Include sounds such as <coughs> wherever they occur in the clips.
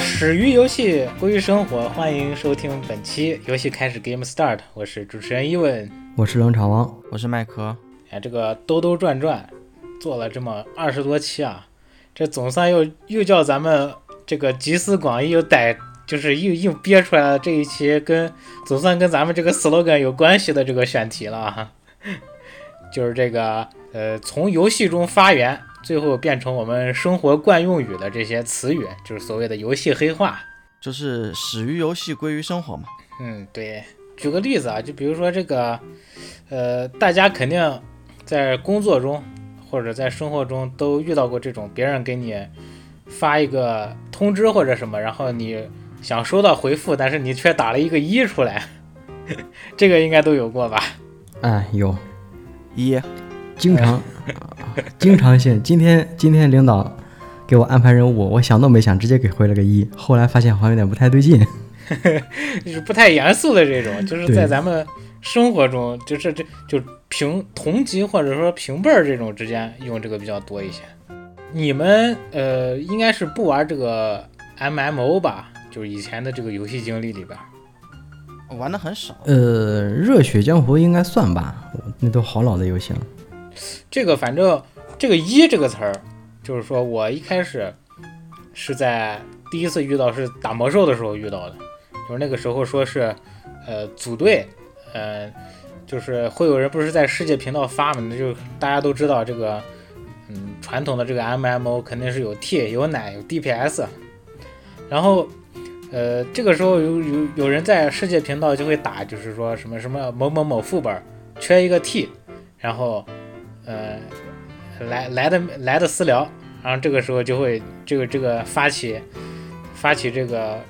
始于游戏，归于生活，欢迎收听本期游戏开始 Game Start，我是主持人伊文。我是冷场王，我是麦克，哎，这个兜兜转转做了这么二十多期啊，这总算又又叫咱们这个集思广益，又逮就是又硬憋出来了这一期跟总算跟咱们这个 slogan 有关系的这个选题了啊， <laughs> 就是这个呃从游戏中发源，最后变成我们生活惯用语的这些词语，就是所谓的游戏黑话。就是始于游戏，归于生活嘛。嗯，对，举个例子啊，就比如说这个，呃，大家肯定在工作中或者在生活中都遇到过这种别人给你发一个通知或者什么，然后你想收到回复，但是你却打了一个一出来， <laughs> 这个应该都有过吧？哎，有一经常、 <laughs> 啊经常性。今天今天领导给我安排任务，我想都没想，直接给回了个一。后来发现好像有点不太对劲。 <laughs> 就是不太严肃的这种，就是对在咱们生活中，就是这就平同级或者说平辈儿这种之间用这个比较多一些。你们呃，应该是不玩这个 MMO 吧？就是以前的这个游戏经历里边儿，我玩的很少，呃，热血江湖应该算吧，我那都好老的游戏了。这个反正这个“一”这个词儿，就是说我一开始是在第一次遇到是打魔兽的时候遇到的，就是那个时候说是呃组队，呃就是会有人不是在世界频道发嘛，那就大家都知道这个嗯传统的这个 MMO 肯定是有 T 有奶有 DPS，然后。呃，这个时候有有有人在世界频道就会打，就是说什么什么某某某副本儿缺一个 T，然后呃，来来的来的私聊，然后这个时候就会这个这个发起发起这个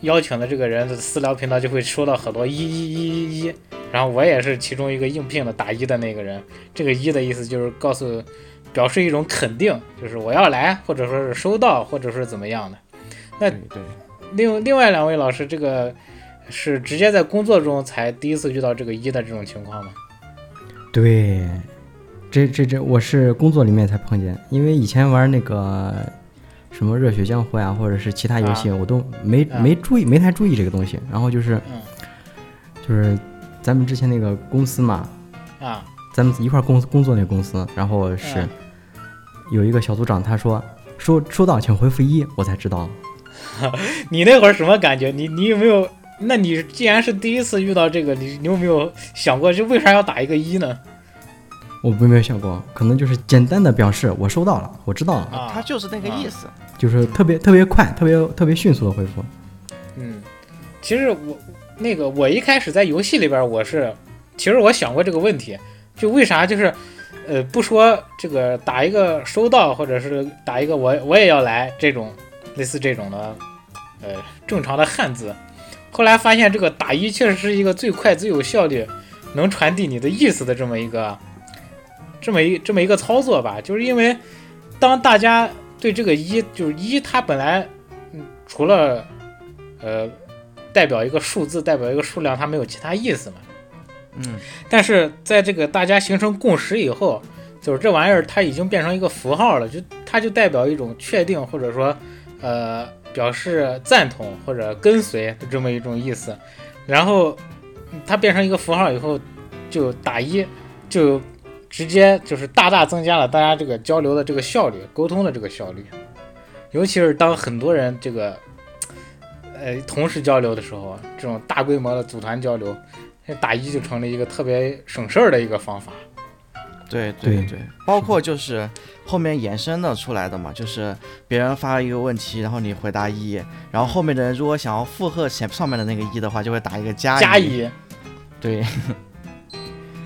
邀请的这个人的私聊频道就会收到很多一一一一一，然后我也是其中一个应聘的打一的那个人，这个一的意思就是告诉表示一种肯定，就是我要来，或者说是收到，或者是怎么样的。那对，另另外两位老师，这个是直接在工作中才第一次遇到这个一的这种情况吗？对，这这这，我是工作里面才碰见，因为以前玩那个什么热血江湖呀、或者是其他游戏，我都没、啊没注意，没太注意这个东西。然后就是嗯就是咱们之前那个公司嘛，啊，咱们一块儿工工作那公司，然后是嗯有一个小组长，他说收收到，请回复一，我才知道。你那会儿什么感觉？你你有没有？那你既然是第一次遇到这个，你你有没有想过，就为啥要打一个一呢？我没有想过，可能就是简单的表示我收到了，我知道了，啊，他就是那个意思。就是特别特别快，特别特别迅速的回复。嗯，其实我那个我一开始在游戏里边，我是其实我想过这个问题，就为啥就是呃不说这个打一个收到，或者是打一个我我也要来这种类似这种的呃正常的汉字，后来发现这个打一确实是一个最快最有效率能传递你的意思的这么一个这么一这么一个操作吧，就是因为当大家对这个一就是一，它本来嗯除了呃，代表一个数字，代表一个数量，它没有其他意思嘛。嗯，但是在这个大家形成共识以后，就是这玩意儿它已经变成一个符号了，就它就代表一种确定，或者说呃表示赞同或者跟随的这么一种意思。然后嗯它变成一个符号以后，就打一就直接就是大大增加了大家这个交流的这个效率，沟通的这个效率。尤其是当很多人这个，呃，同时交流的时候，啊这种大规模的组团交流，这打一就成了一个特别省事儿的一个方法。对对对，包括就是后面衍生的出来的嘛，就是别人发了一个问题，然后你回答一，然后后面的人如果想要附和前上面的那个一的话，就会打一个加加一，一，对， <laughs>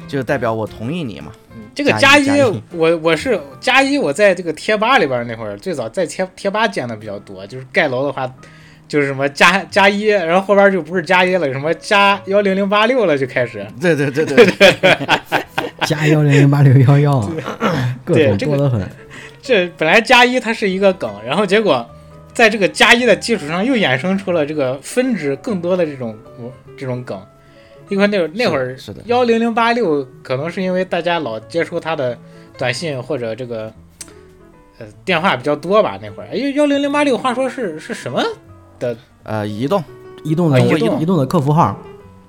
就代表我同意你嘛。嗯这个加一一加一，我我是加一，我在这个贴吧里边儿那会儿，最早在贴贴吧见的比较多，就是盖楼的话，就是什么加加一，然后后边就不是加一了，什么加幺零零八六了，就开始。对对对对，对加幺零零八六幺幺， <laughs> 各种多得很。这本来加一它是一个梗，然后结果在这个加一的基础上又衍生出了这个分支更多的这种这种梗。因为那会儿那会儿是的幺零零八六可能是因为大家老接收他的短信或者这个呃电话比较多吧，那会儿哎幺零零八六话说是是什么的呃，移动，移动啊的移移动移动的客服号，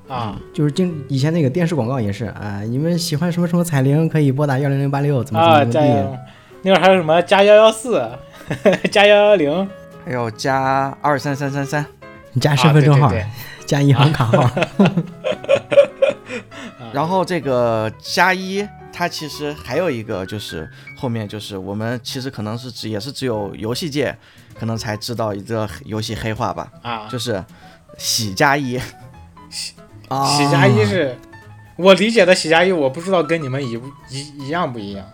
啊，就是经以前那个电视广告也是啊，你们喜欢什么什么彩铃，可以拨打幺零零八六，怎么啊，嗯怎么怎加么油！那会儿还有什么加幺幺四、 <laughs> 加幺幺零还有加二三三三三，地，加身份证号啊、对，啊对加银行卡号，然后这个加一，它其实还有一个就是后面就是我们其实可能是只也是只有游戏界可能才知道一个游戏黑话吧，对啊，就是喜加一， <laughs> 啊喜加一是我理解的喜加一，我不知道跟你们一不一一样不一样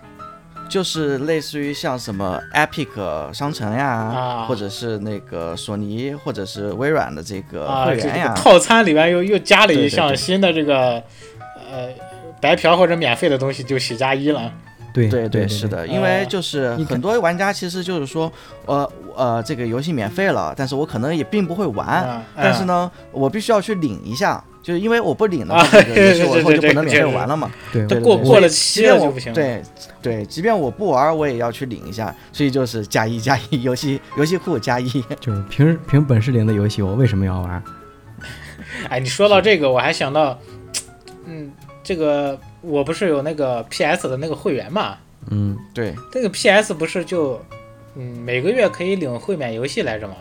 就是类似于像什么 Epic 商城呀，啊或者是那个索尼或者是微软的这个啊，呃会这员个呀，套餐里边又又加了一对对项对新的这个呃白嫖或者免费的东西，就喜加一了对对对对，是的，对因为就是你很多玩家其实就是说，呃呃，这个游戏免费了，但是我可能也并不会玩，啊。但是嗯呢，我必须要去领一下，就是因为我不领的啊话，这个游戏对对我以后对就对不能免这费个玩了嘛。对对都对哎过对过了即期便了我就不行了。对对，即便我不玩，我也要去领一下，所以就是加一加一，游戏游戏库加一。就是凭凭本事领的游戏，我为什么要玩？哎，你说到这个，我还想到，嗯，这个我不是有那个 PS 的那个会员嘛？嗯，对那个 PS 不是就，嗯，每个月可以领会免游戏来着嘛？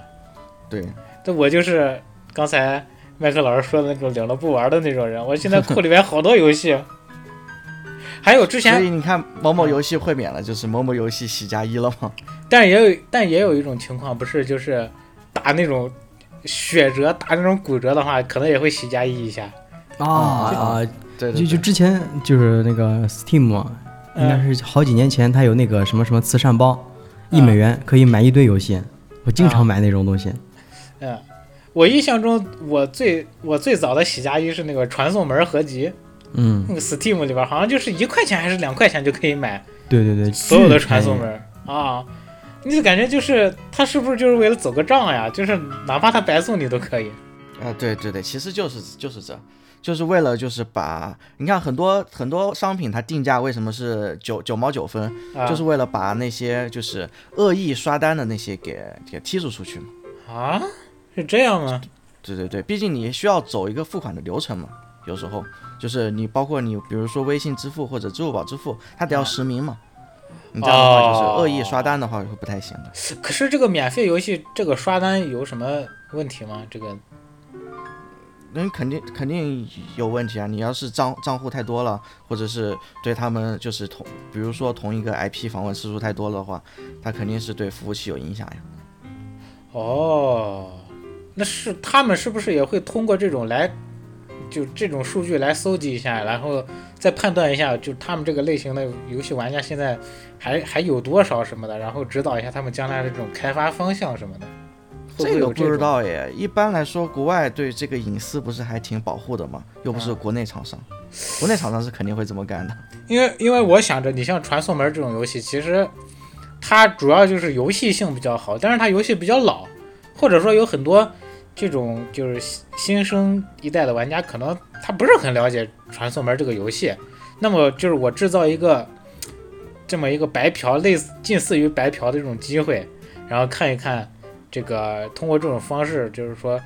对，这我就是刚才麦克老师说的那种领了不玩的那种人。我现在库里面好多游戏， <laughs> 还有之所前，以你看某某游戏会免了，就是某某游戏喜加一了嘛。但也有但也有一种情况，不是就是打那种血折、打那种骨折的话，可能也会喜加一一下。啊啊啊，对就对哎就对，之前就是那个 Steam，应该嗯是好几年前，它有那个什么什么慈善包，一嗯美元可以买一堆游戏，我经啊常买那种东西。嗯，我印象中我最我最早的喜加一是那个传送门合集，嗯，那个 Steam 里边好像就是一块钱还是两块钱就可以买对对对，所有的巨传送便宜门啊。你就感觉就是他是不是就是为了走个账呀？就是哪怕他白送你都可以。啊对对对，其实就是就是这。就是为了就是把你看很多很多商品它定价为什么是九九毛九分，啊、就是为了把那些就是恶意刷单的那些给给剔除出去嘛。啊，是这样吗？对对对，毕竟你需要走一个付款的流程嘛，有时候就是你包括你比如说微信支付或者支付宝支付，它嗯得要实名嘛。你这样的话哦就是恶意刷单的话会不太行的。可是这个免费游戏这个刷单有什么问题吗？这个那你肯定肯定有问题啊！你要是账账户太多了，或者是对他们就是同，比如说同一个 IP 访问次数太多了的话，它肯定是对服务器有影响呀。哦，那是他们是不是也会通过这种来，就这种数据来搜集一下，然后再判断一下，就他们这个类型的游戏玩家现在还还有多少什么的，然后指导一下他们将来的这种开发方向什么的。会会这个有不这种知道耶。一般来说，国外对这个隐私不是还挺保护的吗？又不是嗯国内厂商，国内厂商是肯定会这么干的。因为因为我想着，你像《传送门》这种游戏，其实它主要就是游戏性比较好，但是它游戏比较老，或者说有很多这种就是新新生一代的玩家，可能他不是很了解《传送门》这个游戏。那么就是我制造一个这么一个白嫖，类似近似于白嫖的这种机会，然后看一看这个通过这种方式，就是说，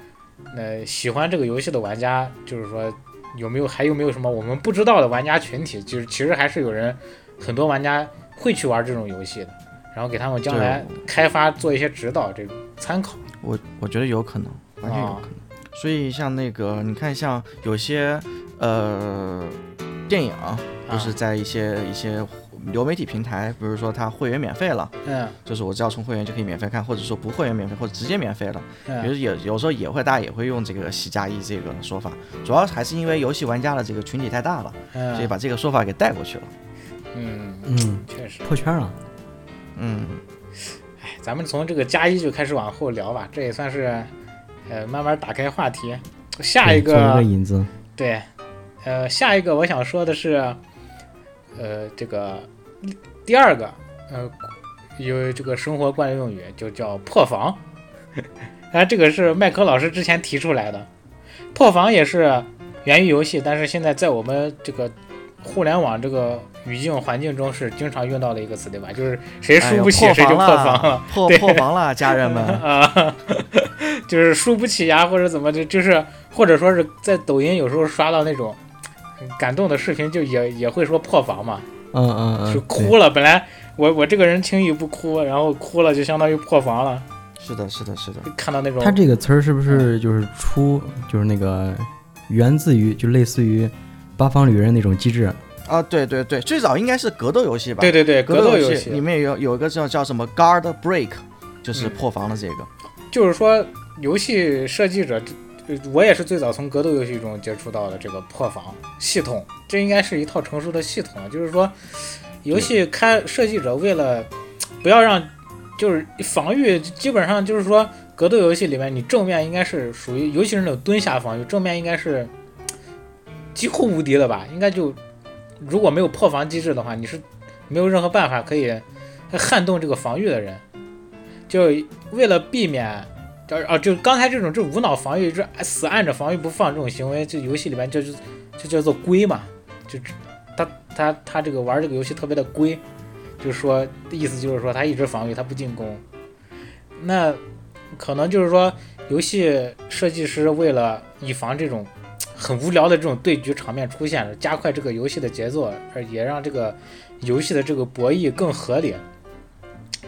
呃，喜欢这个游戏的玩家，就是说有没有还有没有什么我们不知道的玩家群体？就是其实还是有人，很多玩家会去玩这种游戏的，然后给他们将来开发做一些指导，这种参考我我觉得有可能，完全有啊可能。所以像那个，你看像有些呃电影啊，啊就是在一些一些流媒体平台，比如说它会员免费了，嗯就是我只要充会员就可以免费看，或者说不会员免费或者直接免费了。比如嗯也有时候也会大家也会用这个喜加一这个说法，主要还是因为游戏玩家的这个群体太大了，所以嗯把这个说法给带过去了。嗯，嗯，确实。破圈了。 <laughs> 嗯，哎，咱们从这个加一就开始往后聊吧，这也算是呃慢慢打开话题。下对一做一个个引子，对，呃，下一个我想说的是，呃，这个第二个，呃，有这个生活惯用语就叫破防，啊，这个是麦克老师之前提出来的，破防也是源于游戏，但是现在在我们这个互联网这个语境环境中是经常用到的一个词，对吧？就是谁哎输呦不起、破谁就防破防了了，，破对破防了，家人们。 <laughs> 啊，就是输不起呀、或者怎么就就是，或者说是在抖音有时候刷到那种很感动的视频，就也也会说破防嘛，嗯嗯嗯，就对哭了。本来我我这个人轻易不哭，然后哭了就相当于破防了。 <laughs> 是的，是的，是的，就看到那种它这个词儿是不是就是出就是那个源自于就类似于八方旅人那种机制？啊，对对对，最早应该是格斗游戏吧？对对对格格斗游游戏，里面有有一个叫叫什么 Guard Break，就是嗯破防的这个。就是说游戏设计者，这这我也是最早从格斗游戏中接触到的这个破防系统，这应该是一套成熟的系统啊。就是说，游戏开设计者为了不要让就是防御，基本上就是说格斗游戏里面你正面应该是属于，尤其是那种蹲下防御，正面应该是几乎无敌的吧？应该就如果没有破防机制的话，你是没有任何办法可以撼动这个防御的人。就为了避免，这啊，就刚才这种这无脑防御，这死按着防御不放这种行为，这游戏里面就就就叫做龟嘛，就他他他这个玩这个游戏特别的龟，就是说意思就是说他一直防御，他不进攻。那可能就是说，游戏设计师为了以防这种很无聊的这种对局场面出现，加快这个游戏的节奏，而也让这个游戏的这个博弈更合理，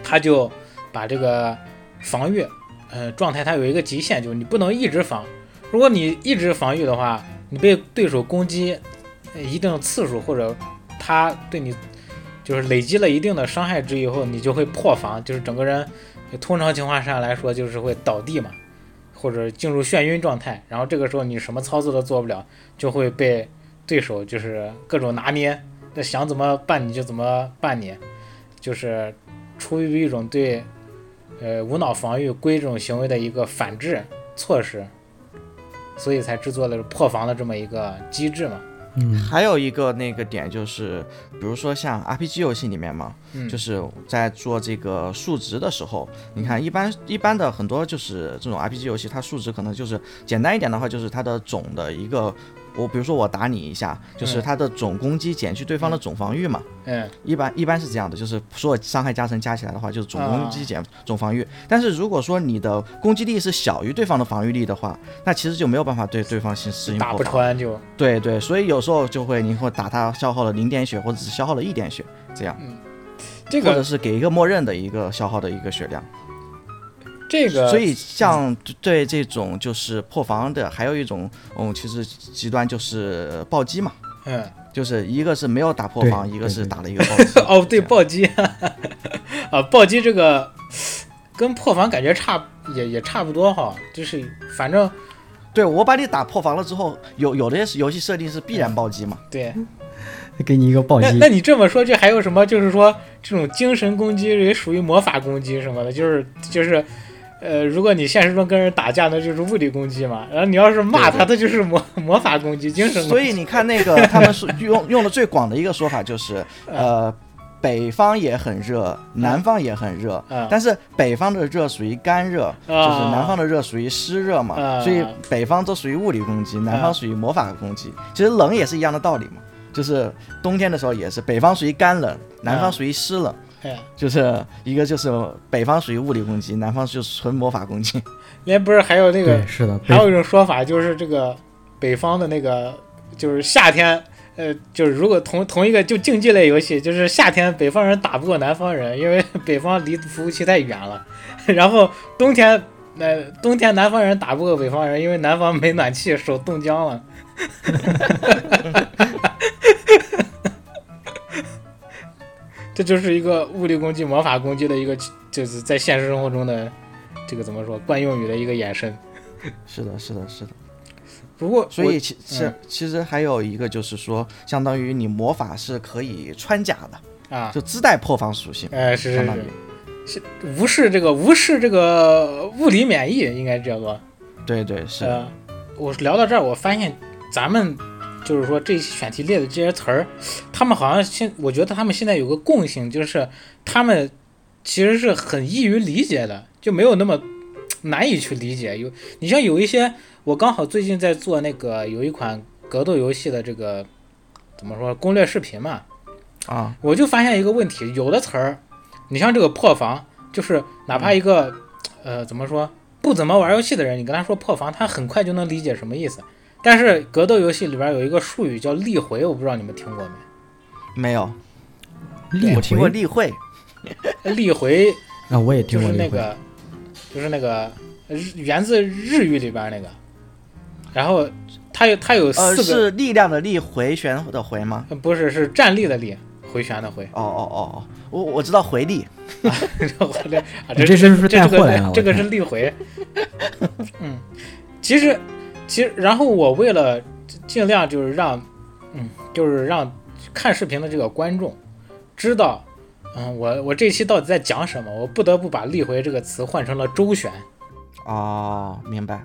他就把这个防御，呃，状态它有一个极限，就是你不能一直防。如果你一直防御的话，你被对手攻击呃一定的次数，或者他对你就是累积了一定的伤害值以后，你就会破防，就是整个人呃通常情况下来说就是会倒地嘛，或者进入眩晕状态。然后这个时候你什么操作都做不了，就会被对手就是各种拿捏，那想怎么办你就怎么办你，就是出于一种对呃无脑防御龟这种行为的一个反制措施，所以才制作了破防的这么一个机制嘛。嗯，还有一个那个点就是，比如说像 RPG 游戏里面嘛，嗯，就是在做这个数值的时候，你嗯看一般一般的很多就是这种 RPG 游戏，它数值可能就是简单一点的话，就是它的总的一个，我比如说我打你一下，就是嗯它的总攻击减去对方的总防御嘛，嗯一般一般是这样的，就是所有伤害加成加起来的话，就是总攻击啊减总防御。但是如果说你的攻击力是小于对方的防御力的话，那其实就没有办法对对方实实行打破不防。穿就对对，所以有时候就会你会打他消耗了零点血，或者只消耗了一点血，这样，这或者个是给一个默认的一个消耗的一个血量。这个，所以像对这种就是破防的，还有一种嗯，其实极端就是暴击嘛，嗯。就是一个是没有打破对防，一个对是对打了一个暴击 <laughs> 哦对这样暴击啊暴击这个跟破防感觉差也也差不多哈，就是反正对我把你打破防了之后，有有的游戏设定是必然暴击嘛，对。给你一个哦暴那击那，你这么说，这还有什么？就是说这种精神攻击也属于魔法攻击什么的，就是就是。呃，如果你现实中跟人打架，那就是物理攻击嘛。然后你要是骂他，他就是魔魔法攻击、精神攻所以你看那个 <laughs> 他们是用用的最广的一个说法就是，呃，北方也很热，南方也很热，嗯但是北方的热属于干热，就是南方的热属于湿热嘛，啊所以北方都属于物理攻击，南方属于魔法攻击。其实冷也是一样的道理嘛，就是冬天的时候也是，北方属于干冷，南方属于湿冷。哎，就是一个就是北方属于物理攻击，南方就是纯魔法攻击。 <laughs> 连不是还有那个对，是的，还有一种说法就是这个北方的那个就是夏天，呃，就是如果同同一个就竞技类游戏，就是夏天北方人打不过南方人，因为北方离服务器太远了。 <laughs> 然后冬天，呃，冬天南方人打不过北方人，因为南方没暖气，手冻僵了。 <laughs> 这就是一个物理攻击、魔法攻击的一个，就是在现实生活中的这个怎么说惯用语的一个衍生。是的，是的，是的。不过我，嗯所以其其其实还有一个就是说，相当于你魔法是可以穿甲的，啊，就自带破防属性，呃，是相是当于是，无视这个无视这个物理免疫，应该这个。对对是的，呃，我聊到这儿，我发现咱们就是说这选题列的这些词儿，他们好像现，我觉得他们现在有个共性，就是他们其实是很易于理解的，就没有那么难以去理解。有你像有一些，我刚好最近在做那个有一款格斗游戏的这个怎么说攻略视频嘛，啊，我就发现一个问题，嗯有的词儿，你像这个破防，就是哪怕一个，呃，怎么说，不怎么玩游戏的人，你跟他说破防，他很快就能理解什么意思。但是格斗游戏里边有一个术语叫力回，我不知道你们听过没？没有，例我听过会例会，呃力回啊，我也就听过是那例会。个，就是那个日源自日语里边那个，然后它有它有呃，四个，是力量的力，回旋的回吗？呃不是是站立的力，回旋的回， <laughs> 哦哦哦哦，我我知道回力，我这啊你这这是不是这带这货来了个我这个看是力 <laughs> 回，嗯，其实其实然后我为了尽量就是让嗯就是让看视频的这个观众知道。嗯，我我这期到底在讲什么？我不得不把“力回”这个词换成了周旋，哦，明白。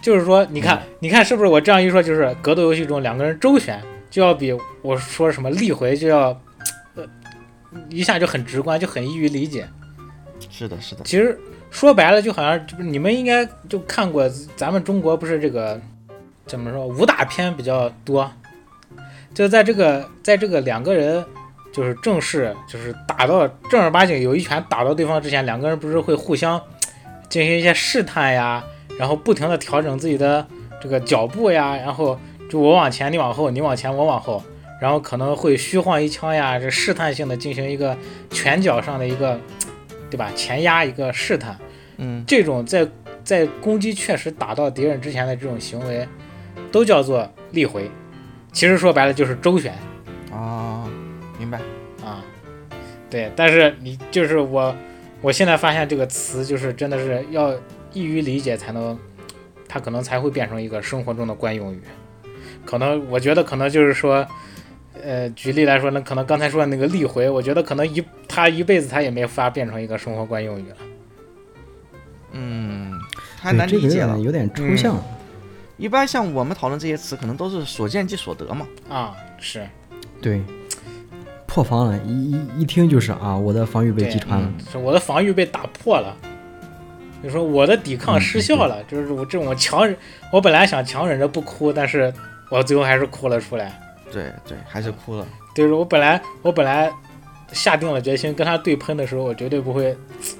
就是说，你看，嗯你看，是不是我这样一说，就是格斗游戏中两个人周旋，就要比我说什么力回就要，呃，一下就很直观，就很易于理解。是的，是的，其实说白了，就好像就是你们应该就看过，咱们中国不是这个怎么说武打片比较多，就在这个在这个两个人就是正式就是打到正儿八经有一拳打到对方之前，两个人不是会互相进行一些试探呀，然后不停的调整自己的这个脚步呀，然后就我往前，你往后，你往前，我往后，然后可能会虚晃一枪呀，这试探性的进行一个拳脚上的一个，对吧？前压一个试探，嗯，这种在在攻击确实打到敌人之前的这种行为，都叫做力回。其实说白了就是周旋哦，明白。啊，对。但是你就是我，我现在发现这个词就是真的是要易于理解才能，它可能才会变成一个生活中的惯用语。可能我觉得可能就是说，呃，举例来说呢，可能刚才说的那个力回，我觉得可能一他一辈子他也没法变成一个生活惯用语了。嗯，太对，难这个理有解了点。有点抽嗯象。一般像我们讨论这些词，可能都是所见即所得嘛。啊，是，对，破防了，一一一听就是啊，我的防御被对击穿了。嗯是我的防御被打破了，就说我的抵抗失效了，就是我这种强忍，我本来想强忍着不哭，但是我最后还是哭了出来。对对，还嗯是哭了。就是我本来我本来下定了决心跟他对喷的时候，我绝对不会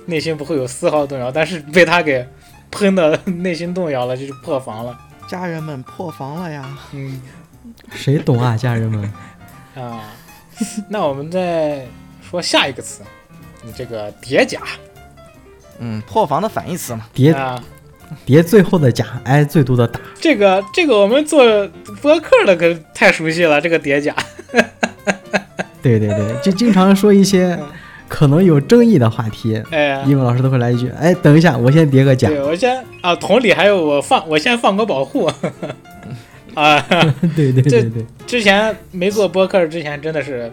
内心不会有丝毫动摇，但是被他给喷的内心动摇了，就是破防了。家人们破防了呀！嗯谁懂啊，家人们？啊，那我们再说下一个词，你这个叠甲嗯，破防的反义词嘛。叠啊，叠最后的甲，挨最多的打。这个这个我们做播客的可太熟悉了，这个叠甲。对对对，就经常说一些嗯可能有争议的话题，哎，英文老师都会来一句：“哎，等一下，我先叠个甲。对我先啊，同理还有我放我先放个保护 <laughs> 啊。” <laughs> 对对这对对，之前没做播客之前真的是，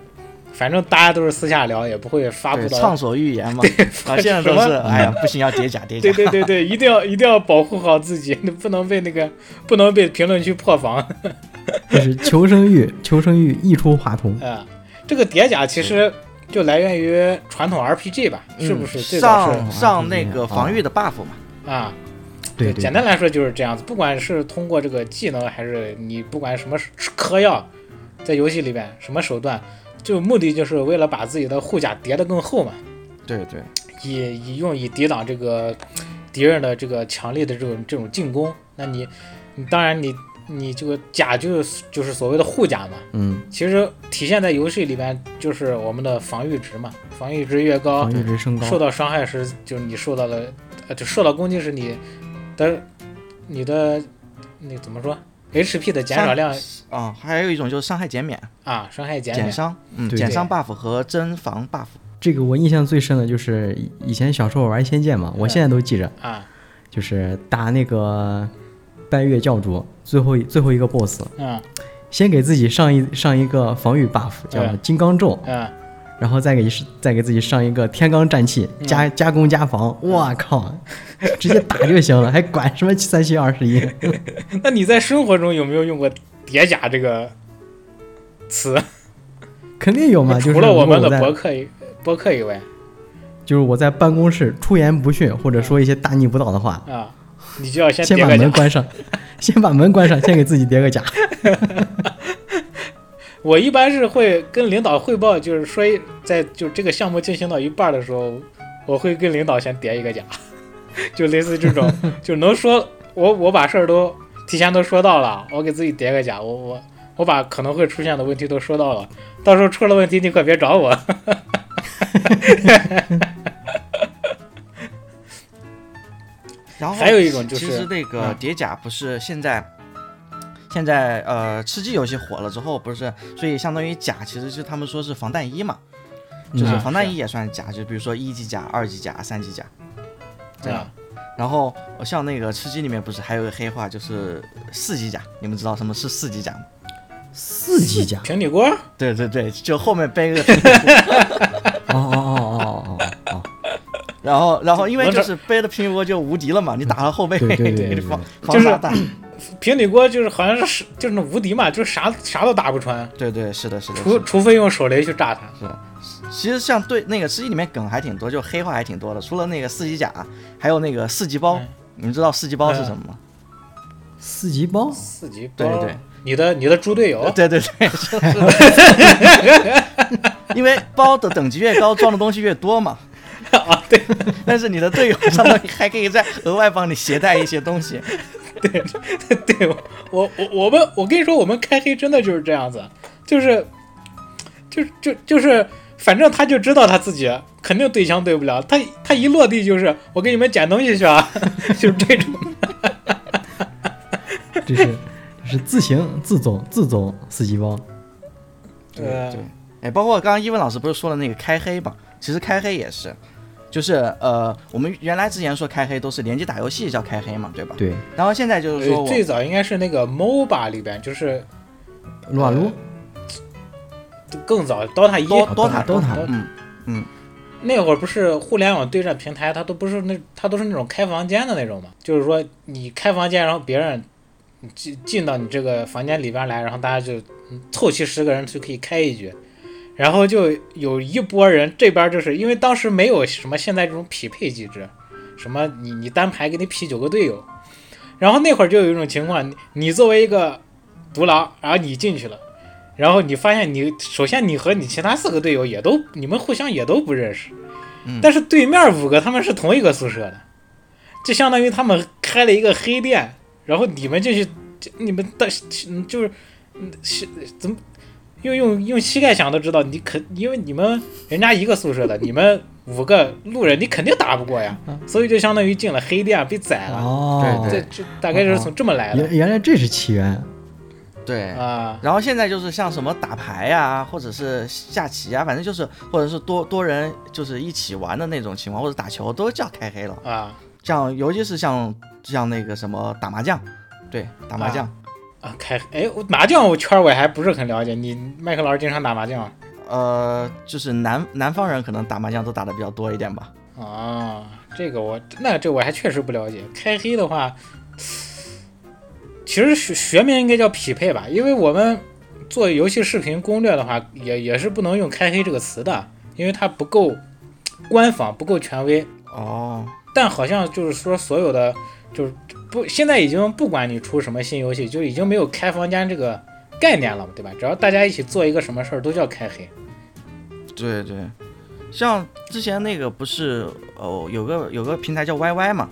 反正大家都是私下聊，也不会发布对，到畅。所欲言嘛。啊，现在都 <laughs> 什是，么哎呀，不行，要叠甲叠对甲。对对对， <laughs> 一定要一定要保护好自己， <laughs> 不能被那个不能被评论区破防 <laughs> 啊、就是求生欲，求生欲溢出话筒。嗯啊这个叠甲其实就来源于传统 RPG 吧，嗯是不是？最早上是上那嗯个防御的 buff 嘛？是啊，对简单来说就是这样子，不管是通过这个技能，还是你不管什么是嗑药，在游戏里边什么手段，就目的就是为了把自己的护甲叠得更厚嘛，对对，以以用以抵挡这个敌人的这个强烈的这种这种进攻。那你你当然你你这个甲就是就是所谓的护甲嘛，嗯，其实体现在游戏里边就是我们的防御值嘛，防御值越高防，御值升高受。到伤害时，就是你受到了，呃，就受到攻击时，你的你的那怎么说？HP 的减少量啊，还有一种就是伤害减免、啊，伤害减减免伤，嗯，对减伤 buff 和增防 buff。这个我印象最深的就是以以前小时候玩《仙剑》嘛，嗯我现在都记着，啊，就是打那个拜月教主最后一最后一个 BOSS，嗯先给自己上一上一个防御 buff，叫对金刚咒，嗯，然后再给再给自己上一个天罡战气，加加攻加防。我靠，直接打就行了， <laughs> 还管什么三七二十一？那你在生活中有没有用过叠甲这个词？肯定有嘛，就是哎除了我们如的果在博客以博客以外就是我在办公室出言不逊，或者说一些大逆不道的话，啊，你就要先先叠把个门甲。关上， <laughs> 先把门关上，先给自己叠个甲。我一般是会跟领导汇报，就是说在就这个项目进行到一半的时候，我会跟领导先叠一个甲。 <laughs> 就类似这 <laughs> 种，就能说我我把事儿都提前都说到了，我给自己叠个甲，我我我把可能会出现的问题都说到了，到时候出了问题你可别找我。啊然后还有一种就其是实那个嗯叠甲不是现在，现在呃吃鸡游戏火了之后不是，所以相当于甲其实就他们说是防弹衣嘛，就是嗯防弹是衣也算甲，就比如说一级甲、二级甲、三级甲这样啊。然后呃像那个吃鸡里面不是还有个黑话就是四级甲，你们知道什么是四级甲吗？四级甲，平底锅，对对对，就后面背个， <laughs> 哦哦哦哦哦哦哦，然后然后因为我就这是背了拼锅就无敌了嘛，你打到后背对对对给你对防就防是炸弹，平底锅就是好像是就是那无敌嘛，就是啥啥都打不穿，对对是的是的，除是的除非用手雷去炸它。其实像对那个吃鸡里面梗还挺多，就黑话还挺多的，除了那个四级甲，还有那个四级包。嗯你们知道四级包是什么吗？四级包，四级包，对对对，你的你的猪队友，呃对对对，是的是的因为包的等级越高，装的东西越多嘛。啊，对但是你的队友相当于还可以再额外帮你携带一些东西。 <laughs> 对，我我我们我跟你说，我们开黑真的就是这样子，就是，就就就是，反正他就知道他自己肯定对枪对不了，他他一落地就是我给你们捡东西去啊， <laughs> 就是这种，这是这是自行自走自走四级包，呃对，哎，包括刚刚一文老师不是说了那个开黑嘛？其实开黑也是，就是呃，我们原来之前说开黑都是联机打游戏叫开黑嘛，对吧？对，然后现在就是说呃我最早应该是那个 MOBA 里边，就是撸啊撸，更早 DOTA 一多啊多塔多塔多塔嗯，那会儿不是互联网对战平台，它都不是那，它都是那种开房间的那种嘛，就是说你开房间，然后别人进进到你这个房间里边来，然后大家就嗯凑齐十个人就可以开一局，然后就有一波人这边就是因为当时没有什么现在这种匹配机制，什么你你单排给你匹九个队友，然后那会儿就有一种情况，你你作为一个独狼，然后你进去了。然后你发现你，首先你和你其他四个队友也都，你们互相也都不认识，但是对面五个他们是同一个宿舍的，就相当于他们开了一个黑店，然后你们就去，就你们的就是嗯是怎么用用用膝盖想都知道，你肯因为你们人家一个宿舍的，你们五个路人你肯定打不过呀，所以就相当于进了黑店被宰了，哦，这这大概就是从这么来的原原来这是起源，对。啊。然后现在就是像什么打牌呀、或者是下棋呀、反正就是或者是多多人就是一起玩的那种情况，或者打球都叫开黑了。啊像尤其是像像那个什么打麻将，对，打麻将，啊，开哎，我麻将我圈我还不是很了解，你麦克老师经常打麻将啊呃，就是南南方人可能打麻将都打的比较多一点吧。啊，这个我那这我还确实不了解。开黑的话，其实学学名应该叫匹配吧，因为我们做游戏视频攻略的话，也也是不能用开黑这个词的，因为它不够官方，不够权威。哦，但好像就是说所有的就是不现在已经不管你出什么新游戏，就已经没有开房间这个概念了，对吧？只要大家一起做一个什么事儿，都叫开黑。对对，像之前那个不是哦，有个有个平台叫 YY 嘛，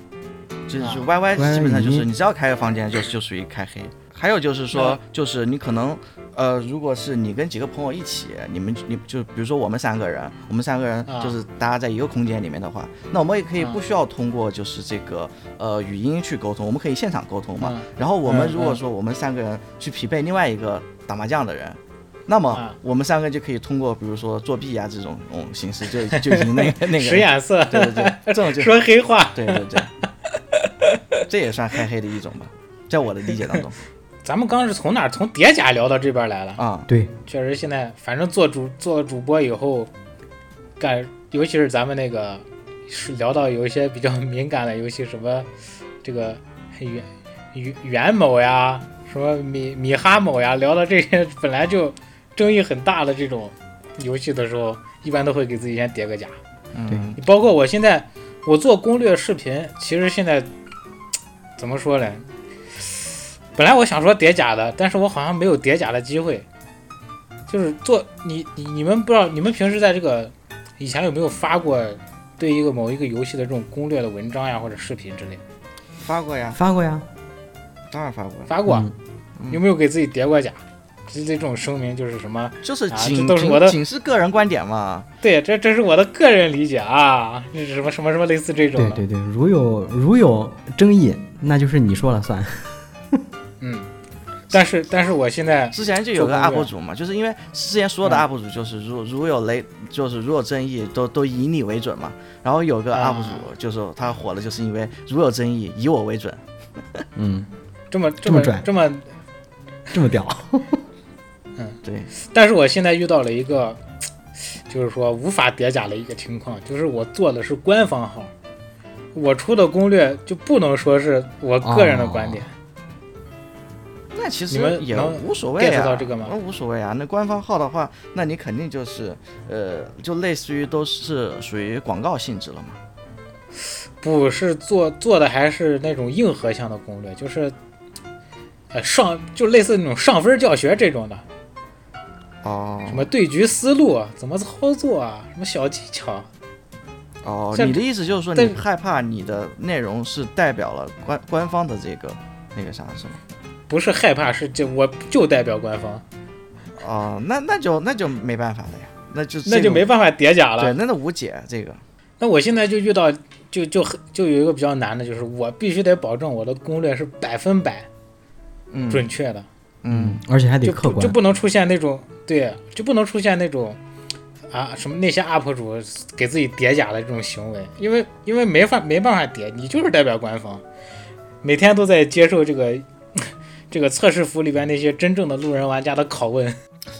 就是啊 YY 基本上就已是经你只要开个房间就就属于开黑。还有就是说，就是你可能呃，如果是你跟几个朋友一起，你们你就比如说我们三个人，我们三个人啊就是大家在一个空间里面的话，那我们也可以啊不需要通过就是这个呃语音去沟通，我们可以现场沟通嘛嗯。然后我们嗯如果嗯说我们三个人去匹配另外一个打麻将的人，那么啊我们三个就可以通过比如说作弊啊这种嗯形式就就已经 <laughs> 那个那个使眼色，对对对，这种就说黑话。对对对，这也算开黑的一种吧，在我的理解当中咱们刚刚是从哪儿从叠甲聊到这边来了？啊，对，确实，现在反正做主做了主播以后，干尤其是咱们那个是聊到有一些比较敏感的游戏，什么这个袁袁袁某呀，什么米米哈某呀，聊到这些本来就争议很大的这种游戏的时候，一般都会给自己先叠个甲。嗯，包括我现在我做攻略视频，其实现在怎么说呢？本来我想说叠甲的，但是我好像没有叠甲的机会。就是做你你你们不知道，你们平时在这个以前有没有发过对一个某一个游戏的这种攻略的文章呀或者视频之类的？发过呀，发过呀，当然发过了，发过，嗯有没有给自己叠过假？这这种声明就是什么？就是啊仅这都是我的仅仅是个人观点嘛。对，这这是我的个人理解啊，这是什么什么什么类似这种对的。对对，如有如有争议，那就是你说了算。嗯，但是但是我现在之前就有个做攻略 UP 主嘛，就是因为之前所有的嗯 UP 主就是如如有雷，就是如有争议都都以你为准嘛。然后有个啊 UP 主就是他火了，就是因为如有争议以我为准。嗯，这么这么么拽这么，这么屌。对，但是我现在遇到了一个，就是说无法叠加的一个情况，就是我做的是官方号，我出的攻略就不能说是我个人的观点。那其你实们也能无所谓 get 啊，到这个吗那无所谓啊。那官方号的话，那你肯定就是呃，就类似于都是属于广告性质了嘛。不是做做的还是那种硬核向的攻略，就是，呃上就类似那种上分教学这种的，哦什么对局思路啊怎么操作啊，什么小技巧，哦，像你的意思就是说但你害怕你的内容是代表了官官方的这个那个啥是吗？不是害怕，是就我就代表官方，哦，那那就那就没办法了呀，那就那这就个没办法叠加对，了。那那无解这个。那我现在就遇到就就很就有一个比较难的，就是我必须得保证我的攻略是百分百嗯，准确的，嗯，，而且还得就客不就观。不能出现那种对，就不能出现那种啊什么那些 UP 主给自己叠假的这种行为，因为因为没法没办法叠，你就是代表官方，每天都在接受这个 <laughs> 这个测试服里边那些真正的路人玩家的拷问。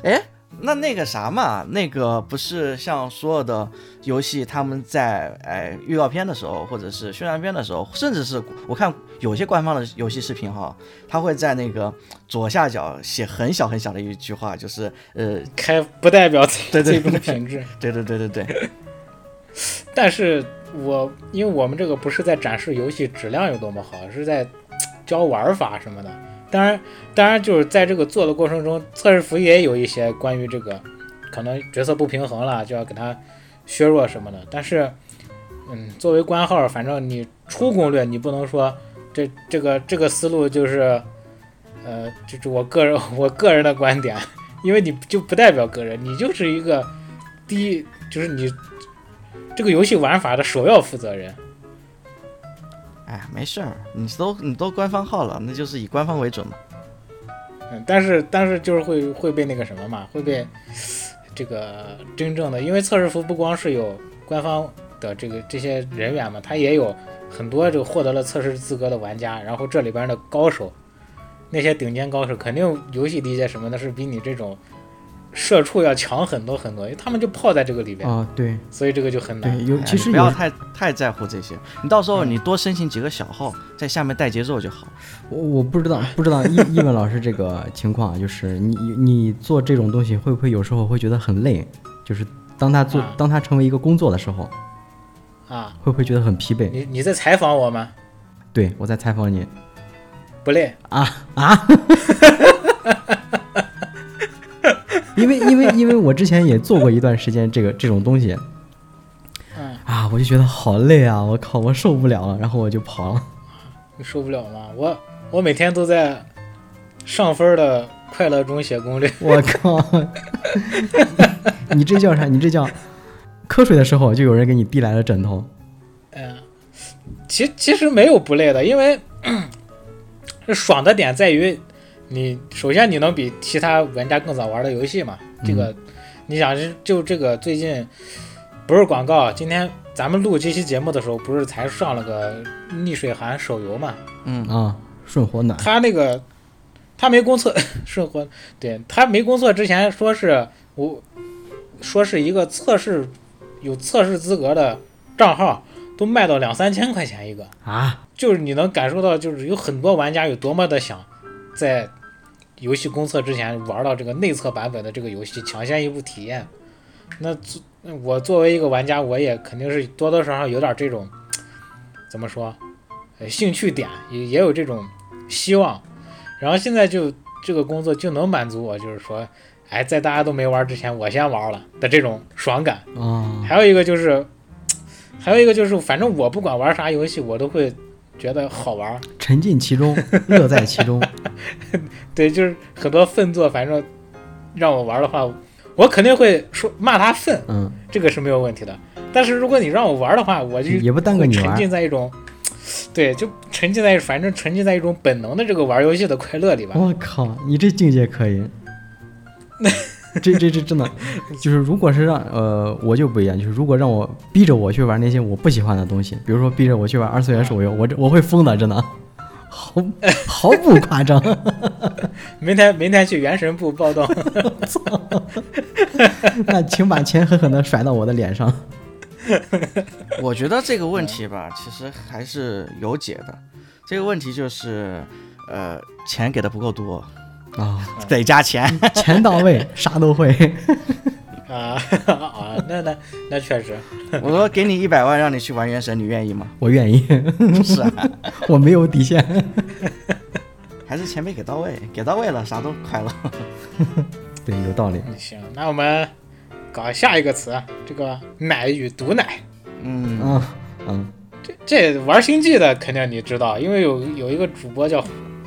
哎，那那个啥嘛，那个不是像所有的游戏，他们在哎预告片的时候，或者是宣传片的时候，甚至是我看有些官方的游戏视频哈，他会在那个左下角写很小很小的一句话，就是呃，开不代表对对最终品质。对对对对对，但是我因为我们这个不是在展示游戏质量有多么好，是在教玩法什么的。当然，当然就是在这个做的过程中，测试服也有一些关于这个可能角色不平衡了，就要给它削弱什么的。但是，嗯，作为官号，反正你出攻略，你不能说这这个这个思路就是，呃，这是我个人我个人的观点，啊因为你就不代表个人，你就是一个第一就是你这个游戏玩法的首要负责人。哎，没事儿，你都你都官方号了，那就是以官方为准嘛。嗯，但是但是就是会会被那个什么嘛，会被这个真正的，因为测试服不光是有官方的这个这些人员嘛，他也有很多这个获得了测试资格的玩家，然后这里边的高手，那些顶尖高手，肯定游戏理解什么的是比你这种社畜要强很多很多，因为他们就泡在这个里边，哦，对所以这个就很难。对，有哎其你实不要有太太在乎这些，你到时候你多申请几个小号，在下面带节奏就好。我我不知道不知道一一文老师这个情况，啊就是你你做这种东西会不会有时候会觉得很累？就是当他做啊当他成为一个工作的时候，啊，会不会觉得很疲惫？你你在采访我吗？对我在采访你，不累，因为因为因为我之前也做过一段时间这个这种东西嗯，啊，我就觉得好累啊，我靠，我受不了了，然后我就跑了。你受不了吗？我我每天都在上分的快乐中写攻略， <laughs> 我靠！你这叫啥？你这叫瞌睡的时候就有人给你递来了枕头。嗯，其其实没有不累的，因为 <clears throat> 这爽的点在于你首先你能比其他玩家更早玩的游戏嘛，这个、你想是就这个最近不是广告，今天咱们录这期节目的时候不是才上了个逆水寒手游嘛，嗯，啊，顺火暖。他那个他没公测顺和，对他没公测之前说是我说是一个测试有测试资格的账号都卖到两三千块钱一个，啊，就是你能感受到就是有很多玩家有多么的想在游戏公测之前玩到这个内测版本的这个游戏，抢先一步体验。那作我作为一个玩家，我也肯定是多多少少有点这种怎么说，呃，兴趣点也也有这种希望。然后现在就这个工作就能满足我，就是说，哎，在大家都没玩之前，我先玩了的这种爽感。哦，还有一个就是，还有一个就是，反正我不管玩啥游戏，我都会觉得好玩儿。沉浸其中，乐在其中。对，就是很多粪作，反正让我玩的话，我肯定会说骂他粪，嗯，这个是没有问题的。但是如果你让我玩的话，我就也不耽搁你沉玩。浸在一种，对，就沉浸在反正沉浸在一种本能的这个玩游戏的快乐里吧。我靠，你这境界可 <laughs> 以。这这这真的，就是如果是让呃，我就不一样，就是如果让我逼着我去玩那些我不喜欢的东西，比如说逼着我去玩二次元手游，我这我会疯的，真的，毫毫不夸张。 <laughs> 明天明天去原神部暴动，那请把钱狠狠的甩到我的脸上。我觉得这个问题吧，其实还是有解的。这个问题就是，呃，钱给的不够多，啊，得加 <laughs> 钱。钱到位，啥都会。 <laughs> 啊啊，那那那确实，我说给你一百万，让你去玩原神，你愿意吗？我愿意， <laughs> 是啊， <laughs> 我没有底线。还是钱没给到位，给到位了，啥都快乐。对，有道理。嗯行，那我们搞下一个词，啊这个奶与毒奶。嗯，嗯嗯，这这玩星际的肯定你知道，因为有有一个主播叫，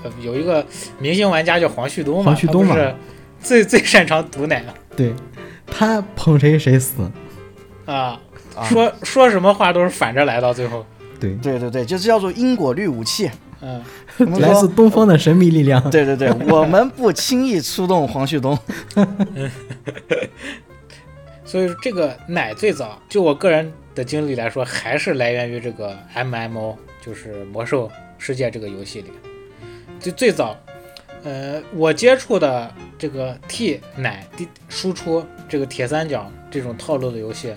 呃，有一个明星玩家叫黄旭东嘛，黄旭东他嘛不是最最擅长毒奶对他捧谁谁死。啊，啊说说什么话都是反着来，到最后，对，对对对，就是叫做因果律武 <laughs> 器。嗯，我们来自说，东方的神秘力量。对对对，我们不轻易出动黄旭东。所以说这个奶最早就我个人的经历来说，还是来源于这个 MMO，就是魔兽世界这个游戏里，就最早，呃，我接触的这个 T 奶 D 输出这个铁三角这种套路的游戏，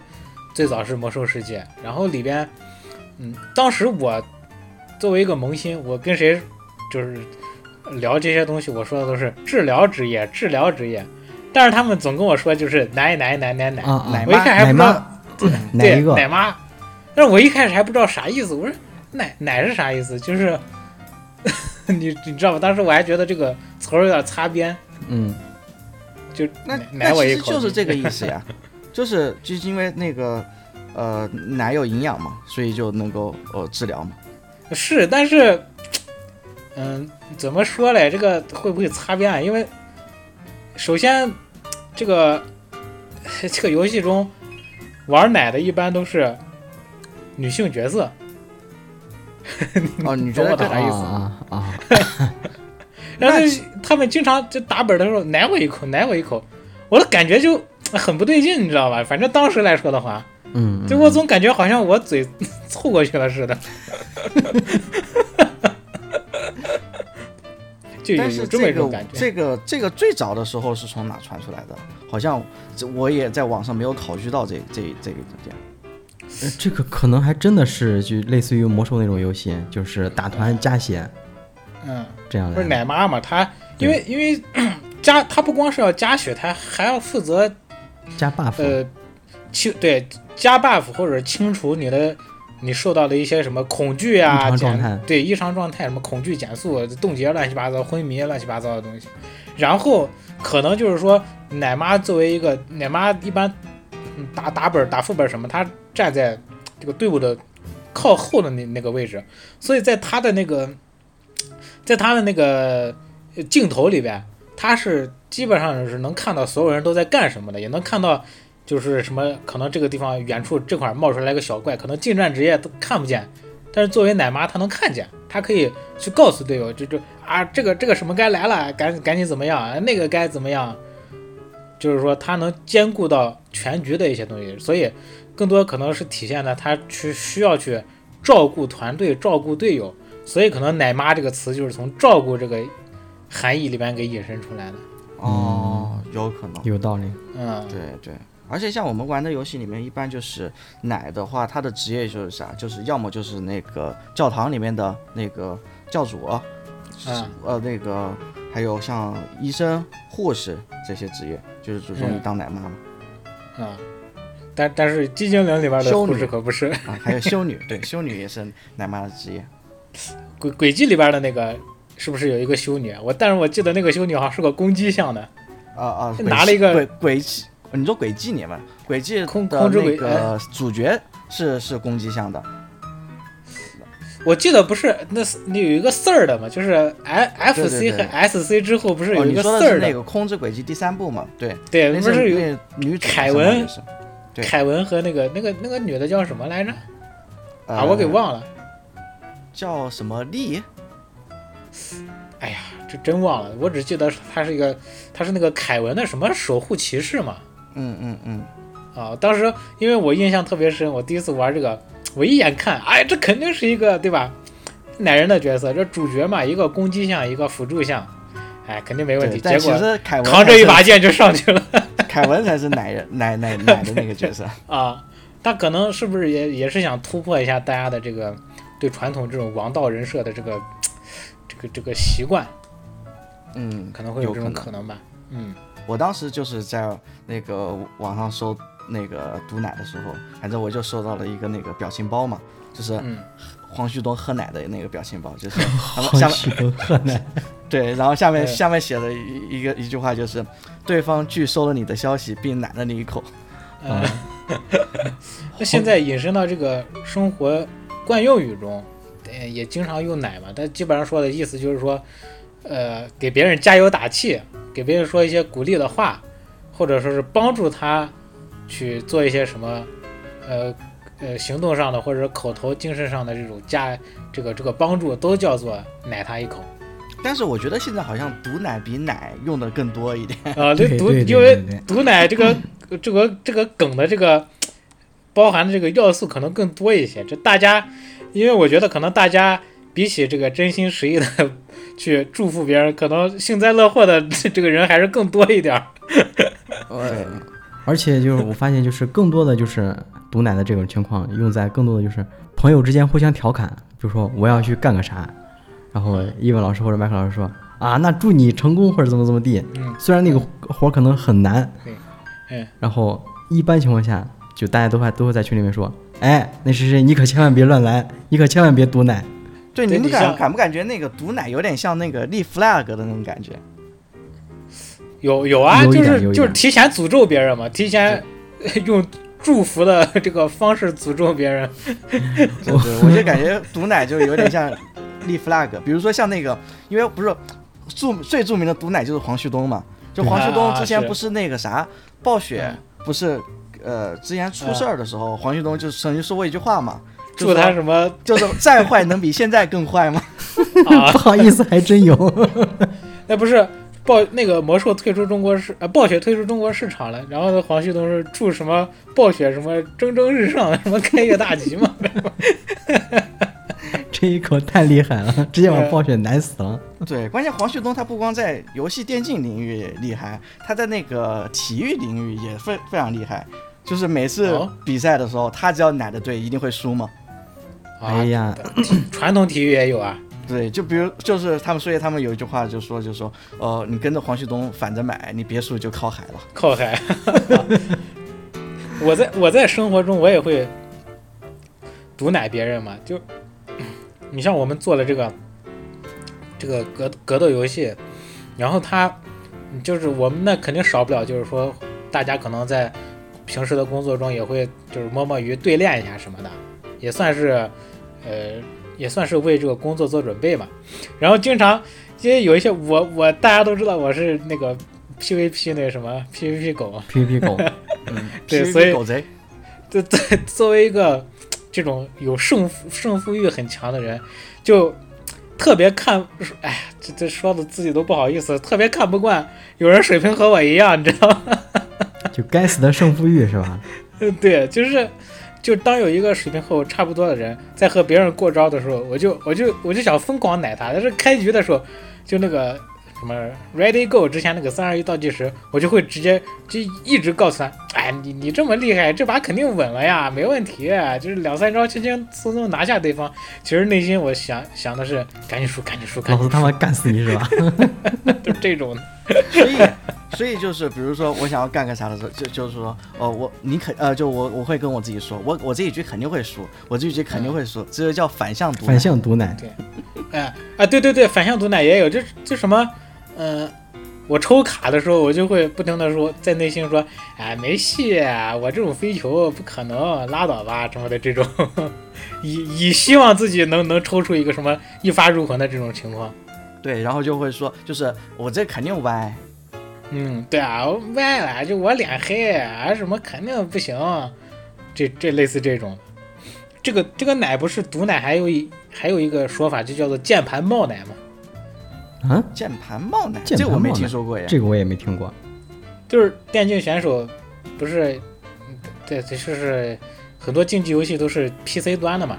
最早是魔兽世界，然后里边，嗯，当时我作为一个萌新，我跟谁就是聊这些东西，我说的都是治疗职业，治疗职业。但是他们总跟我说就是奶奶奶奶奶，啊啊！奶我一妈看还不知奶道妈，嗯哪一个对奶妈。但是我一开始还不知道啥意思，我说奶奶是啥意思？就是 <laughs> 你你知道吗？当时我还觉得这个词儿有点擦边，嗯，就那奶那奶我其一实口，就是这个 <laughs> 意思呀，就是就是因为那个呃奶有营养嘛，所以就能够呃治疗嘛。是，但是嗯，怎么说嘞？这个会不会擦边啊？因为首先这个 <laughs> 这个游戏中玩奶的一般都是女性角色，哦，你觉懂得我的跟啥意思啊啊啊！然后那就他们经常就打本的时候奶我一口，奶我一口，我的感觉就很不对劲，你知道吧？反正当时来说的话，嗯，就我总感觉好像我嘴 <laughs> 凑过去了似的。 <laughs> 就有但有是这么一这种个感觉，这个这个最早的时候是从哪传出来的？好像这我也在网上没有考据到这这这个这样。呃这个可能还真的是就类似于魔兽那种游戏，就是打团加血嗯，这样不是的。奶妈嘛，她因为因为 <clears throat> 加她不光是要加血，她还要负责加 buff，呃清对加 buff 或者清除你的你受到的一些什么恐惧异啊、常状态减对异常状态什么恐惧减速、冻结、乱七八糟、昏迷、乱七八糟的东西。然后可能就是说奶妈作为一个奶妈，一般嗯打打本儿、打副本儿什么，她站在这个队伍的靠后的那那个位置，所以在她的那个在她的那个呃镜头里边，她是基本上是能看到所有人都在干什么的，也能看到。就是什么，可能这个地方远处这块儿冒出来个小怪，可能近战职业都看不见，但是作为奶妈，她能看见，她可以去告诉队友，就就啊，这个这个什么该来了，赶赶紧怎么样，啊那个该怎么样，就是说她能兼顾到全局的一些东西，所以更多可能是体现了她去需要去照顾团队、照顾队友，所以可能“奶妈”这个词就是从“照顾”这个含义里边给引申出来的。哦，有可能。有道理。嗯，对对，而且像我们玩的游戏里面，一般就是奶的话，他的职业就是啥，就是要么就是那个教堂里面的那个教主，嗯是呃，那个还有像医生、护士这些职业，就是主容易嗯当奶妈嘛、 <laughs> 啊、但但是《寂精灵》里边的修护女士可不是，啊，还有修女，对，修女也是奶妈的职业。 《轨轨迹》里边的那个是不是有一个修女？啊我但是我记得那个修女好像是个公鸡像的。啊啊，拿了一个轨轨迹，你说轨迹你们轨迹空的空之哎那轨个主角是是攻击向的，我记得不是那那有一个 third 的嘛，就是哎 F 对 F 对 C 对和 S C 之后不是哦，有一你个说的是 third 那的，个《空之轨迹》第三部嘛？对，对，那不是有那女主凯是吗文也是对凯文和那个那个那个女的叫什么来着？啊，呃我给忘了，叫什么丽？这真忘了，我只记得她是一个，她是那个凯文的什么守护骑士嘛。嗯嗯嗯，啊，当时因为我印象特别深，我第一次玩这个，我一眼看，哎，这肯定是一个对吧，奶人的角色，这主角嘛，一个攻击项，一个辅助项，哎，肯定没问对，题。但结其果实凯文扛着一才把剑就上去了是， <laughs> 凯文才是 <laughs> 奶人奶奶奶的那个角色。啊！他可能是不是也也是想突破一下大家的这个对传统这种王道人设的这个这个这个习惯，嗯，可能会有这可种能。可能吧。嗯，我当时就是在那个网上搜那个毒奶的时候，反正我就收到了一个那个表情包嘛，就是嗯黄旭东喝奶的那个表情包， <laughs> 就是然后 <laughs> 好下面喜欢喝奶，对，然后下面对下面写了一一个一句话，就是对方拒收了你的消息，并奶了你一口。 <laughs> 呃，那现在引申到这个生活惯用语中，呃，也经常用奶嘛，但基本上说的意思就是说，呃，给别人加油打气，给别人说一些鼓励的话，或者说是帮助他去做一些什么，呃呃，行动上的或者口头、精神上的这种加这个这个帮助，都叫做奶他一口。但是我觉得现在好像毒奶比奶用的更多一点。 <laughs> 啊，对这毒对对因为对对毒奶这 <laughs> 个这个这个梗的这个包含的这个要素可能更多一些。这大家，因为我觉得可能大家比起这个真心实意的去祝福别人，可能幸灾乐祸的这个人还是更多一点儿。呃对，而且就是我发现，就是更多的就是毒奶的这种情况，用在更多的就是朋友之间互相调侃，比如说我要去干个啥，然后一文老师或者麦克老师说啊，那祝你成功或者怎么怎么地，嗯虽然那个活儿可能很难，对嗯然后一般情况下，就大家都还都会在群里面说，哎，那谁谁你可千万别乱来，你可千万别毒奶，对，对你们你感像感不感觉那个毒奶有点像那个立 flag 的那种 <laughs> 感觉？有有啊，有一就点是有一就是点提前诅咒别人嘛，提前 <laughs> 用祝福的这个方式诅咒别人。对对，我就感觉毒奶就有点像立 flag，比如说像那个，因为不是著最著名的毒奶就是黄旭东嘛，就黄旭东啊之前是不是那个啥暴雪嗯，不是呃之前出事儿的时候，黄旭东就曾经说过一句话嘛，就祝他说什么就是再坏能比现在更坏吗？啊 <laughs> 不？好意思，还真有， <laughs> 那哎不是暴那个魔兽退出中国市，呃，暴雪退出中国市场了。然后呢，黄旭东是祝什么暴雪什么蒸蒸日上，什么开业大吉嘛。这一口太厉害了，直接把暴雪奶死了。对，关键黄旭东他不光在游戏电竞领域厉害，他在那个体育领域也非非常厉害。就是每次哦比赛的时候，他只要奶的队，一定会输嘛。啊哎，呀，传统体育也有啊。对，就比如就是他们，所以他们有一句话就说，就说，呃，你跟着黄旭东反着买，你别墅就靠海了。靠海。 <laughs> 我在我在生活中我也会毒奶别人嘛，就你像我们做了这个这个格格斗游戏，然后他就是我们那肯定少不了，就是说大家可能在平时的工作中也会就是摸摸鱼对练一下什么的，也算是呃也算是为这个工作做准备嘛。然后经常因为有一些我我大家都知道我是那个 PVP 那什么 PVP 狗，，PVP 狗，嗯对是一个所以狗贼，对对，作为一个这种有胜负胜负欲很强的人，就特别看，哎，这这说的自己都不好意思，特别看不惯有人水平和我一样，你知道吗？就该死的胜负欲是吧？ <laughs> 对，就是就当有一个水平和我差不多的人在和别人过招的时候，我就我就我就想疯狂奶他，但是开局的时候就那个什么 ready go 之前那个三二一倒计时，我就会直接就一直告诉他，哎，你你这么厉害，这把肯定稳了呀，没问题，啊就是两三招轻轻松松拿下对方。其实内心我想想的是，赶紧输，赶紧输，赶老子紧他输，妈干死你 <laughs> 是吧？就这种的。所以 <laughs> 所以就是比如说我想要干个啥的时候，就就是说，哦，我你肯呃，就我我会跟我自己说，我我这一局肯定会输，我这一局嗯肯定会输，这就叫反向毒奶。反向毒奶，哎啊，对对对，反向毒奶也有，这这什么，嗯、我抽卡的时候，我就会不停的说，在内心说，哎，没戏，我这种飞球不可能，拉倒吧，什么的这种， <laughs> 以以希望自己能能抽出一个什么一发入魂的这种情况。对，然后就会说，就是我这肯定歪，嗯，对啊，我歪了，就我脸黑啊，什么肯定不行，这这类似这种，这个这个奶不是毒奶，还有一还有一个说法就叫做键盘冒奶嘛，啊，键盘冒奶，键这盘我没冒奶听说过呀。这个我也没听过。就是电竞选手不是，对对，就是很多竞技游戏都是 PC 端的嘛，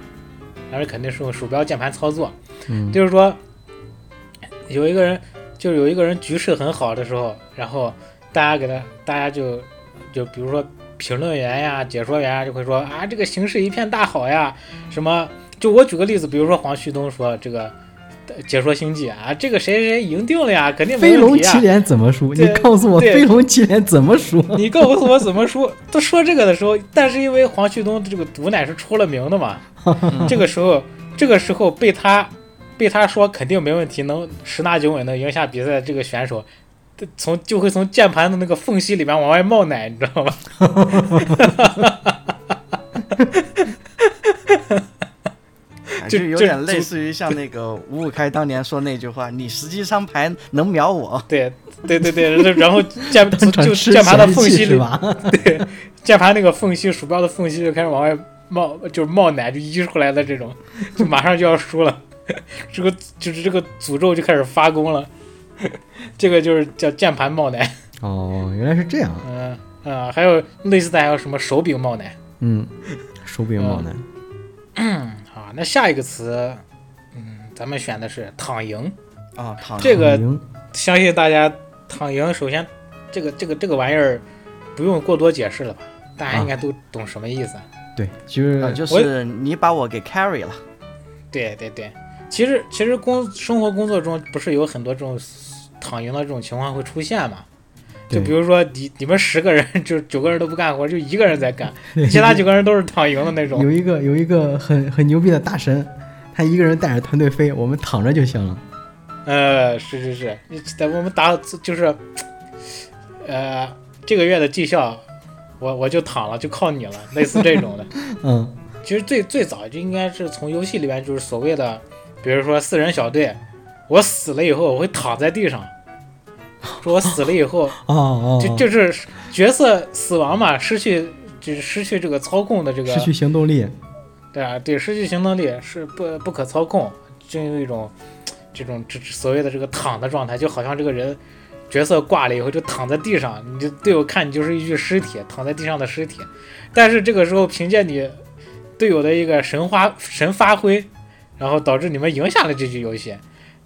当然肯定是用鼠标键盘操作，嗯，就是说，有一个人，就是有一个人局势很好的时候，然后大家给他，大家就就比如说评论员呀、解说员呀，就会说啊，这个形势一片大好呀，什么？就我举个例子，比如说黄旭东说这个呃解说星际啊，这个谁谁谁赢定了呀，肯定没飞龙问题骑啊。脸怎么输？你对告诉我对飞龙骑脸怎么输？你告诉我怎么输？他说这个的时候，但是因为黄旭东这个毒奶是出了名的嘛，这个时候，这个时候被他被他说肯定没问题，能十拿九稳能赢下比赛的这个选手，他从就会从键盘的那个缝隙里面往外冒奶，你知道吗？啊就就有就点类就似于像那个吴五开当年说那句话：“你实际上牌能秒我。对，对对对，然后键 <laughs> 当场就吃键盘的闲缝气隙是里， <laughs> 吧？键盘那个缝隙，鼠标的缝隙就开始往外冒，就是冒奶就溢出来的这种，就马上就要输了， <laughs> 这个就是这个诅咒就开始发功了，这个就是叫键盘冒奶，哦，原来是这样啊。嗯、啊、还有类似的还有什么手柄冒奶嗯，手柄冒奶。啊，那下一个词，嗯，咱们选的是躺赢，啊，躺这个躺赢相信大家躺赢，首先这个这个这个玩意儿不用过多解释了吧，大家应该都懂什么意思。对，就是啊，就是你把我给 carry 了。对对对，其实其实工生活工作中不是有很多这种躺赢的这种情况会出现嘛？就对比如说你你们十个人，就九个人都不干活，就一个人在干，对其他九个人都是躺赢的那种。有一个有一个很很牛逼的大神，他一个人带着团队飞，我们躺着就行了。呃，是是是，你在我们打就是，呃，这个月的绩效，我我就躺了，就靠你了，类似这种的。嗯，其实最最早就应该是从游戏里面，就是所谓的，比如说四人小队，我死了以后我会躺在地上，说我死了以 <laughs> 后，哦哦，就就是角色死亡嘛，失去就是失去这个操控的这个失去行动力。对啊，对，失去行动力是不不可操控，进入一种这种这所谓的这个躺的状态，就好像这个人角色挂了以后就躺在地上，你就队友看你就是一具尸体，躺在地上的尸体。但是这个时候凭借你队友的一个神花神发挥，然后导致你们赢下了这局游戏。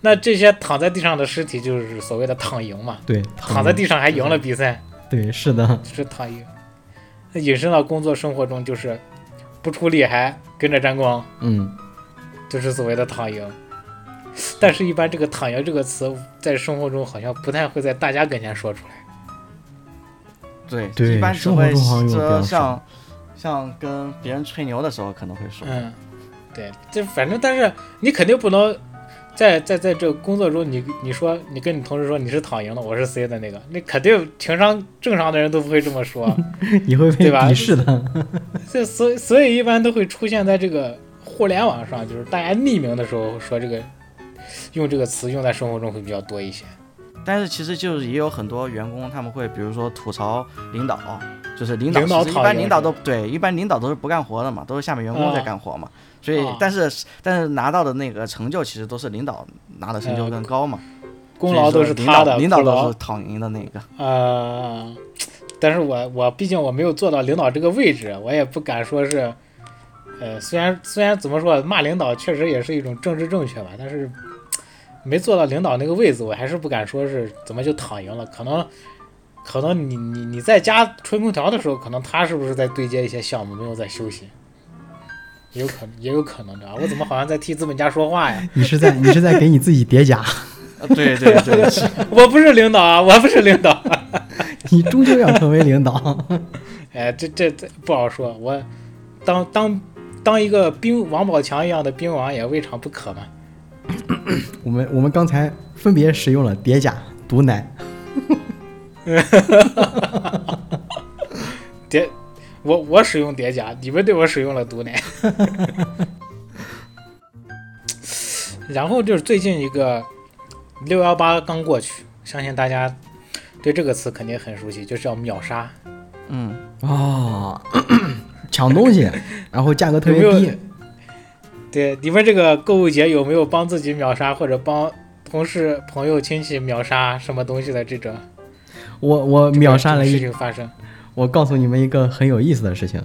那这些躺在地上的尸体就是所谓的躺赢嘛，对，躺在地上还赢了比赛，对，是的，就是躺赢。那引申到工作生活中就是不出力还跟着沾光。嗯，就是所谓的躺赢。但是，一般这个“躺赢”这个词在生活中好像不太会在大家跟前说出来。对，对一般只生活会中好像有这说样像像跟别人吹牛的时候可能会说。嗯，对，这反正，但是你肯定不能在在在这个工作中你，你说你跟你同事说你是躺赢的，我是 C 的那个，那肯定情商正常的人都不会这么 <laughs> 说。你会被对吧鄙 <laughs> 视的。这所以所以一般都会出现在这个互联网上，就是大家匿名的时候说这个用这个词用在生活中会比较多一些。但是其实就是也有很多员工他们会比如说吐槽领导，就是领领导其实一讨般厌领导是吧都对，一般领导都是不干活的嘛，都是下面员工在啊干活嘛。所以啊但是但是拿到的那个成就其实都是领导拿的成就呃更高嘛，功所以劳都说是领他导的，领导苦劳都是躺赢的那个。呃，但是我我毕竟我没有做到领导这个位置，我也不敢说是，呃，虽然虽然怎么说骂领导确实也是一种政治正确吧，但是没做到领导那个位置，我还是不敢说是怎么就躺赢了。可能可能你你你在家吹空调的时候，可能他是不是在对接一些项目，没有在休息？也有可能，也有可能的啊！我怎么好像在替资本家说话呀？ <laughs> 你是在你是在给你自己叠加，啊对对 <laughs> 对，是我不是领导啊，我不是领导。你终究要成为领导。 <laughs> 哎，这这这不好说。我当当当一个兵王宝强一样的兵王也未尝不可嘛。我们我们刚才分别使用了叠加、毒奶叠，我我使用叠加，你们对我使用了毒奶。 <laughs> 然后就是最近一个六幺八刚过去，相信大家对这个词肯定很熟悉，就是要秒杀。嗯，哦， <clears throat> 抢东西，然后价格特有别没有低，对，你们这个购物节有没有帮自己秒杀，或者帮同事、朋友、亲戚秒杀什么东西的这种我我这个秒杀了这种一事情发生？我告诉你们一个很有意思的事情，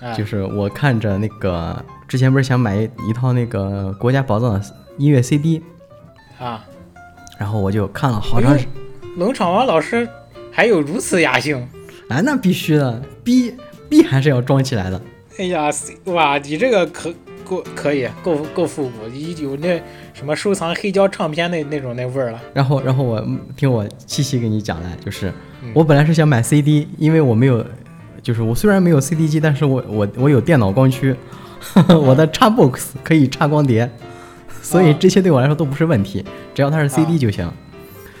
啊就是我看着那个之前不是想买一一套那个国家宝藏的音乐 CD，啊！然后我就看了好长时，冷场王老师还有如此雅兴，哎，那必须的，逼逼还是要装起来的。哎呀，塞哇，你这个可够可以，够够复古，一有那什么收藏黑胶唱片那那种那味儿了。然后，然后我听我七七给你讲来，就是嗯我本来是想买 CD，因为我没有，就是我虽然没有 CD 机，但是我我我有电脑光驱， <laughs> 我的 Xbox 可以插光碟，所以啊这些对我来说都不是问题，只要它是 CD 啊就行。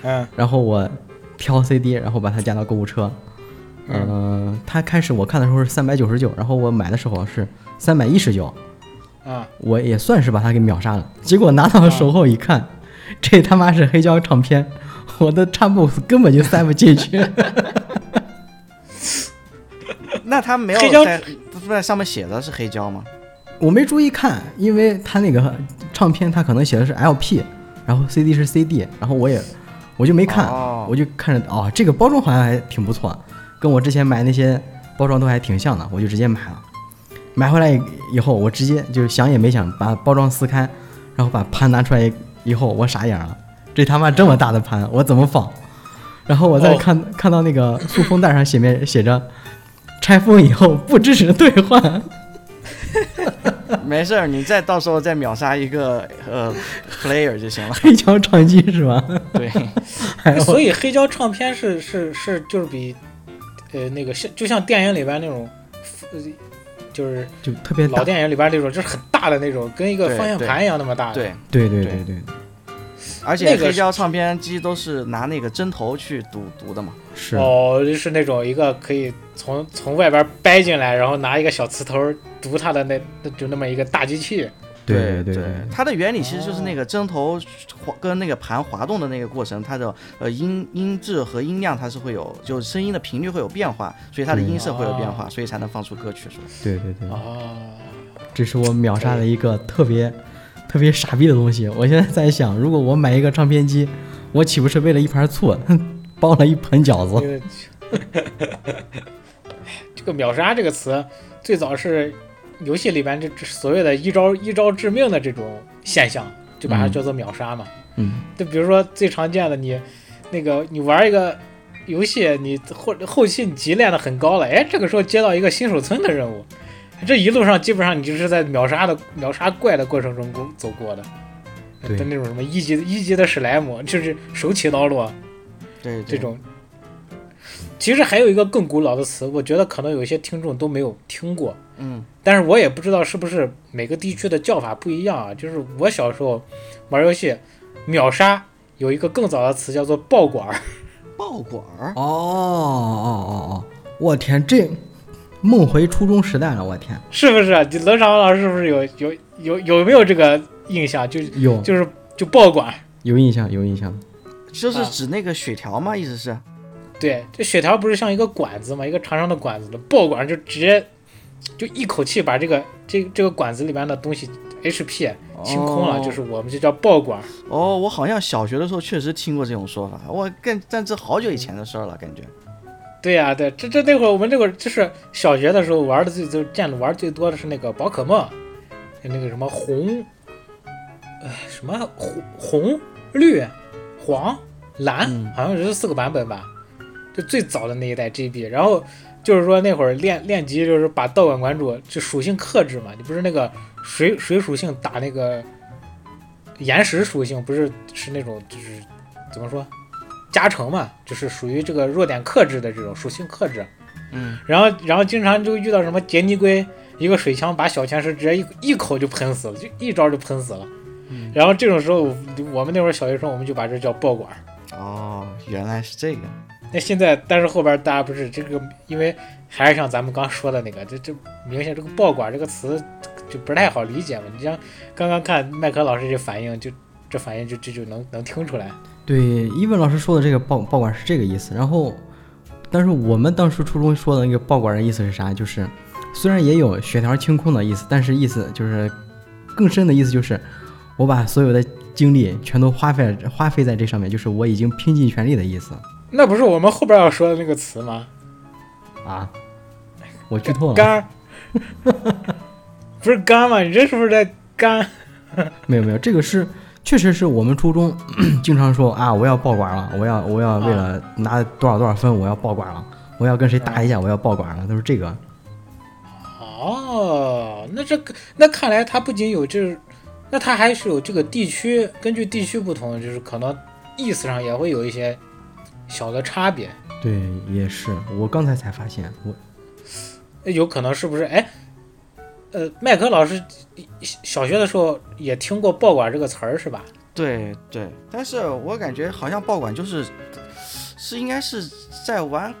嗯然后我挑 CD，然后把它加到购物车。嗯、它开始我看的时候是三百九十九，然后我买的时候是三百一十九， <laughs> 啊，我也算是把它给秒杀了。结果拿到手后一看，这他妈是黑胶唱片，我的 Xbox 根本就塞不进去。那他没有黑胶在不是上面写的是黑胶吗？我没注意看，因为它那个唱片它可能写的是 LP，然后 CD 是 CD，然后我也我就没看，哦我就看着哦，这个包装好像还挺不错，跟我之前买那些包装都还挺像的，我就直接买了。买回来以以后，我直接就是想也没想，把包装撕开，然后把盘拿出来以后，我傻眼了，这他妈这么大的盘，我怎么放？然后我再哦看、看到那个塑封袋上写面写着，拆封以后不支持兑换。没事儿，你再到时候再秒杀一个呃 player <laughs> <laughs> 就行了。黑胶唱机是吧？对，哎还有所以黑胶唱片是是是就是比呃那个像就像电影里边那种，呃就是就特别老大，电影里边那种，就是很大的那种，跟一个对方向对盘一样那么大的。对，对对对对对，而且那个黑胶唱片机都是拿那个针头去读读的嘛。是，哦，就是那种一个可以从从外边掰进来，然后拿一个小磁头读它的那那就那么一个大机器。对对对，它的原理其实就是那个针头滑跟那个盘滑动的那个过程，它的呃音音质和音量它是会有，就是声音的频率会有变化，所以它的嗯对音色会有变化，所以才能放出歌曲出来。对对对，哦，这是我秒杀了一个特别特别傻逼的东西。我现在在想，如果我买一个唱片机，我岂不是为了一盘醋， <laughs> 包了一盆饺这子？个 <laughs> 这个秒杀这个词最早是游戏里边这这所谓的一招一招致命的这种现象，就把它嗯叫做秒杀嘛。嗯，就比如说最常见的你，那个你玩一个游戏，你后后期你级练的很高了，哎，这个时候接到一个新手村的任务，这一路上基本上你就是在秒杀的秒杀怪的过程中过走过的。对跟那种什么一级一级的史莱姆，就是手起刀落对，这种。其实还有一个更古老的词，我觉得可能有些听众都没有听过，嗯，但是我也不知道是不是每个地区的叫法不一样啊。就是我小时候玩游戏，秒杀有一个更早的词叫做爆管儿， <laughs> 爆管儿哦哦哦哦，我天，这梦回初中时代了，我天，是不是？你冷场老师是不是有有有有没有这个印象？就有就是就爆管儿，有印象有印象，就是啊哦指那个血条嘛，意思是。对，这血条不是像一个管子嘛，一个长长的管子的爆管儿就直接就一口气把这个这这个管子里面的东西 HP 清空了，哦就是我们就叫爆管儿。哦，我好像小学的时候确实听过这种说法，我更但这好久以前的事儿了，感觉。对呀、对，这这那会儿我们这会儿就是小学的时候玩的最就见的玩最多的是那个宝可梦，那个什么红，呃，什么红红绿黄蓝，嗯好像是四个版本吧，就最早的那一代 GB。然后就是说那会儿练练级就是把道馆馆主就属性克制嘛，你不是那个水水属性打那个岩石属性，不是是那种就是怎么说加成嘛，就是属于这个弱点克制的这种属性克制。嗯，然后然后经常就遇到什么杰尼龟，一个水枪把小前石直接一一口就喷死了，就一招就喷死了。然后这种时候，我们那会儿小学生，我们就把这叫爆管儿。哦，原来是这个。那现在，但是后边大家不是这个，因为还是像咱们刚说的那个，这这明显这个“爆管”这个词就不太好理解嘛。你像刚刚看麦克老师这反应，就这反应就这就能能听出来。对，一文老师说的这个报报馆是这个意思。然后，但是我们当时初中说的那个报馆的意思是啥？就是虽然也有血条清空的意思，但是意思就是更深的意思就是，我把所有的精力全都花费花费在这上面，就是我已经拼尽全力的意思那不是我们后边要说的那个词吗？啊。我剧透了，干儿， <laughs> 不是干吗？你这是不是在干？没有没有，这个是确实是我们初中 <clears throat> 经常说啊，我要报馆了，我要我要为了拿多少多少分，我要报馆了，我要跟谁打一架，我要报馆了，都是这个。哦，那这个那看来它不仅有这，那它还是有这个地区，根据地区不同，就是可能意思上也会有一些小的差别。对，也是，我刚才才发现，我那有可能是不是？哎，呃，麦克老师小学的时候也听过“报馆”这个词儿是吧？对对，但是我感觉好像爆馆就是是应该是在玩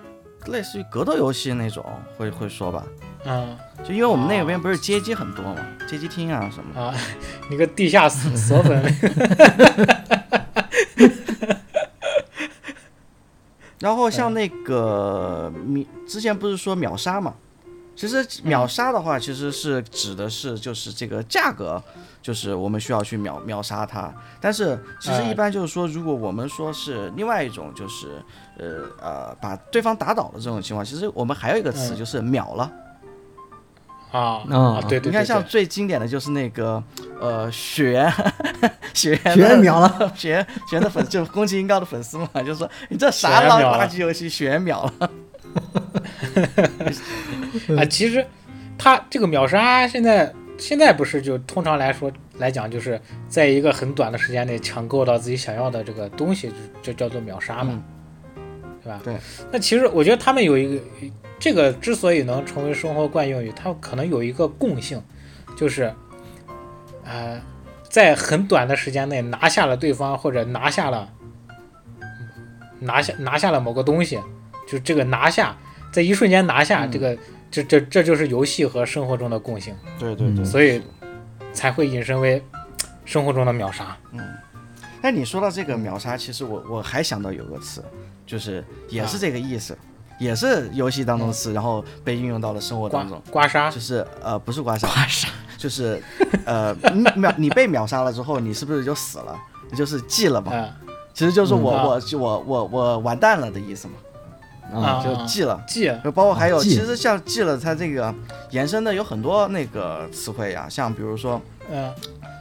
类似于格斗游戏那种，会会说吧？嗯就因为我们那边不是街机很多嘛，街机厅啊什么的。啊，你个地下死死粉然后嗯像那个秒，之前不是说秒杀嘛？其实秒杀的话，其实是指的是就是这个价格，就是我们需要去秒秒杀它。但是其实一般就是说，如果我们说是另外一种，就是呃呃把对方打倒的这种情况，其实我们还有一个词嗯就是秒了。啊啊啊！对对你对看，像对，最经典的就是那个呃雪 <laughs> 原，雪哎学原的秒了。 <laughs> 雪原雪原的粉就是宫崎英高的粉丝嘛，就说你这雪啥原垃秒啊了垃圾游戏，雪原秒了。 <laughs> 啊，其实他这个秒杀现在现在不是就通常来说来讲，就是在一个很短的时间内抢购到自己想要的这个东西，就就叫做秒杀嘛，对吧？对。那其实我觉得他们有一个这个之所以能成为生活惯用语，它可能有一个共性，就是呃，在很短的时间内拿下了对方，或者拿下了拿下拿下了某个东西，就这个拿下，在一瞬间拿下、嗯这个，这这这就是游戏和生活中的共性，对对对嗯所以才会引申为生活中的秒杀。那你说到这个秒杀，其实我我还想到有个词，就是也是这个意思，也是游戏当中的词，然后被运用到了生活刮当中，刮痧就是呃不是刮痧，夸啥？ <laughs> 就是呃你秒你被秒杀了之后，你是不是就死了？你就是记了嘛，啊其实就是我、嗯我就我我我完蛋了的意思嘛，啊， <laughs> 啊就记了。记就包括还有，记其实像记了它这个延伸的有很多那个词汇呀、像比如说嗯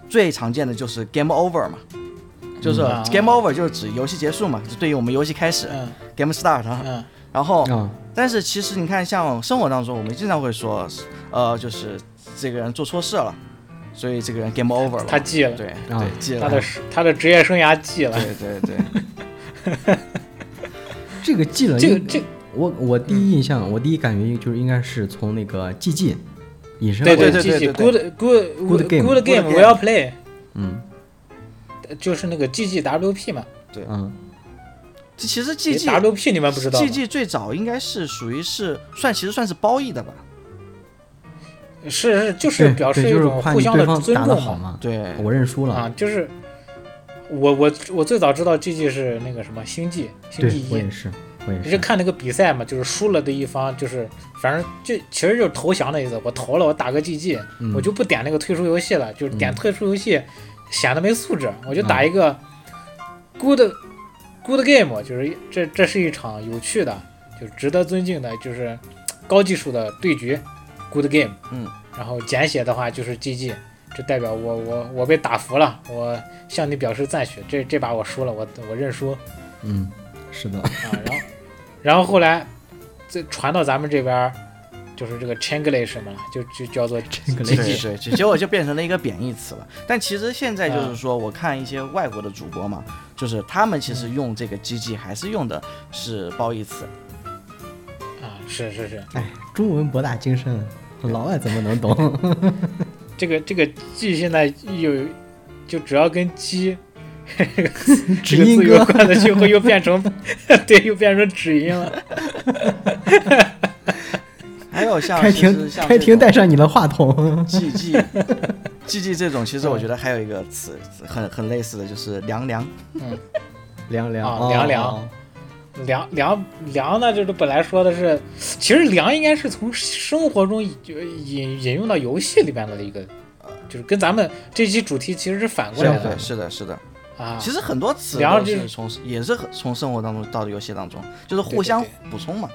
最常见的就是 game over 嘛，就是嗯 game over 就是指游戏结束嘛，就对于我们游戏开始嗯 game start 啊。嗯然后，啊，但是其实你看，像生活当中我们经常会说，呃，就是这个人做错事了，所以这个人 game over 了。他记了，对啊对记了他，的他的职业生涯记了。对对对， <laughs> 这个记了，这个应这个我我第一印象，我第一感觉就是应该是从那个 GG 引申对过来对记记对对 good good Good game good game Good game well play，呃嗯就是那个 G G W P 嘛。嗯这其实 G G W P 你们不知道吗 G G 最早应该是属于是算其实算是褒义的吧？是是就是对表示对一就是种夸互你相对的方尊打得重好嘛。嘛，对我认输了，啊，就是我我我最早知道 G G 是那个什么星际星际对我一也。是，我也就是是，看那个比赛嘛，就是输了的一方就是，反正就其实就是投降的意思。我投了，我打个 GG，、嗯我就不点那个退出游戏了，就是点嗯退出游戏、显得没素质，我就打嗯一个 good、good game，就是一这这是一场有趣的，就是值得尊敬的，就是高技术的对局，good game。嗯，然后简写的话就是 GG，这代表我我我被打服了，我向你表示赞许，这这把我输了，我我认输。嗯，是的， <laughs> 啊，然后然后后来这传到咱们这边儿，就是这个 Chinglish 嘛，就就叫做这 <laughs> 个对类对对对，结果就变成了一个贬义词了。但其实现在就是说，我看一些外国的主播嘛，就是他们其实用这个 “GG” 还是用的是褒义词。啊，是是是，中文博大精深，老外怎么能懂？ <laughs> 这个这个 G 现在又有，就只要跟鸡这只个因自由哥，惯 <laughs> 的就会又变成， <laughs> 对，又变成止音了。还有像开其实庭像开这庭种带上你的话啊筒， G G G G 这种，其实我觉得还有一个词很很类似的就是凉凉，凉凉啊凉凉哦凉凉凉呢，就是本来说的是，其实凉应该是从生活中引引引用到游戏里边的一个，就是跟咱们这期主题其实是反过对来对的是的是的。啊。其实很多词凉都这是从也是很从生活当中到游戏当中，就是对对互相对补充嘛。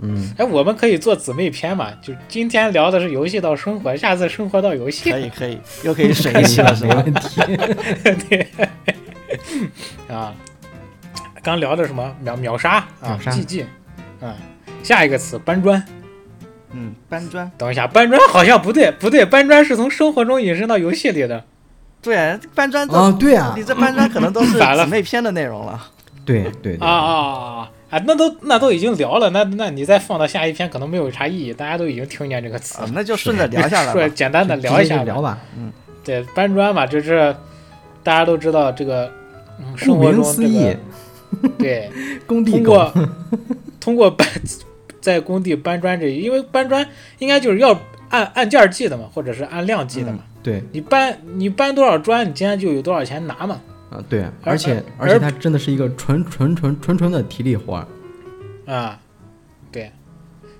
嗯，哎，我们可以做姊妹篇嘛？就是今天聊的是游戏到生活，下次生活到游戏可以可以，又可以水一 <laughs> 期行了是没吧？<laughs> 问题。啊。刚聊的什么秒秒杀啊秒杀，GG 啊，下一个词搬砖。嗯，搬砖。等一下，搬砖好像不对，不对，搬砖是从生活中引申到游戏里的。对啊，搬砖啊，都，对啊你，这搬砖可能都是反嗯了姊妹篇的内容了。对对对啊啊啊啊！那都那都已经聊了，那那你再放到下一篇可能没有啥意义，大家都已经听见这个词啊，，那就顺着聊下来 <laughs> 说吧。简 <laughs> 单的就聊一直接下就吧。聊吧。对，搬砖嘛，就是大家都知道这个、嗯、生顾活名中思这义个， <laughs> <laughs> 对，工地通狗过 <laughs> 通过搬在工地搬砖这，因为搬砖应该就是要按按件儿计的嘛，或者是按量计的嘛。对你搬你搬多少砖，你今天就有多少钱拿嘛。啊对，而而且而而且它真的是一个纯纯纯纯纯的体力活儿。啊，对，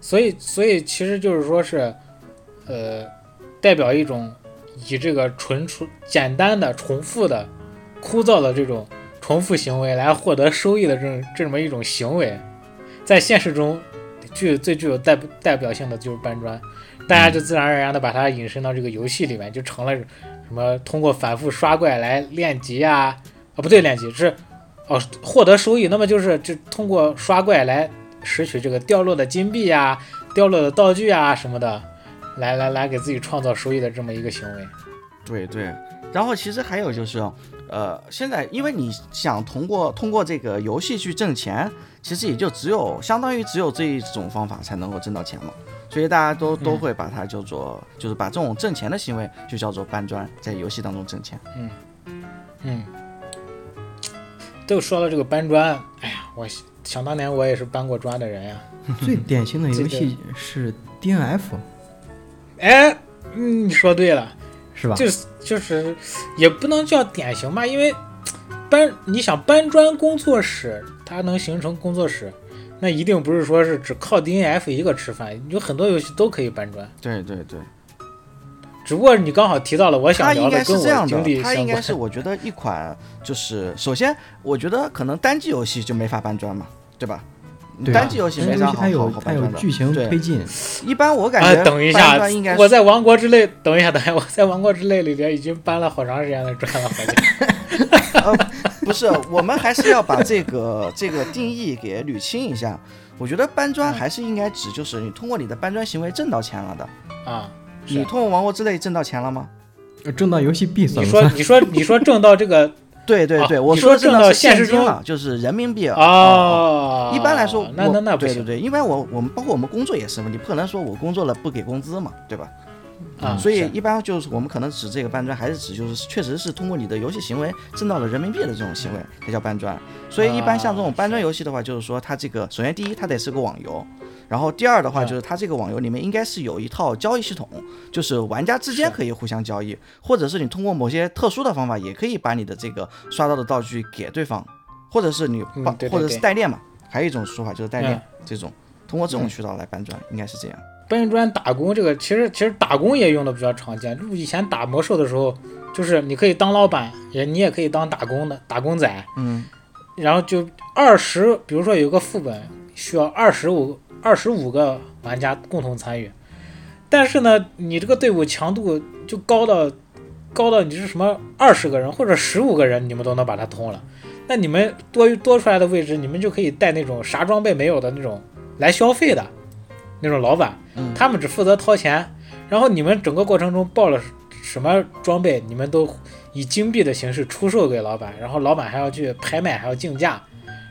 所以所以其实就是说是，呃，代表一种以这个纯纯简单的、重复的、枯燥的这种重复行为来获得收益的这种这么一种行为，在现实中具最具有代表代表性的就是搬砖，大家就自然而然的把它引申到这个游戏里面，就成了什么通过反复刷怪来练级啊，啊不对，练级是哦，获得收益，那么就是就通过刷怪来拾取这个掉落的金币呀、掉落的道具啊什么的，来来来给自己创造收益的这么一个行为。对对，然后其实还有就是哦，呃，现在因为你想通过通过这个游戏去挣钱，其实也就只有相当于只有这一种方法才能够挣到钱嘛，所以大家都都嗯会把它叫做、就是把这种挣钱的行为就叫做搬砖，在游戏当中挣钱。嗯，都说到这个搬砖，哎呀，我想当年我也是搬过砖的人呀、最典型的这游个戏是 D N F，哎，嗯，你说对了，是吧？就是就是也不能叫典型吧，因为搬你想搬砖工作室，它能形成工作室。那一定不是说是只靠 DNF 一个吃饭，有很多游戏都可以搬砖。对对对，只不过你刚好提到了我想它聊应的该跟是这我样经历的，它相应该关是我觉得一款就是首先我觉得可能单机游戏就没法搬砖嘛，对吧？对啊单机游戏但没是游啥戏它好好有好它搬有砖的。剧情对推进，一般我感啊觉，等一搬下砖应该，是我在《王国之泪》等一下，等一下，我在《王国之泪》里边已经搬了好长时间的砖了，好像不是，我们还是要把这个这个定义给捋清一下。我觉得搬砖还是应该指就是你通过你的搬砖行为挣到钱了的。啊。是啊你通过王国之泪挣到钱了吗？呃挣到游戏币你算不说算？，你说，你说挣到这 <laughs> 个对对啊对，我你说挣挣到是现现实金中啊了，就是人民币了。哦哦，一般来说，那我那那不对对行对，因为我我们包括我们工作也是嘛，你不可能说我工作了不给工资嘛，对吧？啊。所以是一般就是我们可能指这个搬砖，还是指就是确实是通过你的游戏行为挣到了人民币的这种行为，才叫搬砖。所以一般像这种搬砖游戏的话，就是说它这个首先第一它得是个网游，然后第二的话嗯就是它这个网游里面应该是有一套交易系统，就是玩家之间是可以互相交易，或者是你通过某些特殊的方法也可以把你的这个刷到的道具给对方，或者是你嗯把、对对或者是对代练嘛，还有一种说法就是代练、嗯这种，通过这种嗯渠道来搬砖，应该是这样。搬砖打工这个，其实其实打工也用的比较常见。就以前打魔兽的时候，就是你可以当老板，也你也可以当打工的打工仔。嗯，然后就二十，比如说有个副本需要二十五二十五个玩家共同参与，但是呢，你这个队伍强度就高到高到你是什么二十个人或者十五个人，你们都能把它通了。那你们多多出来的位置，你们就可以带那种啥装备没有的那种来消费的那种老板，嗯他们只负责掏钱，然后你们整个过程中报了什么装备，你们都以金币的形式出售给老板，然后老板还要去拍卖，还要竞价。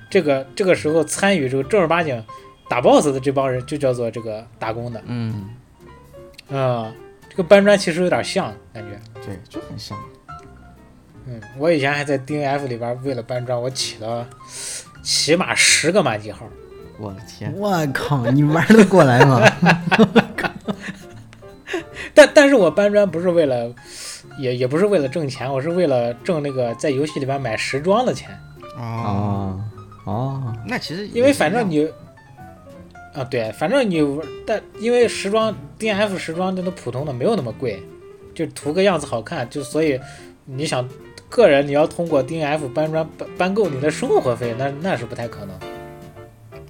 这个这个时候参与这个正儿八经打 boss 的这帮人就叫做这个打工的，啊嗯，嗯，这个搬砖其实有点像感觉，对，就很像。嗯，我以前还在 DNF 里边为了搬砖，我起了起码十个满级号。我的天，我靠， <laughs> 你玩得过来吗？但但是我搬砖不是为了，也也不是为了挣钱，我是为了挣那个在游戏里边买时装的钱，哦，啊啊，那其实因为反正你，啊对，反正你但因为时装 D N F 时装真的普通的没有那么贵，就图个样子好看，就所以你想个人你要通过 D N F 搬砖搬搬够你的生活费，那那是不太可能。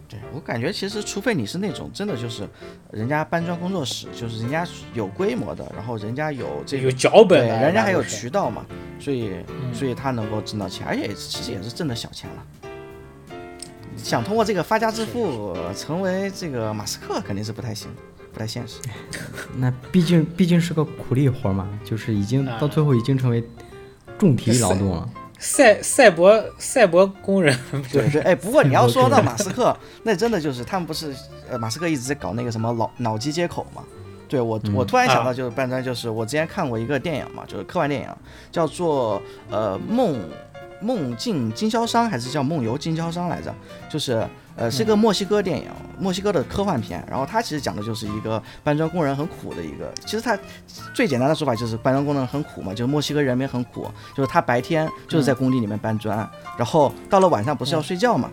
对我感觉其实，除非你是那种真的就是人家搬砖工作室，就是人家有规模的，然后人家有这有个脚对，本的，人家还有那都是渠道嘛，所以嗯所以他能够挣到钱，而且其实也是挣的小钱了。想通过这个发家致富，成为这个马斯克肯定是不太行，不太现实。那毕竟毕竟是个苦力活嘛，就是已经啊到最后已经成为重体力劳动了。赛赛博赛博工人就对是对，哎，不过你要说到马斯克，那真的就是他们不是呃，马斯克一直在搞那个什么脑脑机接口嘛。对我，我突然想到就是搬砖，就是我之前看过一个电影嘛，就是科幻电影，叫做呃梦梦境经销商还是叫梦游经销商来着？就是呃是个嗯墨西哥电影，墨西哥的科幻片。然后它其实讲的就是一个搬砖工人很苦的一个，其实它最简单的说法就是搬砖工人很苦嘛，就是墨西哥人民很苦，就是他白天就是在工地里面搬砖，嗯然后到了晚上不是要睡觉嘛，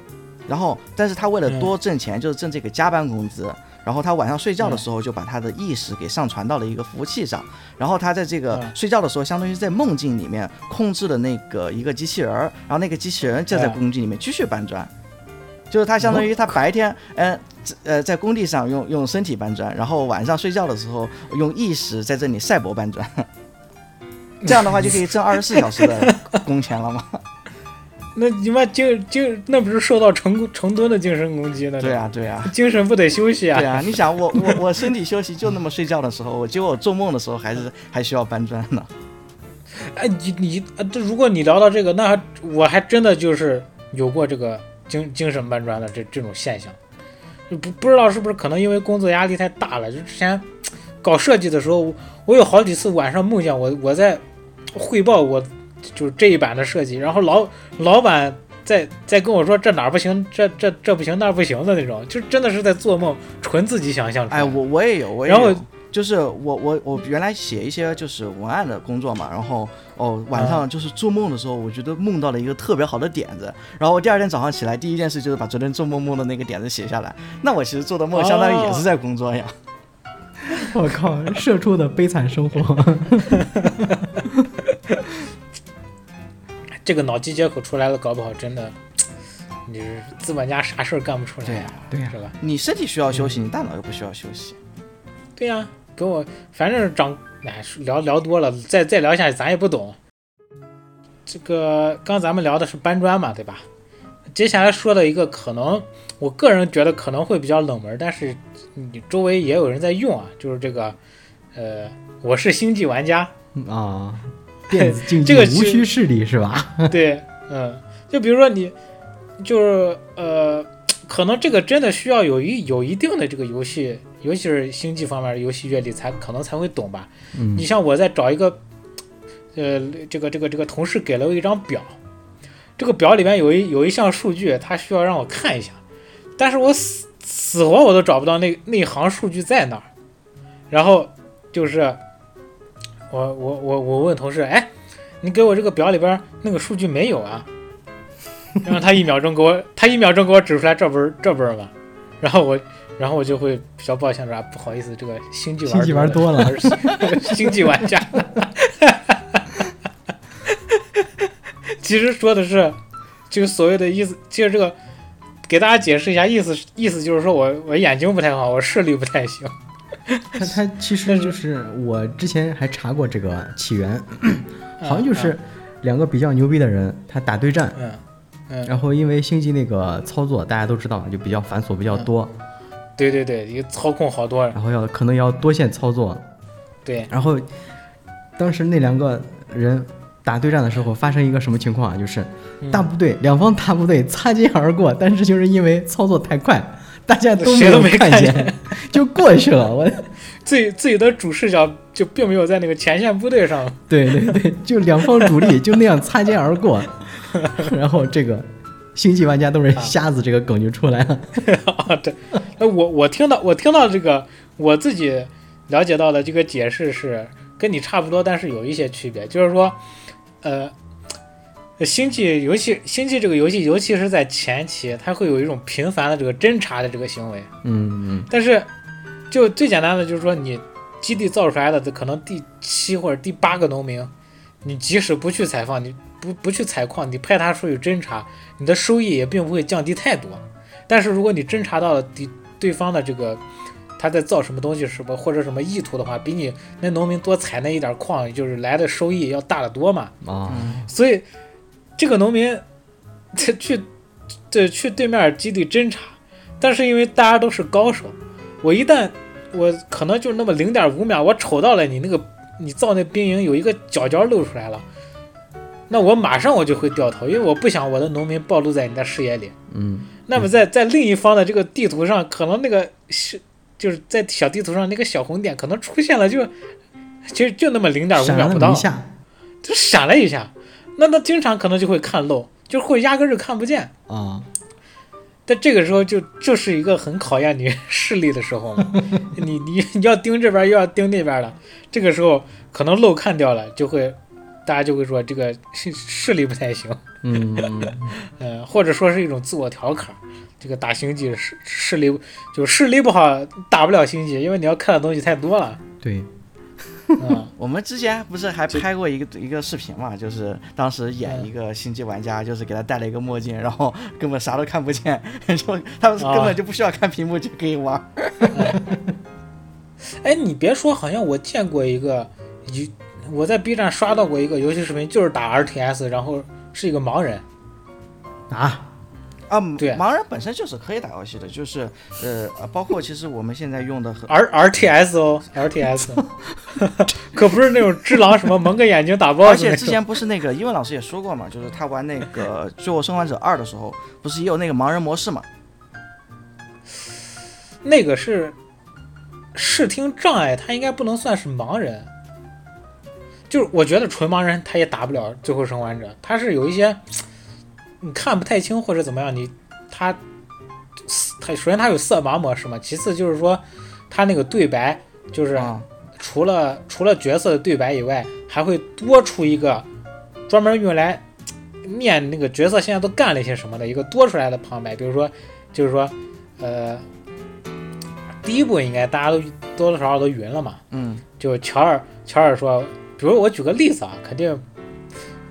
然后但是他为了多挣嗯钱，就是挣这个加班工资。然后他晚上睡觉的时候，就把他的意识给上传到了一个服务器上，然后他在这个嗯睡觉的时候，相当于在梦境里面控制了那个一个机器人儿，然后那个机器人就在嗯工地里面继续搬砖，就是他相当于他白天，嗯。呃，在工地上用用身体搬砖，然后晚上睡觉的时候用意识在这里赛博搬砖， <laughs> 这样的话就可以挣二十四小时的工钱了嘛？那你妈精精那不是受到成成吨的精神攻击呢？ <laughs> 对，啊，对啊。精神不得休息啊。对啊，你想我我我身体休息就那么睡觉的时候，我结果我做梦的时候还是还需要搬砖呢。哎，你你啊，这如果你聊到这个，那还我还真的就是有过这个精精神搬砖的这这种现象，就不不知道是不是可能因为工作压力太大了。就之前搞设计的时候，我我有好几次晚上梦见我我在汇报我就是这一版的设计，然后老老板在在跟我说这哪儿不行，这这这不行那儿不行的那种，就真的是在做梦，纯自己想象出来。哎，我我也有，我也然后有就是我我我原来写一些就是文案的工作嘛，然后哦晚上就是做梦的时候，我觉得梦到了一个特别好的点子，然后我第二天早上起来第一件事就是把昨天做梦梦的那个点子写下来。那我其实做的梦相当于也是在工作呀。我靠，社畜的悲惨生活。这个脑机接口出来了，搞不好真的你是资本家啥事儿干不出来、啊对呀、 <laughs> 对啊呀、是吧？你身体需要休息，你大脑又不需要休息。对呀、跟我反正长哎聊聊多了，再再聊下去咱也不懂。这个刚咱们聊的是搬砖嘛，对吧？接下来说的一个可能，我个人觉得可能会比较冷门，但是你周围也有人在用啊，就是这个，呃，我是星际玩家，啊，电 <laughs> 子竞技这个是无需视力是 <laughs> 吧？对，嗯，就比如说你，就是呃，可能这个真的需要有一有一定的这个游戏，尤其是星际方面的游戏阅历才可能才会懂吧。嗯你像我在找一个，呃，这个这个这个同事给了我一张表，这个表里面有一有一项数据，他需要让我看一下，但是我死死活我都找不到那那一行数据在哪儿。然后就是我我我我问同事，哎，你给我这个表里边儿那个数据没有啊？ <laughs> 然后他一秒钟给我，他一秒钟给我指出来这不是这不是吗？然后我，然后我就会比较抱歉说，啊不好意思，这个星际玩星际玩多了，还是 <laughs> 星际玩家。其实说的是，就所谓的意思，其实这个给大家解释一下，意思是意思就是说我我眼睛不太好，我视力不太行。 <laughs> 它它其实就是啊我之前还查过这个起源， <laughs> 好像就是两个比较牛逼的人，他打对战，嗯嗯，嗯然后因为星际那个操作大家都知道，就比较繁琐比较多，对对对，一个操控好多了，然后要可能要多线操作，对，然后当时那两个人打对战的时候发生一个什么情况啊？就是嗯大部队两方大部队擦肩而过，但是就是因为操作太快， <laughs> 大家都谁有都没看看见， <laughs> 就过去了。我，自己自己的主视角就并没有在那个前线部队上。对对对，就两方主力就那样擦肩而过， <laughs> 然后这个星际玩家都是瞎子这个梗就出来了。啊，对，那我我听到我听到这个我自己了解到的这个解释是跟你差不多，但是有一些区别，就是说，呃，星际游戏星际这个游戏，尤其是在前期，它会有一种频繁的这个侦查的这个行为，嗯嗯但是就最简单的就是说，你基地造出来的可能第七或者第八个农民，你即使不去采矿，你不不去采矿，你派他出去侦查，你的收益也并不会降低太多。但是如果你侦查到了敌对方的这个他在造什么东西什么或者什么意图的话，比你那农民多采那一点矿，就是来的收益要大得多嘛。啊，嗯所以这个农民 <laughs> 他去这去对面基地侦查，但是因为大家都是高手，我一旦我可能就那么零点五秒，我瞅到了你那个你造那兵营有一个角角露出来了，那我马上我就会掉头，因为我不想我的农民暴露在你的视野里。嗯，那么在在另一方的这个地图上，可能那个是就是在小地图上那个小红点可能出现了就，就就那么零点五闪秒了不那么到一，下，就闪了一下，那他经常可能就会看漏，就会压根儿就看不见。啊，但这个时候就就是一个很考验你 <laughs> 视力的时候嘛，你你你要盯这边儿又要盯那边儿了，这个时候可能漏看掉了，就会大家就会说这个视力不太行，嗯，嗯呃，或者说是一种自我调侃。这个打星际视视力就视力不好，打不了星际，因为你要看的东西太多了。 <laughs> 对，嗯我们之前不是还拍过一个一个视频嘛，就是当时演嗯一个星际玩家，就是给他戴了一个墨镜，然后根本啥都看不见， <laughs> 就他们啊根本就不需要看屏幕就可以玩。哎，你别说，好像我见过一个，一我在 B 站刷到过一个游戏视频，就是打 RTS，然后是一个盲人，啊，啊，对盲人本身就是可以打游戏的，就是呃，包括其实我们现在用 <laughs> 的很 R R T S 哦，R T <laughs> S，可不是那种只狼什么蒙个眼睛打而 BOSS 且那之种。前不是那个英文老师也说过嘛，就是他玩那个《最后生还者二》的时候，不是也有那个盲人模式嘛？那个是视听障碍，他应该不能算是盲人。就是我觉得纯盲人他也打不了最后生还者，他是有一些你看不太清或者怎么样，你他他首先他有色盲模式嘛，其次就是说他那个对白就是啊，除了除了角色的对白以外，还会多出一个专门用来嘖念那个角色现在都干了一些什么的一个多出来的旁白，比如说，就是说，呃，第一部应该大家都多多少少都匀了嘛，嗯，就乔尔乔尔说，比如我举个例子啊，肯定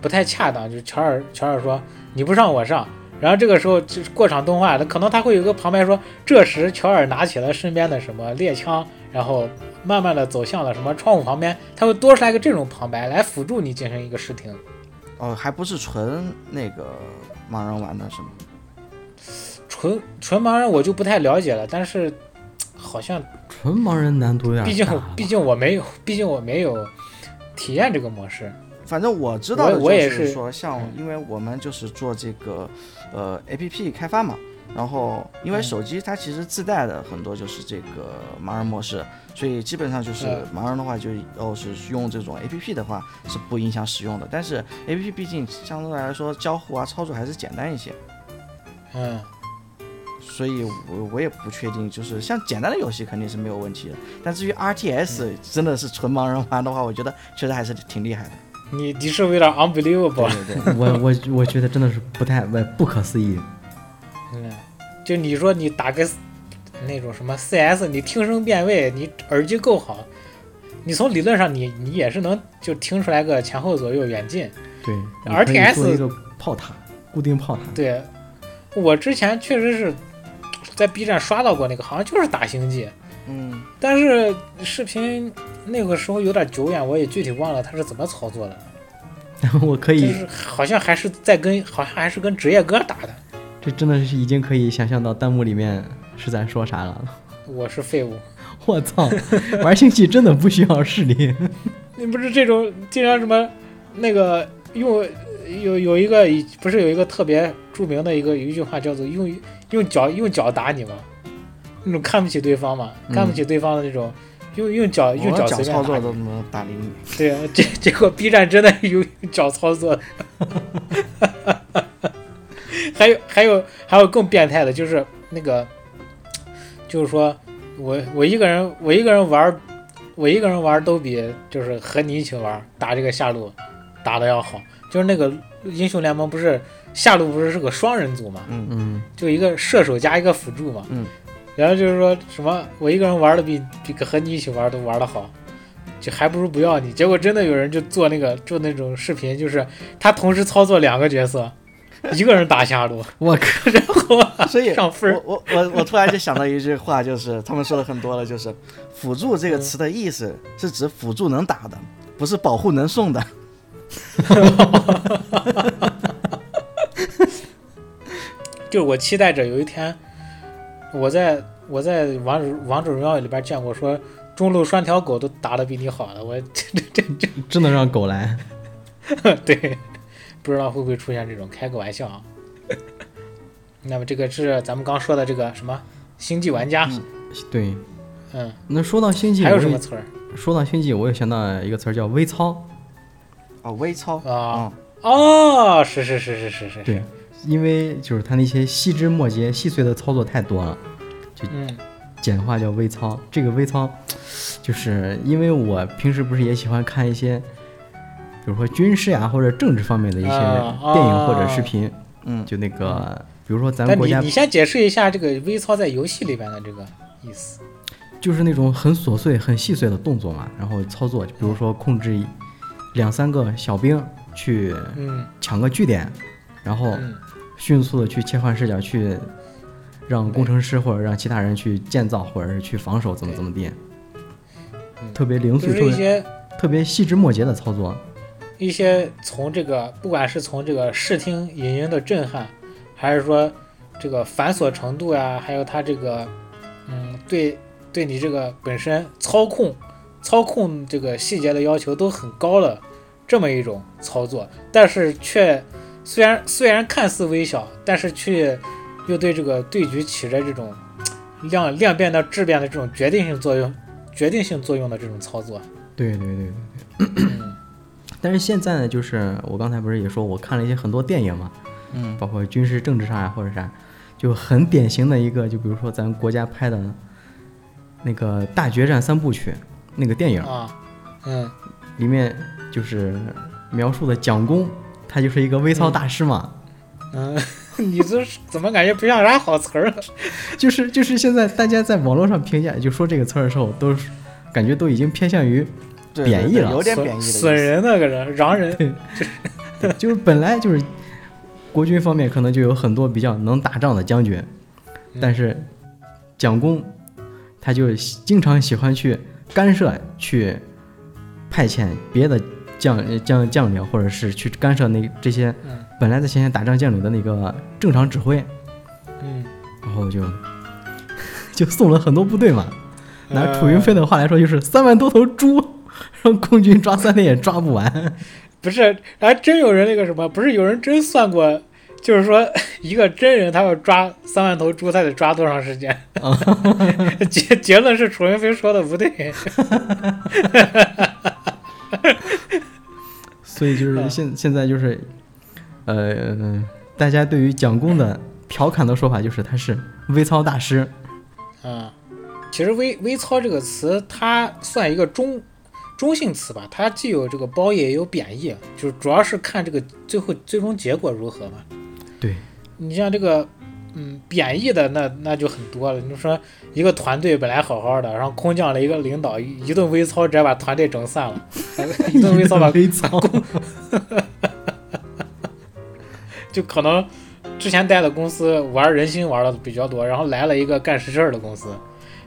不太恰当，就是乔尔乔尔说你不上我上。然后这个时候就是过场动画，可能他会有一个旁白说，这时乔尔拿起了身边的什么猎枪，然后慢慢的走向了什么窗户旁边，他会多出来一个这种旁白来辅助你进行一个视听。哦，还不是纯那个盲人玩的是吗？纯纯盲人我就不太了解了，但是好像纯盲人难度有点毕竟大了毕竟我没有，毕竟我没有体验这个模式。反正我知道的我我也就是是说，像嗯因为我们就是做这个呃 A P P 开发嘛，然后因为嗯手机它其实自带的很多就是这个盲人模式，所以基本上就是嗯盲人的话就要是用这种 A P P 的话是不影响使用的，但是 A P P 毕竟相对来说交互啊操作还是简单一些，嗯，所以我我也不确定，就是像简单的游戏肯定是没有问题的，但至于 R T S 嗯真的是纯盲人玩的话，我觉得确实还是挺厉害的。你你是不是有点 unbelievable？对对 <laughs> 对。我我我觉得真的是不太不不可思议。嗯，就你说你打个那种什么 CS，你听声辨位，你耳机够好，你从理论上你你也是能就听出来个前后左右远近。对你可以 RTS 做一个炮塔，固定炮塔。对，我之前确实是在 B 站刷到过那个，好像就是打星际，嗯但是视频那个时候有点久远，我也具体忘了它是怎么操作的。 <laughs> 我可就以，是好像还是在跟，好像还是跟职业哥打的。这真的是已经可以想象到弹幕里面是在说啥了。 <laughs> 我是废物，我操，玩星际真的不需要视力。 <laughs> 你不是这种经常什么那个用有有一个不是有一个特别著名的一个有一句话叫做用用脚用脚打你吗？那种看不起对方嘛，看不起对方的那种，用用呃脚用嗯我脚脚随便操打作你都能打理你。对啊，结 <laughs> 结果 B 站真的有 <laughs> 有脚操作，还有还有还有更变态的，就是那个，就是说我我一个人我一个人玩儿，我一个人玩儿都比就是和你一起玩儿打这个下路打的要好。就是那个英雄联盟不是下路不是是个双人组嘛，嗯嗯，就一个射手加一个辅助嘛。嗯。然后就是说什么我一个人玩的比比和你一起玩都玩的好，就还不如不要你。结果真的有人就做那个做那种视频，就是他同时操作两个角色， <laughs> 一个人打下路，我靠，然后嗯啊所以上分儿。我我我我突然就想到一句话，就是他们说的很多了，就是“辅助”嗯这个词的意思是指辅助能打的，不是保护能送的。就是我期待着有一天，我在我在王者王者荣耀里边见过说中路拴条狗都打的比你好的，我这这这真的让狗来，这对，不知道会不会出现这种，开个玩笑啊。那么这个是咱们刚说的这个什么星际玩家，对。嗯，那说到星际，还有我什也么词儿说到星际，我也想到一个词儿叫微操，哦，微操啊？嗯哦，是是是是是是，对，因为就是它那些细枝末节、细碎的操作太多了，嗯简化叫微操。这个微操，就是因为我平时不是也喜欢看一些，比如说军事呀、或者政治方面的一些啊电影或者视频，嗯，就那个，比如说咱那们国你家你先解释一下这个微操在游戏里边的这个意思。就是那种很琐碎、很细碎的动作嘛，然后操嗯作，就比如说控制两三个小兵去嗯抢个据点，然后嗯迅速的去切换视角，去让工程师或者让其他人去建造，或者是去防守，怎么对怎么地嗯，特别零就是一碎，特别些特别细枝末节的操作。一些从这个不管是从这个视听隐隐的震撼，还是说这个繁琐程度呀、还有它这个嗯对对你这个本身操控操控这个细节的要求都很高了，这么一种操作，但是却虽然虽然看似微小，但是却又对这个对局起着这种嘖量量变到质变的这种决定性作用决定性作用的这种操作，对对对对。嗯 <coughs> 但是现在呢，就是我刚才不是也说，我看了一些很多电影嘛，嗯，包括军事政治上啊或者啥，就很典型的一个，就比如说咱国家拍的那个《大决战三部曲》那个电影，啊嗯。里面就是描述的蒋公，他就是一个微操大师嘛，嗯， <laughs> 你这是怎么感觉不像啥好词儿啊了？就是就是现在大家在网络上评价就说这个词儿的时候，都是感觉都已经偏向于，对贬义对对了有点损贬义的意思损。人那个人，嚷人。就是本来就是国军方面可能就有很多比较能打仗的将军，嗯但是蒋公他就喜经常喜欢去干涉，去派遣别的将呃将将领，或者是去干涉那这些嗯本来在前线打仗将领的那个正常指挥。嗯，然后就 <laughs> 就送了很多部队嘛。拿呃楚云飞的话来说，就是三万多头猪， <laughs> 让共军抓三天也抓不完。不是，还真有人那个什么，不是有人真算过，就是说 <laughs> 一个真人他要抓三万头猪，他得抓多长时间？ <laughs> 结结论是楚云飞说的不对。所以就是嗯现现在就是，呃，大家对于蒋公的调侃的说法就是他是微操大师。嗯，其实微“微操”这个词，它算一个中中性词吧，它既有这个褒义，也有贬义，就是主要是看这个最后最终结果如何嘛。对，你像这个，嗯，贬义的那那就很多了。你说一个团队本来好好的，然后空降了一个领导，一一顿微操，直接把团队整散了，一顿 <laughs> 微操把微操，就可能之前待的公司玩人心玩的比较多，然后来了一个干实事儿的公司，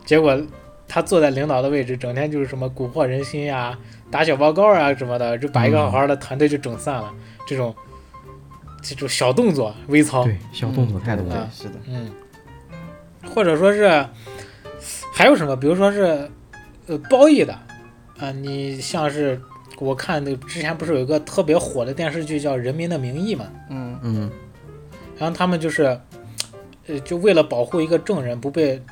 结果他坐在领导的位置，整天就是什么蛊惑人心呀、打小报告啊什么的，就把一个好好的团队就整散了。这种这种小动作微操， <laughs> 对，小动作太多对了。对，是的，嗯，或者说是还有什么，比如说是呃褒义的啊、你像是我看那个之前不是有一个特别火的电视剧叫《人民的名义》嘛，嗯嗯，然后他们就是，呃，就为了保护一个证人不被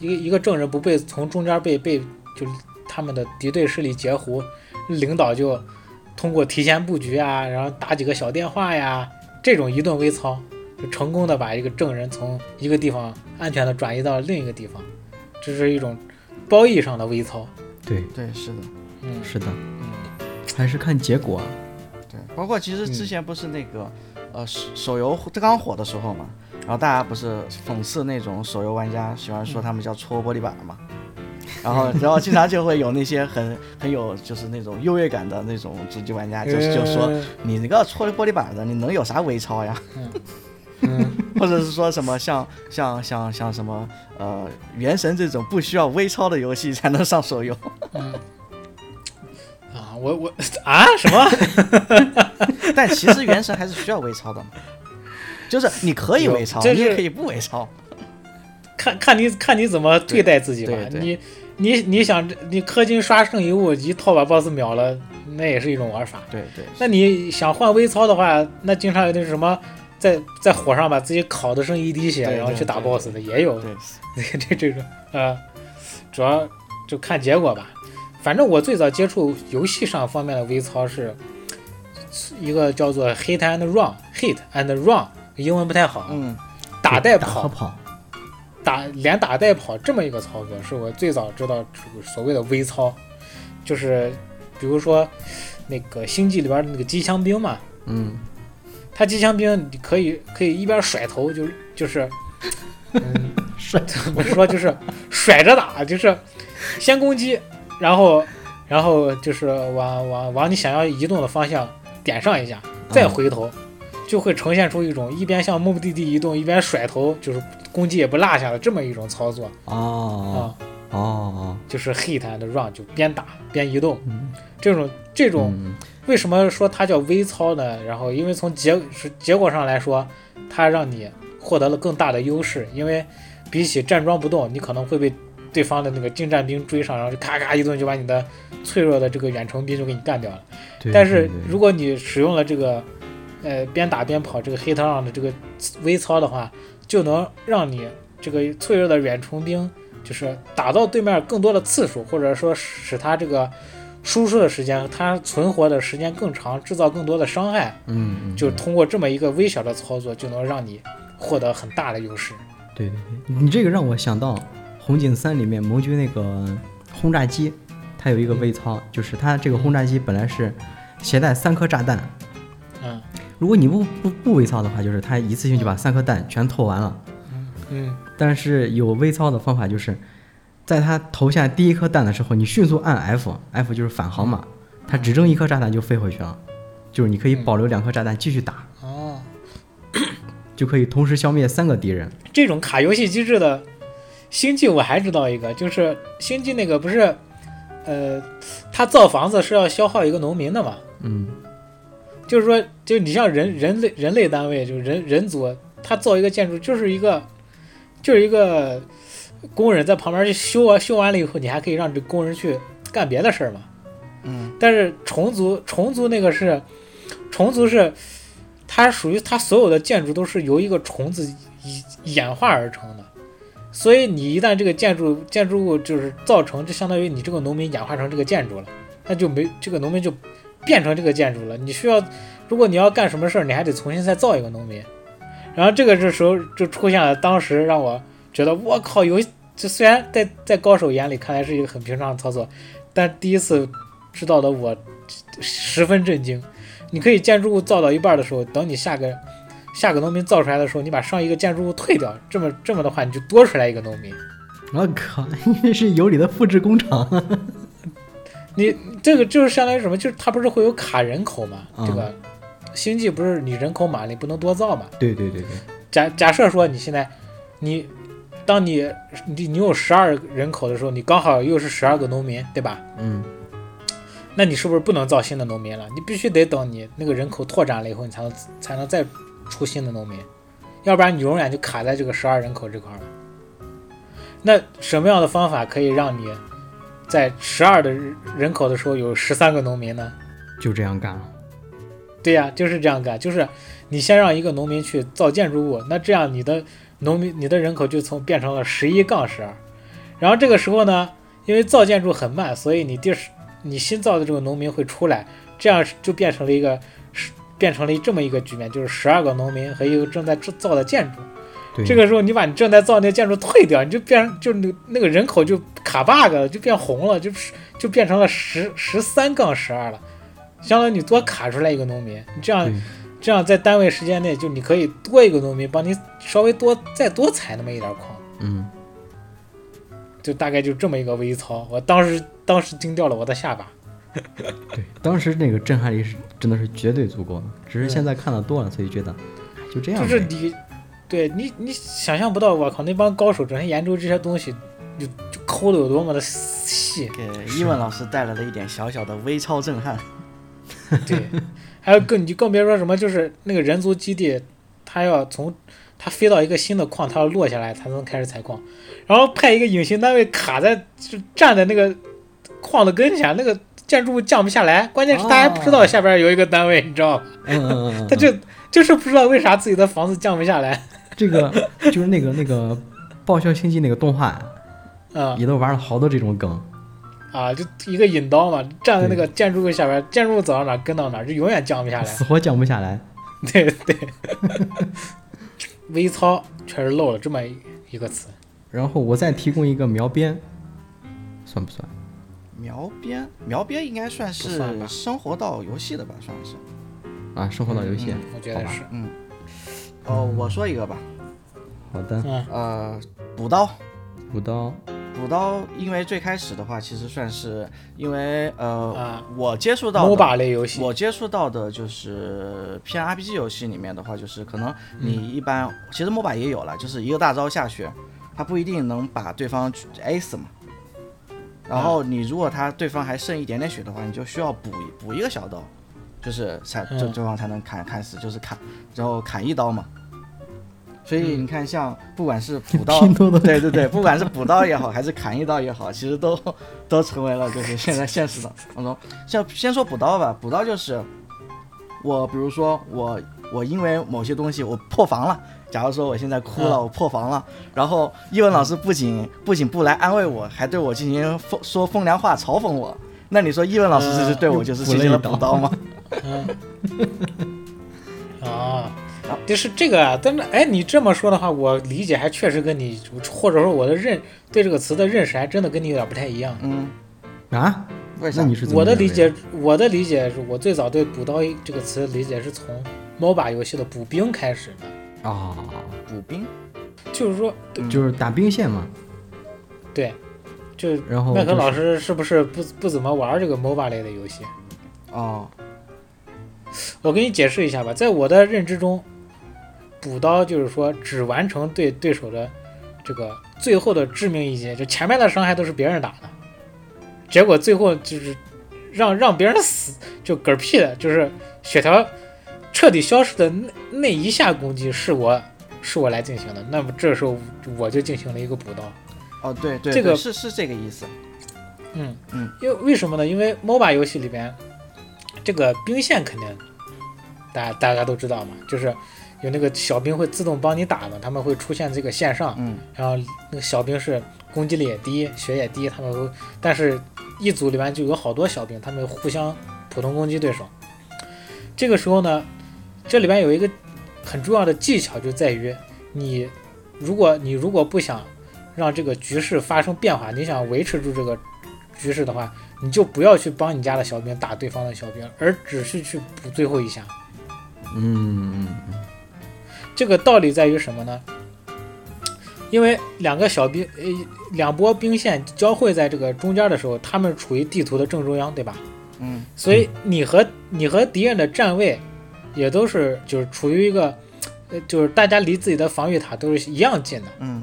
一个一个证人不被从中间被被就是他们的敌对势力截胡，领导就通过提前布局啊，然后打几个小电话呀，这种一顿微操，就成功的把一个证人从一个地方安全的转移到另一个地方，这是一种褒义上的微操。对，对，是的，嗯是的，嗯，还是看结果啊。对。包括其实之前不是那个，呃，手手游刚火的时候嘛，然后大家不是讽刺那种手游玩家，喜欢说他们叫戳玻璃板嘛。然后，然后经常就会有那些很很有就是那种优越感的那种主机玩家，啊就就说呃你那个戳玻璃板的，你能有啥微操呀？嗯， <laughs> 或者是说什么像像像像什么呃《原神》这种不需要微操的游戏才能上手游，啊，我我啊什么？ <laughs> 但其实《原神》还是需要微操的嘛，就是你可以微操，有这你也是可以不微操。看看你看你怎么对待自己吧对。对对你你你想你氪金刷圣遗物一套把 BOSS 秒了，那也是一种玩法。对对，那你想换微操的话，那经常有那什么在在火上把自己烤的剩一滴血，对对然后去打对 BOSS 的也有。对这这种呃，主要就看结果吧。反正我最早接触游戏上方面的微操是一个叫做 Hit and Run，Hit and Run，英文不太好，嗯，打带打跑和跑，打连打带跑这么一个操作，是我最早知道所谓的微操，就是比如说那个星际里边那个机枪兵嘛，嗯，他机枪兵你可以可以一边甩头就就是，嗯， <laughs> 甩怎么说就是甩着打，就是先攻击，然后然后就是往往往你想要移动的方向点上一下，嗯再回头，就会呈现出一种一边向目的地移动，一边甩头，就是攻击也不落下的这么一种操作哦啊、哦哦，就是 hit and run，就边打边移动嗯这种这种。嗯为什么说它叫微操呢？然后因为从结是结果上来说，它让你获得了更大的优势，因为比起站桩不动，你可能会被对方的那个近战兵追上，然后就咔咔一顿就把你的脆弱的这个远程兵就给你干掉了。对但是对对如果你使用了这个呃边打边跑这个黑特上的这个微操的话，就能让你这个脆弱的远程兵就是打到对面更多的次数，或者说使他这个输出的时间，他存活的时间更长，制造更多的伤害。嗯嗯，就嗯通过这么一个微小的操作，就能让你获得很大的优势。对对对，你这个让我想到《红警三》里面盟军那个轰炸机，它有一个微操，就是它这个轰炸机本来是携带三颗炸弹，嗯如果你不不不微操的话，就是它一次性就把三颗弹全投完了。嗯但是有微操的方法就是，在它投下第一颗弹的时候，你迅速按 F，F 就是返航码，它只扔一颗炸弹就飞回去了，就是你可以保留两颗炸弹继续打，哦，就可以同时消灭三个敌人。这种卡游戏机制的星际，我还知道一个，就是星际那个不是，呃，他造房子是要消耗一个农民的嘛，嗯，就是说，就你像人人类人类单位，就是人人族，他造一个建筑就是一个就是一个工人在旁边去修啊，修完了以后，你还可以让这工人去干别的事儿嘛。嗯，但是虫族虫族那个是虫族是，它属于它所有的建筑都是由一个虫子以演化而成的，所以你一旦这个建筑建筑物就是造成，就相当于你这个农民演化成这个建筑了，那就没这个农民就变成这个建筑了。你需要如果你要干什么事儿，你还得重新再造一个农民。然后这个这时候就出现了，当时让我觉得我靠，游戏这虽然在在高手眼里看来是一个很平常的操作，但第一次知道的我十分震惊。你可以建筑物造到一半的时候，等你下个下个农民造出来的时候，你把上一个建筑物退掉，这么这么的话，你就多出来一个农民。我靠，这是有理的复制工厂。 <laughs> 这个就是相当于什么？就是它不是会有卡人口嘛？嗯这个星际不是你人口满了，你不能多造嘛？对对对对，假假设说你现在你当你你你有十二人口的时候，你刚好又是十二个农民，对吧？嗯，那你是不是不能造新的农民了？你必须得等你那个人口拓展了以后，你才能才能再出新的农民，要不然你永远就卡在这个十二人口这块儿了。那什么样的方法可以让你在十二的人人口的时候有十三个农民呢？就这样干了。对呀、就是这样干，就是你先让一个农民去造建筑物，那这样你的农民你的人口就从变成了十一杠十二，然后这个时候呢，因为造建筑很慢，所以你地是你新造的这个农民会出来，这样就变成了一个是变成了这么一个局面，就是十二个农民和一个正在制造的建筑。对，这个时候你把你正在造那建筑退掉，你就变就那那个人口就卡 bug 了，就变红了，就是就变成了十十三杠十二了，相当于你多卡出来一个农民，你这样对这样在单位时间内就你可以多一个农民帮你稍微多再多采那么一点矿，嗯，就大概就这么一个微操，我当时当时惊掉了我的下巴，对，当时那个震撼力是真的是绝对足够的，只是对现在看的多了，所以觉得哎就这样就呗。是你对你你想象不到，我靠那帮高手整天研究这些东西，就就抠的有多么的细，给伊文老师带来了一点小小的微超震 <laughs> 撼。 <laughs> 对，还有更你就更别说什么，就是那个人族基地，他要从他飞到一个新的矿，他要落下来才能开始采矿，然后派一个隐形单位卡在就站在那个矿的跟前，那个建筑物降不下来，关键是他还不知道哦下边有一个单位，你知道吗？嗯嗯嗯嗯， <laughs> 他就就是不知道为啥自己的房子降不下来这个就是那个那个爆笑星际那个动画呀，啊、也都玩了好多这种梗。啊，就一个引刀嘛，站在那个建筑物下边，建筑物走到哪儿跟到哪儿，就永远降不下来。死活降不下来。对对，微操确实漏了这么一个词。然后我再提供一个描边，算不算？描边，描边应该算不算吧是生活到游戏的吧，算是。啊，生活到游戏。嗯我觉得好吧是，嗯。哦，我说一个吧，好的，嗯呃，补刀，补刀。补刀，因为最开始的话，其实算是因为呃，啊我接触到的，MOBA 类游戏，我接触到的就是偏 RPG 游戏里面的话，就是可能你一般、其实 MOBA 也有了，就是一个大招下去，他不一定能把对方 A 死嘛。然后你如果他对方还剩一点点血的话，你就需要补一补一个小刀，就是才嗯这对方才能砍砍死，就是砍，然后砍一刀嘛。所以你看，像不管是补刀拼多，多对对对，不管是补刀也好，还是砍一刀也好，其实都都成为了就是现在现实当中。像先说补刀吧，补刀就是我，比如说我我因为某些东西我破防了，假如说我现在哭了，嗯我破防了，然后一文老师不仅不仅不来安慰我，还对我进行风说风凉话嘲讽我，那你说一文老师呃这是对我就是进行了补刀 <laughs> 吗？嗯，啊，就是这个啊。但是，哎，你这么说的话，我理解还确实跟你，或者说我的认对这个词的认识还真的跟你有点不太一样。嗯，啊？为啥那你？是怎么我的认为理解，我的理解是我最早对“补刀”这个词的理解是从 MOBA 游戏的补兵开始的，啊，补兵？就是说，嗯就是打兵线嘛。对，就是然后麦克就是老师是不是不不怎么玩这个 MOBA 类的游戏？哦，我给你解释一下吧，在我的认知中，补刀就是说只完成对对手的这个最后的致命一击，就前面的伤害都是别人打的，结果最后就是让让别人死，就嗝屁的，就是血条彻底消失的那那一下攻击是我是我来进行的，那么这时候我就进行了一个补刀。哦，对对，这对个是是这个意思。嗯，嗯因为为什么呢？因为 MOBA 游戏里边，这个兵线肯定大家大家都知道嘛，就是有那个小兵会自动帮你打嘛，他们会出现这个线上，嗯，然后那个小兵是攻击力也低，血也低，他们会，但是一组里面就有好多小兵，他们互相普通攻击对手。这个时候呢，这里边有一个很重要的技巧，就在于你如果你如果不想让这个局势发生变化，你想维持住这个局势的话，你就不要去帮你家的小兵打对方的小兵，而只是去补最后一下。嗯嗯嗯这个道理在于什么呢？因为两个小兵，呃，两波兵线交汇在这个中间的时候，他们处于地图的正中央，对吧？嗯，所以你和你和敌人的站位，也都是就是处于一个，呃，就是大家离自己的防御塔都是一样近的。嗯，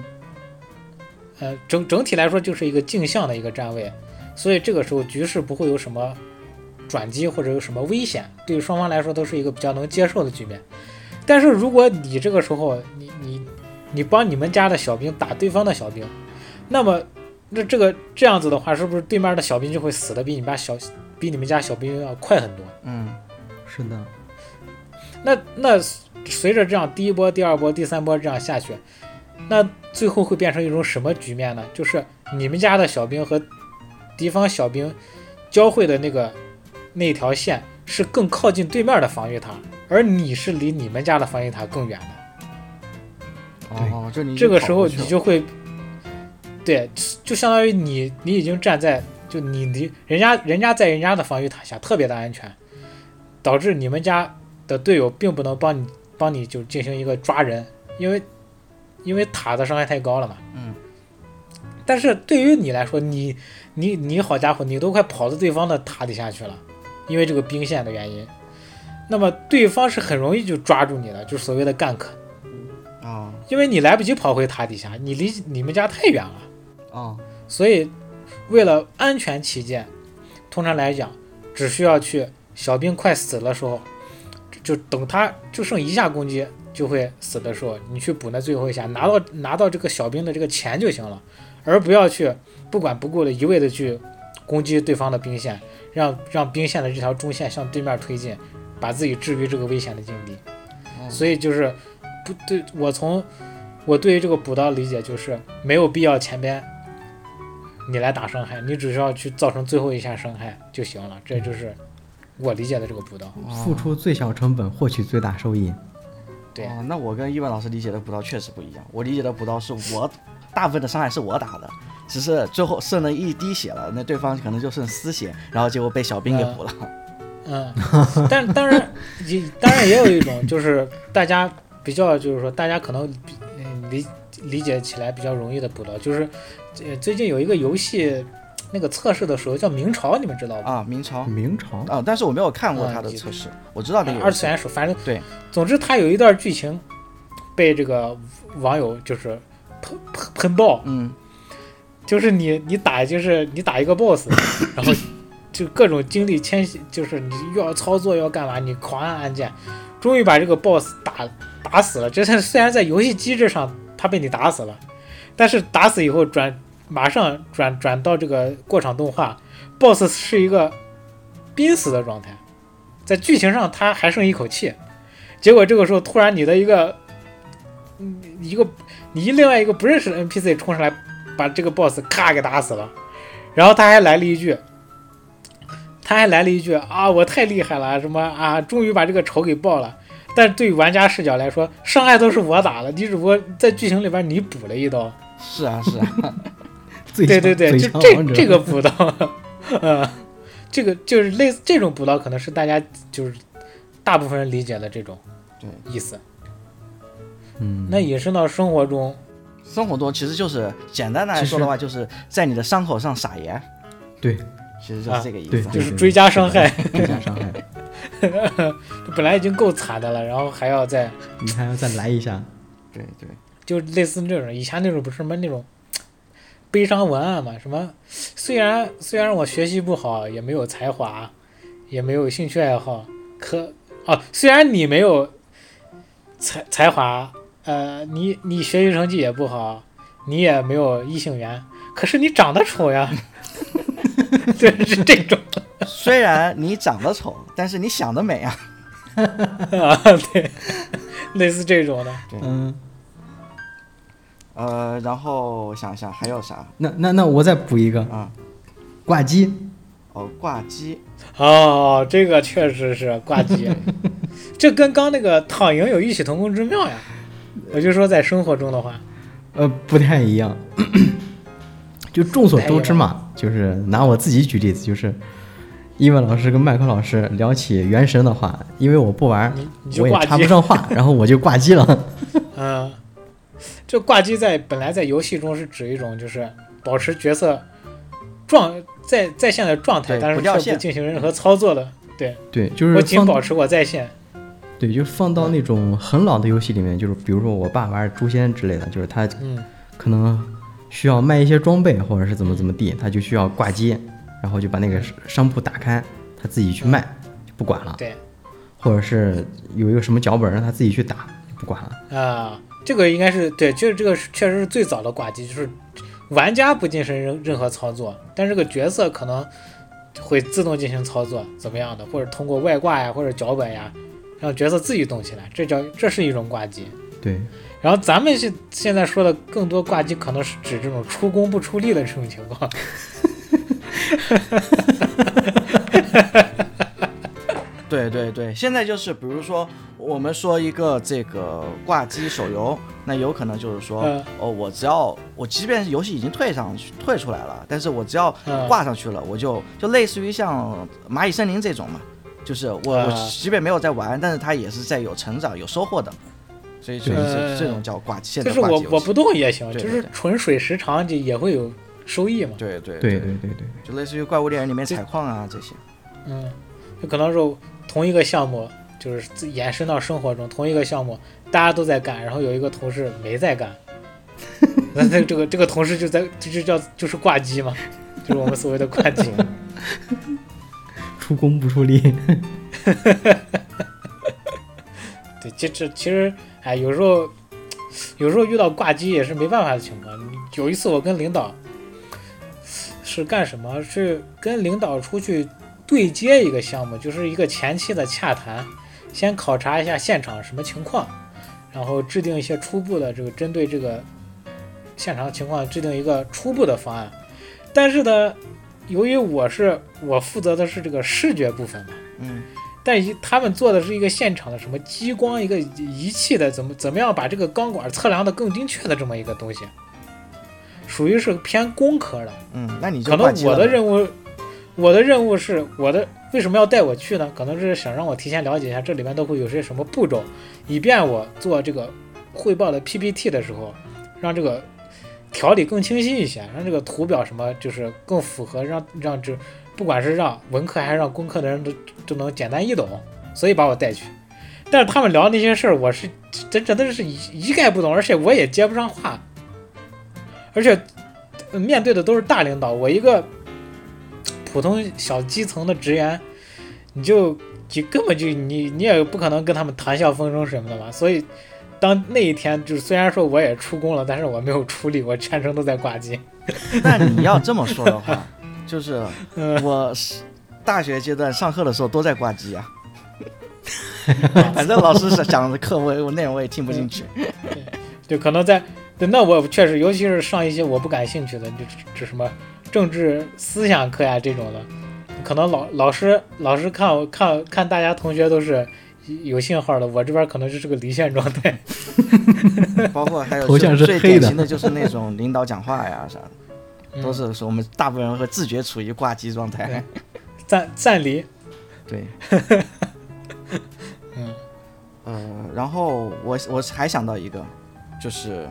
呃，整整体来说就是一个镜像的一个站位，所以这个时候局势不会有什么转机或者有什么危险，对于双方来说都是一个比较能接受的局面。但是如果你这个时候你你你帮你们家的小兵打对方的小兵，那么那这个这样子的话，是不是对面的小兵就会死的比你们家小比你们家小兵要快很多？嗯，是的，那那随着这样第一波、第二波、第三波这样下去，那最后会变成一种什么局面呢？就是你们家的小兵和敌方小兵交汇的那个那条线是更靠近对面的防御塔，而你是离你们家的防御塔更远的。哦，就你已经这个跑时过候去你了就会，对，就相当于你你已经站在就你离人家人家在人家的防御塔下特别的安全，导致你们家的队友并不能帮你帮你就进行一个抓人，因为因为塔的伤害太高了嘛。嗯。但是对于你来说，你你你好家伙，你都快跑到对方的塔底下去了，因为这个兵线的原因，那么对方是很容易就抓住你的，就是所谓的 gank。哦因为你来不及跑回塔底下，你离你们家太远了，哦所以为了安全起见，通常来讲，只需要去小兵快死的时候，就就等他就剩一下攻击就会死的时候，你去补那最后一下，拿到拿到这个小兵的这个钱就行了，而不要去不管不顾的一味的去攻击对方的兵线，让让兵线的这条中线向对面推进，把自己置于这个危险的境地。哦所以就是不对我从我对于这个补刀理解就是没有必要前边你来打伤害，你只需要去造成最后一下伤害就行了，这就是我理解的这个补刀。付出最小成本，获取最大收益。对哦，那我跟一文老师理解的补刀确实不一样。我理解的补刀是我大部分的伤害是我打的，只是最后剩了一滴血了，那对方可能就剩丝血，然后结果被小兵给补了。嗯，但当然也当然也有一种就是大家比较就是说大家可能比嗯理理解起来比较容易的补刀，就是呃最近有一个游戏那个测试的时候叫明朝，你们知道吧？啊，明朝明朝啊，但是我没有看过嗯他的记得测试，我知道啊那个二游戏次元手，反正对。总之，它有一段剧情被这个网友就是喷喷喷爆，嗯，就是你你打就是你打一个 boss，然后就各种经历千禧，就是你又要操作又要干嘛，你狂按按键，终于把这个 boss 打打死了。这是虽然在游戏机制上他被你打死了，但是打死以后转马上转转到这个过场动画，boss 是一个濒死的状态，在剧情上他还剩一口气，结果这个时候突然你的一个嗯一个你另外一个不认识的 NPC 冲上来。把这个 boss 咔给打死了，然后他还来了一句，他还来了一句啊，我太厉害了，什么啊，终于把这个仇给报了。但对于玩家视角来说，伤害都是我打了，你只不过在剧情里边你补了一刀。是啊是 <laughs> 啊，最对强对对，最就强这王者这个补刀，呃，这个就是类似这种补刀，可能是大家就是大部分人理解的这种对意思。嗯，那引申到生活中，生活中其实就是简单的来说的话，就是在你的伤口上撒盐，对其实啊就是这个意对思。就是嗯对追加伤害， <laughs> 追加伤害，本来已经够惨的了，然后还要再你还要再来一下。对对，就类似这种，以前那种不是什么那种悲伤文案嘛，什么虽然虽然我学习不好，也没有才华，也没有兴趣爱好，可哦，虽然你没有才才华，呃，你你学习成绩也不好，你也没有异性缘，可是你长得丑呀， <laughs> 对，是这种虽然你长得丑，但是你想得美啊。啊，对， <laughs> 类似这种的，嗯，呃，然后我想一想还有啥那那那我再补一个啊？挂机，哦，挂机哦，这个确实是挂 <laughs> 机，这跟刚那个躺赢有异曲同工之妙呀。我就说在生活中的话，呃，不太一样。就众所周知嘛，就是拿我自己举例子，就是伊万老师跟麦克老师聊起《原神》的话，因为我不玩你你，就我也挂机插不上话，然后我就挂机了。 <laughs> 嗯，这挂机在本来在游戏中是指一种就是保持角色状在在线的状态，对但不掉是却线不进行任何操作的。对对，就我是仅放保持我在线。对，就放到那种很老的游戏里面，就是比如说我爸玩《诛仙》之类的，就是他嗯，可能需要卖一些装备，或者是怎么怎么地，他就需要挂机，然后就把那个商铺打开，他自己去卖，就不管了。对或者是有一个什么脚本让他自己去打，就不管了。啊、这个应该是对，就是这个是确实是最早的挂机，就是玩家不进行任任何操作，但是这个角色可能会自动进行操作，怎么样的，或者通过外挂呀，或者脚本呀，让角色自己动起来，这叫这是一种挂机。对，然后咱们现现在说的更多挂机，可能是指这种出工不出力的这种情况。对对对，现在就是比如说，我们说一个这个挂机手游，那有可能就是说，嗯哦，我只要我即便是游戏已经退上去退出来了，但是我只要嗯挂上去了，我就就类似于像蚂蚁森林这种嘛，就是我、我嗯即便没有在玩，但是它也是在有成长有收获的，所以就是嗯这这种叫挂机，现就在是挂我机游我戏不动也行，对就对是对纯水时长就也会有收益嘛。对对对，对对对，就类似于怪物猎人里面这采矿啊这些，嗯，就可能是同一个项目，就是自延伸到生活中，同一个项目大家都在干，然后有一个同事没在干， <laughs> 那那这个这个同事就在这就叫就是挂机嘛，就是我们所谓的挂机。出工不出力，对，这这其实哎，有时候有时候遇到挂机也是没办法的情况。有一次我跟领导是干什么？是跟领导出去对接一个项目，就是一个前期的洽谈，先考察一下现场什么情况，然后制定一些初步的这个针对这个现场情况制定一个初步的方案。但是呢，由于我是我负责的是这个视觉部分嘛，嗯，但一他们做的是一个现场的什么激光一个仪器的，怎么怎么样把这个钢管测量的更精确的这么一个东西，属于是偏工科的。嗯，那你就可挂能机了我呗。的任务，我的任务是我的为什么要带我去呢？可能是想让我提前了解一下这里面都会有些什么步骤，以便我做这个汇报的 PPT 的时候，让这个条理更清晰一些，让这个图表什么就是更符合，让让这不管是让文科还是让工科的人都都能简单易懂，所以把我带去。但是他们聊那些事儿，我是真真的是一一概不懂，而且我也接不上话，而且呃面对的都是大领导，我一个普通小基层的职员，你就就根本就你你也不可能跟他们谈笑风生什么的嘛。所以当那一天，就是虽然说我也出工了，但是我没有出力，我全程都在挂机。 <laughs> 那你要这么说的话，就是嗯我是大学阶段上课的时候都在挂 <laughs> 机啊。反正老师是讲的课我也我内容我也听不进去，就可能在对那我确实，尤其是上一些我不感兴趣的，就这什么政治思想课呀这种的，可能老老师老师看我看看大家同学都是有信号的，我这边可能就是个离线状态。 <laughs> 包括还有头像就是最黑的典型的就是那种领导讲话 <laughs> 呀啥的，嗯都是说我们大部分人会自觉处于挂机状态。暂暂离，对， <laughs> 嗯呃，然后我我还想到一个，就是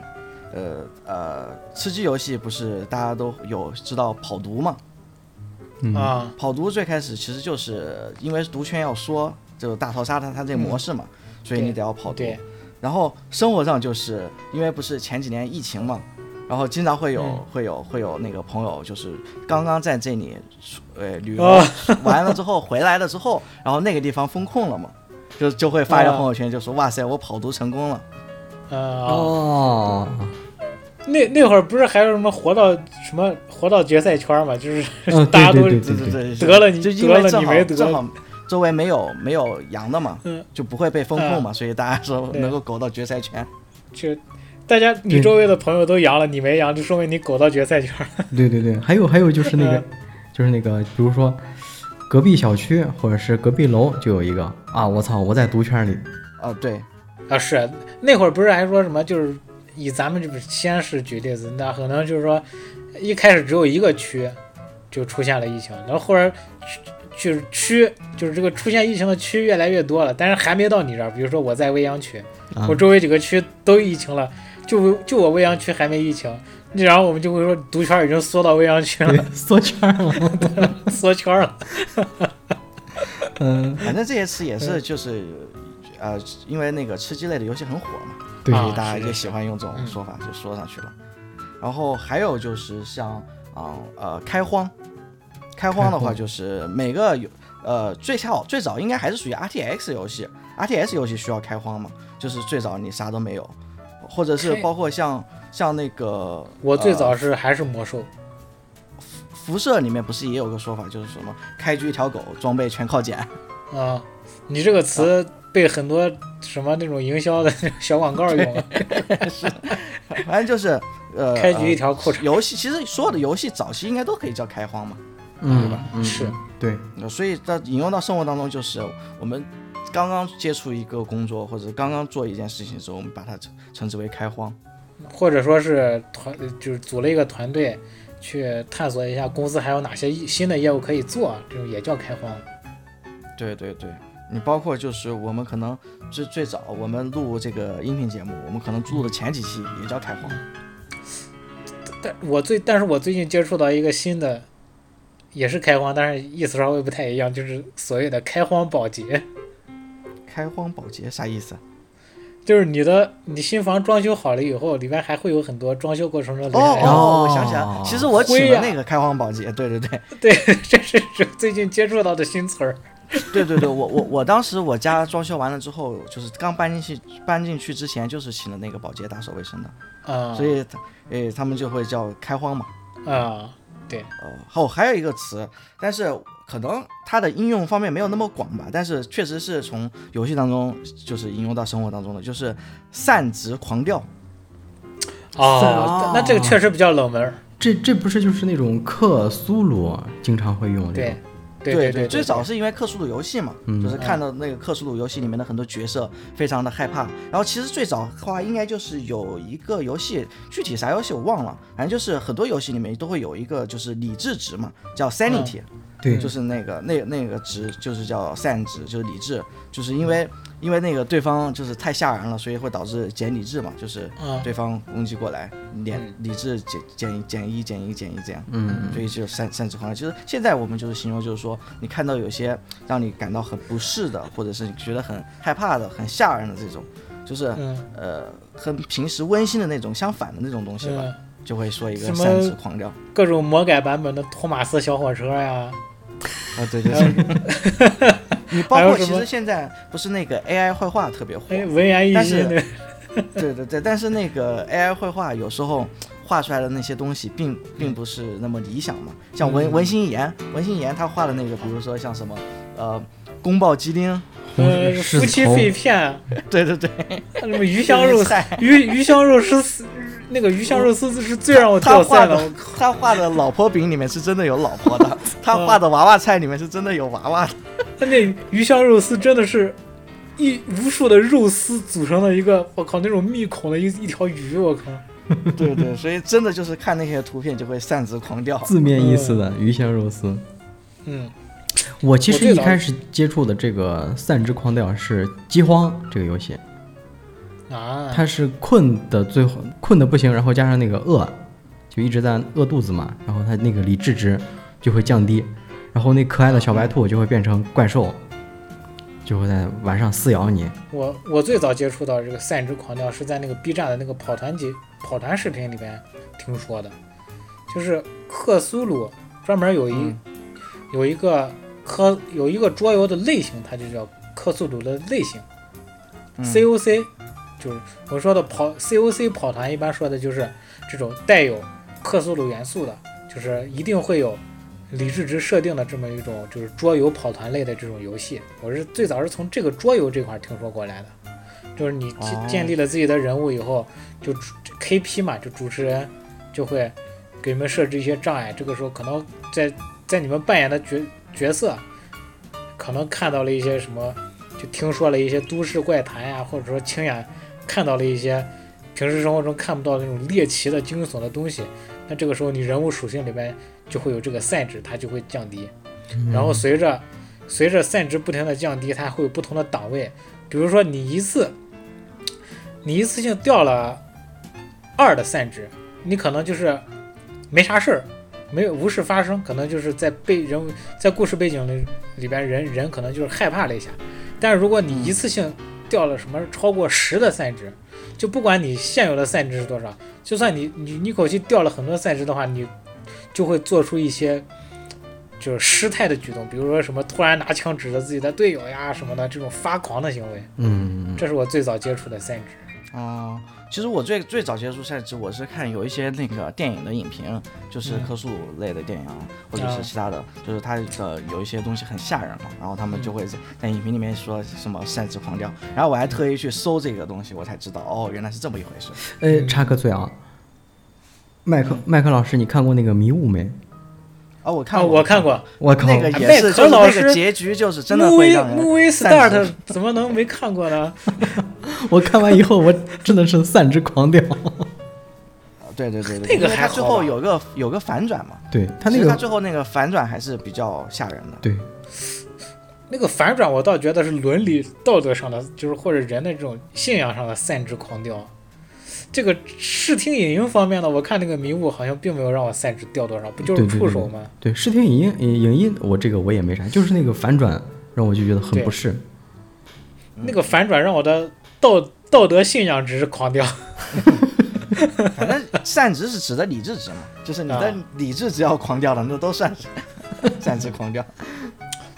呃呃，吃鸡游戏不是大家都有知道跑毒吗？嗯，啊，跑毒最开始其实就是因为毒圈要缩，就是大逃杀它它这个模式嘛，所以你得要跑嗯毒。对，然后生活上就是因为不是前几年疫情嘛，然后经常会有、嗯会有会有那个朋友就是刚刚在这里呃旅游、哦 <laughs> 完了之后回来了之后，然后那个地方封控了嘛，就就会发一个朋友圈就说、哇塞我跑毒成功了，嗯、哦，哦，那那会儿不是还有什么活到什么活到决赛圈嘛，就是嗯， <laughs> 大家对都对对对对对对，对，得了你就因得为了正你好没得正好周围没有没有阳的嘛，嗯就不会被封控嘛，所以大家说对能够苟到决赛圈。就大家你对周围的朋友都阳了，你没阳，就说明你苟到决赛圈。对对对，还有还有就是 <laughs> 那个，就是那个，比如说隔壁小区或者是隔壁楼就有一个啊，我操，我在毒圈里，啊，对，啊，是那会儿不是还说什么，就是以咱们这个西安市举例子，那可能就是说一开始只有一个区就出现了疫情，然后后来区就是区就是这个出现疫情的区越来越多了，但是还没到你这儿。比如说我在未央区，啊我周围几个区都疫情了，就就我未央区还没疫情。然后我们就会说，毒圈已经缩到未央区了，对缩圈 <laughs> 了，缩圈了。嗯，反正这些词也是就是，呃，因为那个吃鸡类的游戏很火嘛，对啊所以大家是就喜欢用这种嗯说法就说上去了。然后还有就是像啊呃开荒，开荒的开话荒就是每个游呃最早最早应该还是属于 RTX 游戏，RTS 游戏需要开荒嘛，就是最早你啥都没有，或者是开包括像像那个我最呃啊早是还是魔兽，辐射里面不是也有个说法，就是什么开局一条狗，装备全靠捡。啊，你这个词被很多什么那种营销的小广告 <laughs> 用了， <laughs> 反正就是呃，开局一条裤呃衩。游戏其实所有的游戏早期应该都可以叫开荒嘛，嗯对吧，嗯是，对，那所以到引用到生活当中，就是我们刚刚接触一个工作或者刚刚做一件事情的时候，我们把它称称之为开荒。或者说是团，就是组了一个团队去探索一下公司还有哪些业新的业务可以做，这种也叫开荒。对对对，你包括就是我们可能最最早我们录这个音频节目，我们可能录的前几期也叫开荒。但我最，但是我最近接触到一个新的，也是开荒，但是意思稍微不太一样，就是所谓的开荒保洁， <laughs> 开荒保洁啥意思啊？就是你的你新房装修好了以后，里面还会有很多装修过程中的哦零哦散哦，我想起来了，其实我灰起呀了那个开荒保洁。对对对对，这 <laughs> 是这最近接触到的新词儿。对对对，我我我当时我家装修完了之后，就是刚搬进去搬进去之前，就是请了那个保洁打扫卫生的，啊、所以他诶他们就会叫开荒嘛。啊、哦，还有还有一个词，但是可能它的应用方面没有那么广吧，但是确实是从游戏当中就是应用到生活当中的，就是散值狂掉。哦，那那这个确实比较冷门儿。这这不是就是那种克苏鲁经常会用的那对种？，对哦对对，最早是因为克苏鲁游戏嘛，嗯就是看到那个克苏鲁游戏里面的很多角色非常的害怕。然后其实最早的话，应该就是有一个游戏，具体啥游戏我忘了，反正就是很多游戏里面都会有一个就是理智值嘛，叫嗯 sanity，、对就是那个那那个值就是叫善值，就是理智，就是因为因为那个对方就是太吓人了，所以会导致减理智嘛，就是嗯对方攻击过来，连嗯理智减减减一减一减一这样，嗯，所以就善善值狂。其实现在我们就是形容，就是说你看到有些让你感到很不适的，或者是你觉得很害怕的、很吓人的这种，就是、嗯呃和平时温馨的那种相反的那种东西吧，嗯，就会说一什个么善值狂掉。各种魔改版本的托马斯小火车呀，啊，对对对。你包还有括什其么实现在不是那个 AI 绘画特别火，哎，文言一但新是的，对对对，但是那个 AI 绘画有时候画出来的那些东西嗯并并不是那么理想嘛。像文文心一言，文心一言他画的那个，比如说像什么呃宫爆鸡丁， <laughs> 呃，红狮夫子妻头肺片，对对对， <laughs> 什么鱼香肉丝，菜，鱼鱼香肉丝丝，那个鱼香肉丝是最让我他掉画线的。的他画的老婆饼里面是真的有老婆的， <laughs> 他画的娃娃菜里面是真的有娃娃的。他那鱼香肉丝真的是一无数的肉丝组成的一个，我靠，那种密孔的一一条鱼，我靠，嗯对对，所以真的就是看那些图片就会擅自狂掉。字面意思的鱼香肉丝。嗯，我其实我最一早开始接触的这个《散之狂调》是《饥荒》这个游戏，嗯啊，它是困的最后困的不行，然后加上那个饿，就一直在饿肚子嘛，然后它那个理智值就会降低，然后那可爱的小白兔就会变成怪兽，就会在晚上撕咬你。我我最早接触到这个散之狂调是在那个 B 站的那个跑团节跑团视频里边听说的，就是克苏鲁专门有一、嗯有一个科有一个桌游的类型，它就叫克苏鲁的类型、嗯 COC，就是我说的跑 COC 跑团一般说的就是这种带有克苏鲁元素的，就是一定会有理智值设定的这么一种就是桌游跑团类的这种游戏，我是最早是从这个桌游这块儿听说过来的，就是你哦建建立了自己的人物以后，就主 KP 嘛，就主持人就会给你们设置一些障碍，这个时候可能在在你们扮演的角角色，可能看到了一些什么，就听说了一些都市怪谈呀，或者说亲眼看到了一些平时生活中看不到的那种猎奇的惊悚的东西，那这个时候你人物属性里边就会有这个赛值，它就会降低。嗯然后随着随着散值不停的降低，它会有不同的档位。比如说你一次你一次性掉了二的散值，你可能就是没啥事儿，没有无事发生，可能就是在背人物在故事背景里里边人人可能就是害怕了一下。但是如果你一次性掉了什么超过十的散值，就不管你现有的散值是多少，就算你你你一口气掉了很多散值的话，你就会做出一些就是失态的举动，比如说什么突然拿枪指着自己的队友呀什么的，这种发狂的行为，嗯，这是我最早接触的三指。哦、其实我最最早接触赛制，我是看有一些那个电影的影评，就是嗯科幻类的电影啊，或者啊是其他的，就是它的有一些东西很吓人嘛，然后他们就会在在影评里面说什么赛制狂飙，然后我还特意去搜这个东西，我才知道哦，原来是这么一回事。呃，插个嘴啊，麦克麦克老师，你看过那个《迷雾》没？哦，我看啊，过，我看，过。我靠，那个哎也麦是，克就是老那师个结局就是真的会 movie 让人 movie 散 start 怎么能没看过呢？我看完以后，我真的是散之狂掉。对对对那对，个因为还他最好啊后吧有个有个反转嘛，对他那其实他个，最后那个反转还是比较吓人的。对那个反转，我倒觉得是伦理道德上的，就是或者人的这种信仰上的散之狂掉。这个视听影音方面呢，我看那个迷雾好像并没有让我散之掉多少，不就是对对触对手吗？对，视听影音呃影影音，我这个我也没啥，就是那个反转让我就觉得很对不适。那个反转让我的道道德信仰值狂掉。反正善值是指的理智值嘛，就是你的啊理智只要狂掉了，那 <laughs> 都算是善值狂掉。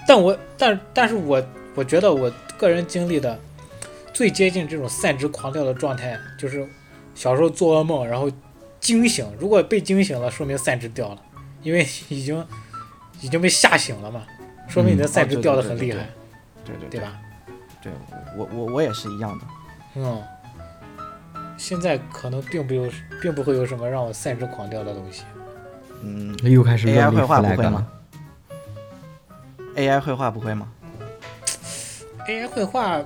但我但但是我我觉得我个人经历的最接近这种散之狂掉的状态，就是小时候做噩梦，然后惊醒。如果被惊醒了，说明散之掉了，因为已经已经被吓醒了嘛，说明你的嗯散哦之对掉的对很对厉对害，对对对对吧？对，我我我也是一样的。嗯，现在可能并不有，并不会有什么让我散之狂掉的东西。嗯又开始 AI 乱立绘画不 flag 会了吗。，AI 绘画不会吗？ AI 绘画，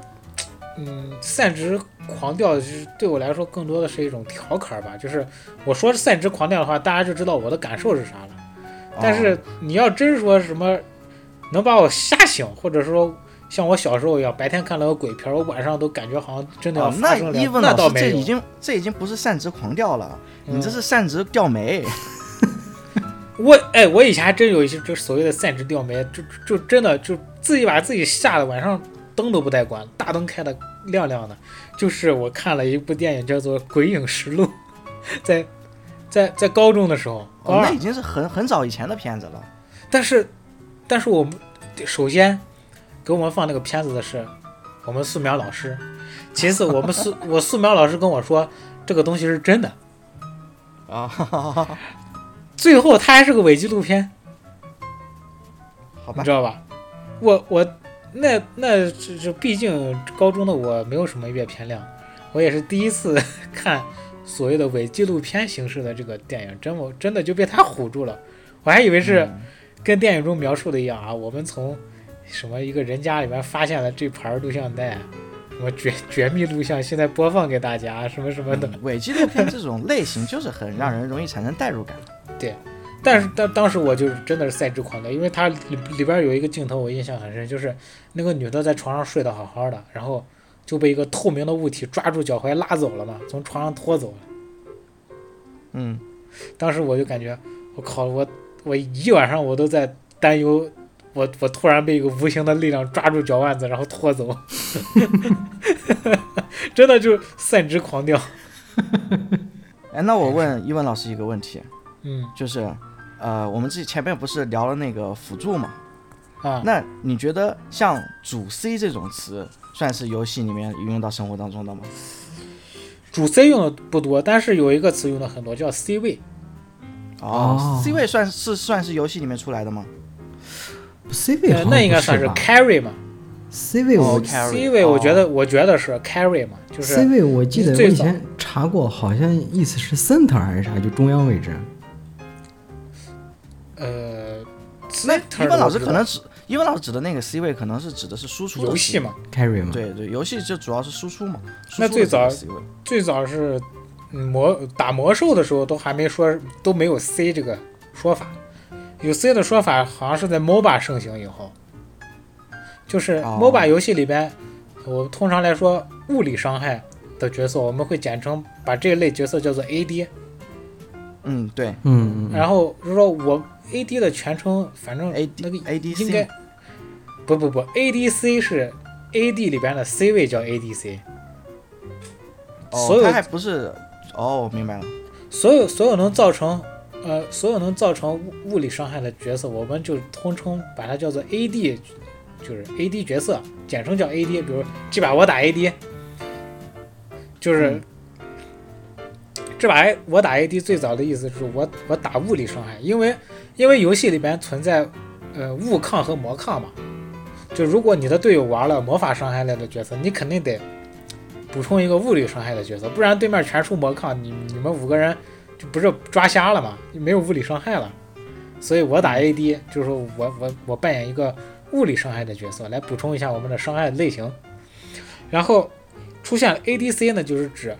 嗯，散值狂掉，就是对我来说更多的是一种调侃儿吧。就是我说是散值狂掉的话，大家就知道我的感受是啥了。哦但是你要真说什么能把我吓醒，或者说像我小时候一样，白天看了个鬼片儿，我晚上都感觉好像真的要哦，哦发那生了，伊文那老倒师这没有。已经这已经不是善值狂掉了，嗯你这是善值掉眉。我哎，我以前还真有一些就所谓的散值吊眉，就就真的就自己把自己吓得晚上灯都不带关，大灯开的亮亮的。就是我看了一部电影叫做《鬼影实录》， <laughs> 在在在高中的时候，高哦，二那已，经是很很早以前的片子了。但是但是我们首先给我们放那个片子的是我们素描老师，其次我们素 <laughs> 我素描老师跟我说这个东西是真的，啊，好最后它还是个伪纪录片。你吧知，道吧？我我那那这这，毕竟高中的我没有什么阅片量，我也是第一次 <laughs> 看所谓的伪纪录片形式的这个电影，真我真的就被他唬住了，我还以为是跟电影中描述的一样啊，我们从什么一个人家里面发现了这盘录像带，什么绝绝密录像，现在播放给大家什么什么的，嗯伪纪录片这种类型就是很让人容易产生代入感。但是当当时我就是真的是赛制狂的，因为它里里边有一个镜头我印象很深，就是那个女的在床上睡得好好的，然后就被一个透明的物体抓住脚踝拉走了嘛，从床上拖走了。嗯，当时我就感觉，我靠，我我一晚上我都在担忧， <laughs> 我我突然被一个无形的力量抓住脚腕子，然后拖走， <laughs> 真的就是赛制狂掉。哎，那我问伊文老师一个问题，嗯就是，呃，我们自己前面不是聊了那个辅助嘛？啊，那你觉得像主 C 这种词，算是游戏里面运用到生活当中的吗？主 C 用的不多，但是有一个词用的很多，叫 C 位。哦 c 位算是算是游戏里面出来的吗？ C 位好呃像那应该不是算是吧 carry 嘛。 C 位哦我 carry C 位，哦我觉得、我觉得是 carry 嘛，就 C 是位我记得我最以早前查过，好像意思是 center 还是啥，就中央位置。呃，那伊 center 文老我知师道可能指伊文老师指的那个 C 位，可能是指的是输出的游 C 戏位。嘛， carry 嘛，对对，游戏就主要是输出嘛。输嗯那出最的这个早 C 位最早是嗯魔打魔兽的时候都还没说都没有 C 这个说法，有 C 的说法好像是在 MOBA 盛行以后，就是哦 MOBA 游戏里边，我通常来说物理伤害的角色，我们会简称把这一类角色叫做 AD。嗯，对嗯嗯嗯，然后就说我 AD 的全称，反正，A 那 D 个 A D 应该 C 不不不，ADC 是 AD 里边的 C 位叫 ADC，、所哦，有它还不是哦，我明白了。所有所有能造成呃所有能造成物物理伤害的角色，我们就通称把它叫做 AD，就是 AD 角色，简称叫 AD，比如这把我打 AD，就是这把 I 我打 AD 最早的意思是我我打物理伤害，因为因为游戏里边存在呃物抗和魔抗嘛，就如果你的队友玩了魔法伤害类的角色，你肯定得补充一个物理伤害的角色，不然对面全出魔抗，你你们五个人就不是抓瞎了嘛，就没有物理伤害了。所以我打 AD 就是说我我我扮演一个物理伤害的角色来补充一下我们的伤害类型，然后出现了 ADC 呢，就是指，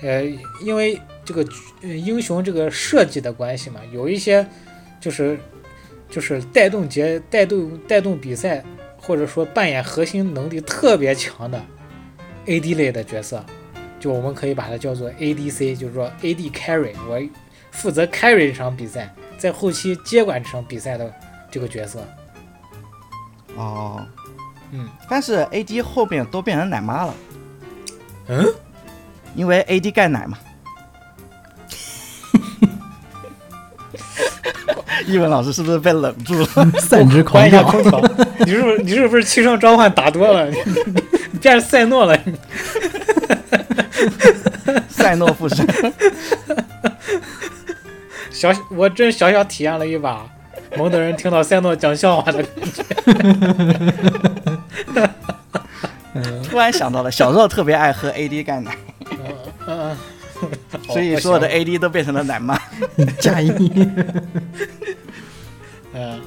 呃，因为这个呃英雄这个设计的关系嘛，有一些就是就是带动节带动带动比赛或者说扮演核心能力特别强的 AD 类的角色，就我们可以把它叫做 ADC，就是说 AD carry，我负责 carry 这场比赛，在后期接管这场比赛的这个角色。哦，嗯，但是 AD 后面都变成奶妈了，嗯，因为 AD 盖奶嘛。 <laughs> 一文老师是不是被冷住了？ <laughs> 散之关嗯狂一下跳，空调，你是不是你是不是七圣召唤打多了， <laughs> 你你变成赛诺了？赛诺附身，小我真小小体验了一把蒙德人听到赛诺讲笑话 <laughs> 的，突然想到了小时候特别爱喝 AD 盖奶，嗯，所以所有的 AD 都变成了奶妈。加一，嗯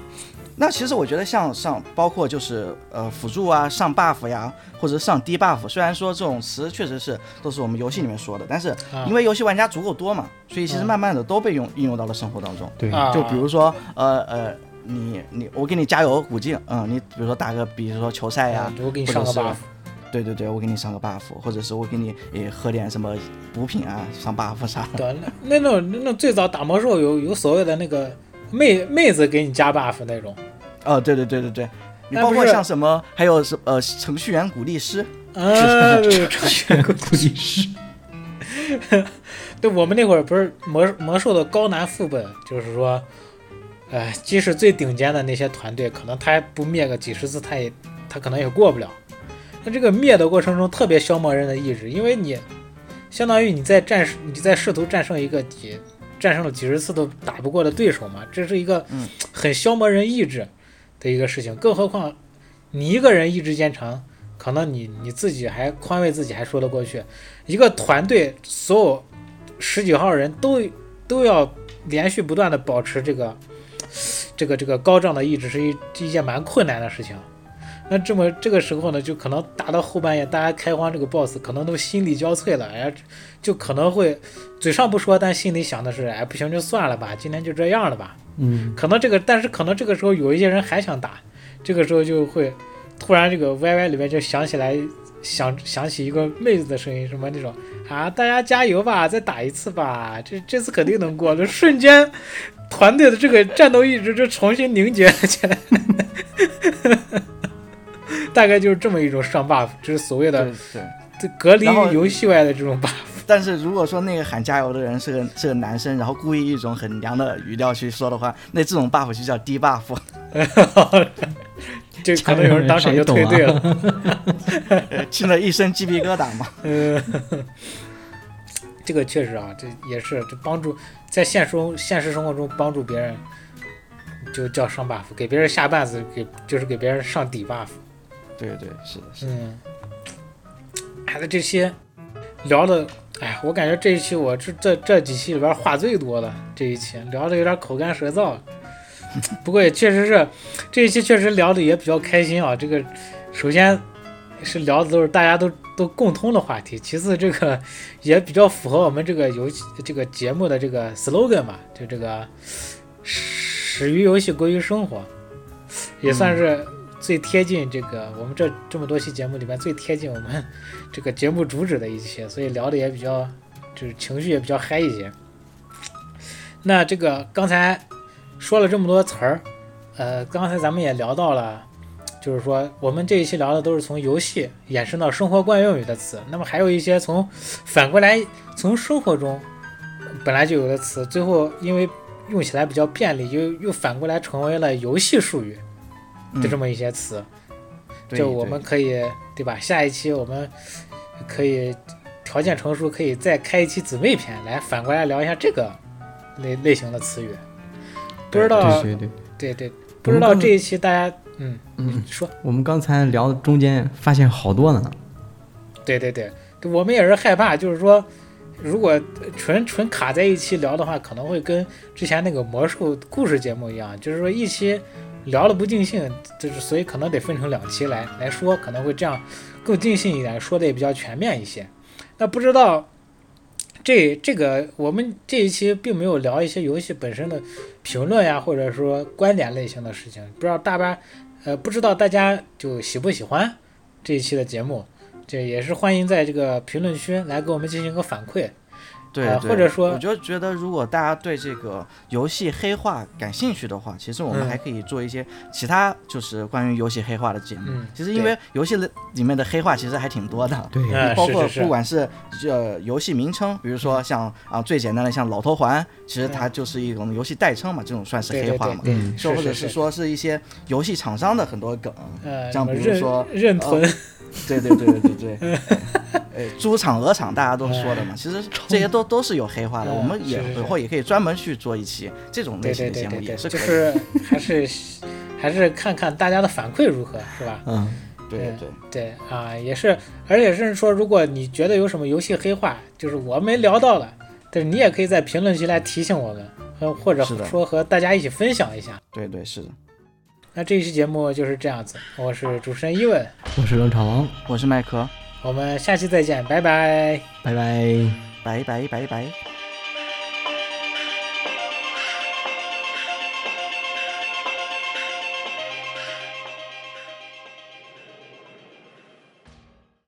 那其实我觉得像上包括就是呃辅助啊、上 buff 呀，或者上低 buff，虽然说这种词确实是都是我们游戏里面说的，但是啊因为游戏玩家足够多嘛，所以其实嗯慢慢的都被用应用到了生活当中。对，啊，就比如说呃呃，你你我给你加油鼓劲，嗯，你比如说打个比如说球赛哎呀、嗯我给你上个或者是 buff，对对对，我给你上个 buff，或者是我给你也喝点什么补品啊，上 buff 啥的。对，那那种那种最早打魔兽有有所谓的那个妹妹子给你加 buff 那种，哦，对对对对对，你那包不括是像什么，还有什呃程序员鼓励师， <laughs> 啊，估 <laughs> 计是对，我们那会儿不是魔魔兽的高难副本，就是说，呃，即使最顶尖的那些团队，可能他不灭个几十次，他也他可能也过不了。那这个灭的过程中特别消磨人的意志，因为你相当于你在战你在试图战胜一个几战胜了几十次都打不过的对手嘛，这是一个嗯很消磨人意志的一个事情。更何况你一个人意志坚强，可能你你自己还宽慰自己还说得过去，一个团队所有十几号人都都要连续不断的保持这个这个这个高涨的意志，是一一件蛮困难的事情。那这么这个时候呢，就可能打到后半夜，大家开荒这个 boss 可能都心力交瘁了，哎呀，就可能会嘴上不说，但心里想的是，哎，不行就算了吧，今天就这样了吧。嗯，可能这个，但是可能这个时候有一些人还想打，这个时候就会突然这个 YY 里面就响起来，想想起一个妹子的声音，什么那种啊，大家加油吧，再打一次吧，这这次肯定能过。就瞬间，团队的这个战斗意志就重新凝结了起来。 <laughs> 大概就是这么一种上 buff，就是所谓的对对。这隔离然后游戏外的这种 buff。 <laughs> 但是如果说那个喊加油的人是个是个男生，然后故意一种很娘的语调去说的话，那这种 buff 就叫低 buff。 <laughs> 就可能有人当场就退队了。听了一身鸡皮疙瘩嘛。呃，这个确实啊，这也是这帮助在现实中现实生活中帮助别人，就叫上 buff，给别人下绊子，给就是给别人上底 buff。 <laughs> 对对，是的，是的。嗯，哎，那这些聊的，哎，我感觉这一期我这这这几期里边话最多的这一期聊的有点口干舌燥，不过也确实是这一期确实聊的也比较开心啊。这个首先是聊的都是大家都都共通的话题，其次这个 <laughs> 也比较符合我们这个游戏这个节目的这个 slogan 嘛，就这个始于游戏归于生活，也算是、最贴近这个我们这这么多期节目里面最贴近我们这个节目主旨的一期，所以聊的也比较就是情绪也比较嗨一些。那这个刚才说了这么多词儿，呃，刚才咱们也聊到了，就是说我们这一期聊的都是从游戏衍生到生活惯用语的词，那么还有一些从反过来从生活中本来就有的词，最后因为用起来比较便利，又又反过来成为了游戏术语。嗯就这么一些词，对就我们可以对吧？下一期我们可以挑条件成熟，可以再开一期姊妹篇来反过来聊一下这个类类型的词语。不知道，啊对对对，对对，不知道这一期大家，嗯，嗯，说，我们刚才聊的中间发现好多呢，对对对，我们也是害怕，就是说，如果纯纯卡在一期聊的话，可能会跟之前那个魔术故事节目一样，就是说一期聊的不尽兴，就是所以可能得分成两期来来说，可能会这样更尽兴一点，说的也比较全面一些。那不知道这这个我们这一期并没有聊一些游戏本身的评论呀，或者说观点类型的事情，不知道大家呃不知道大家就喜不喜欢这一期的节目，这也是欢迎在这个评论区来给我们进行一个反馈。对呃对或者说我就觉得如果大家对这个游戏黑化感兴趣的话，其实我们嗯还可以做一些其他就是关于游戏黑化的节目。嗯，其实因为游戏里里面的黑化其实还挺多的。对，嗯哎包是括是是不管是呃游戏名称，比如说像啊最简单的像老头环，其实它就是一种游戏代称嘛，这种算嗯是对黑对化对嘛。对，嗯就或者是是说是一些游戏厂商的很多梗，呃，像什么比如认说认屯，对对对对对对，呃，猪场鹅场大家都说的嘛，其实这些都都是有黑化的，哎嗯我们也是是是以后也可以专门去做一期这种类对型对对的节目，对对，也是可就以。是 <laughs> 还是还是看看大家的反馈如何，是吧？嗯，对对对，对啊、也是，而且甚至说，如果你觉得有什么游戏黑化，就是我没聊到的，但是你也可以在评论区来提醒我们，呃，或者是的说和大家一起分享一下。对对是的。那这一期节目就是这样子，我是主持人伊文，我是冷场王，我是麦克，我们下期再见，拜拜。拜拜。拜拜拜拜。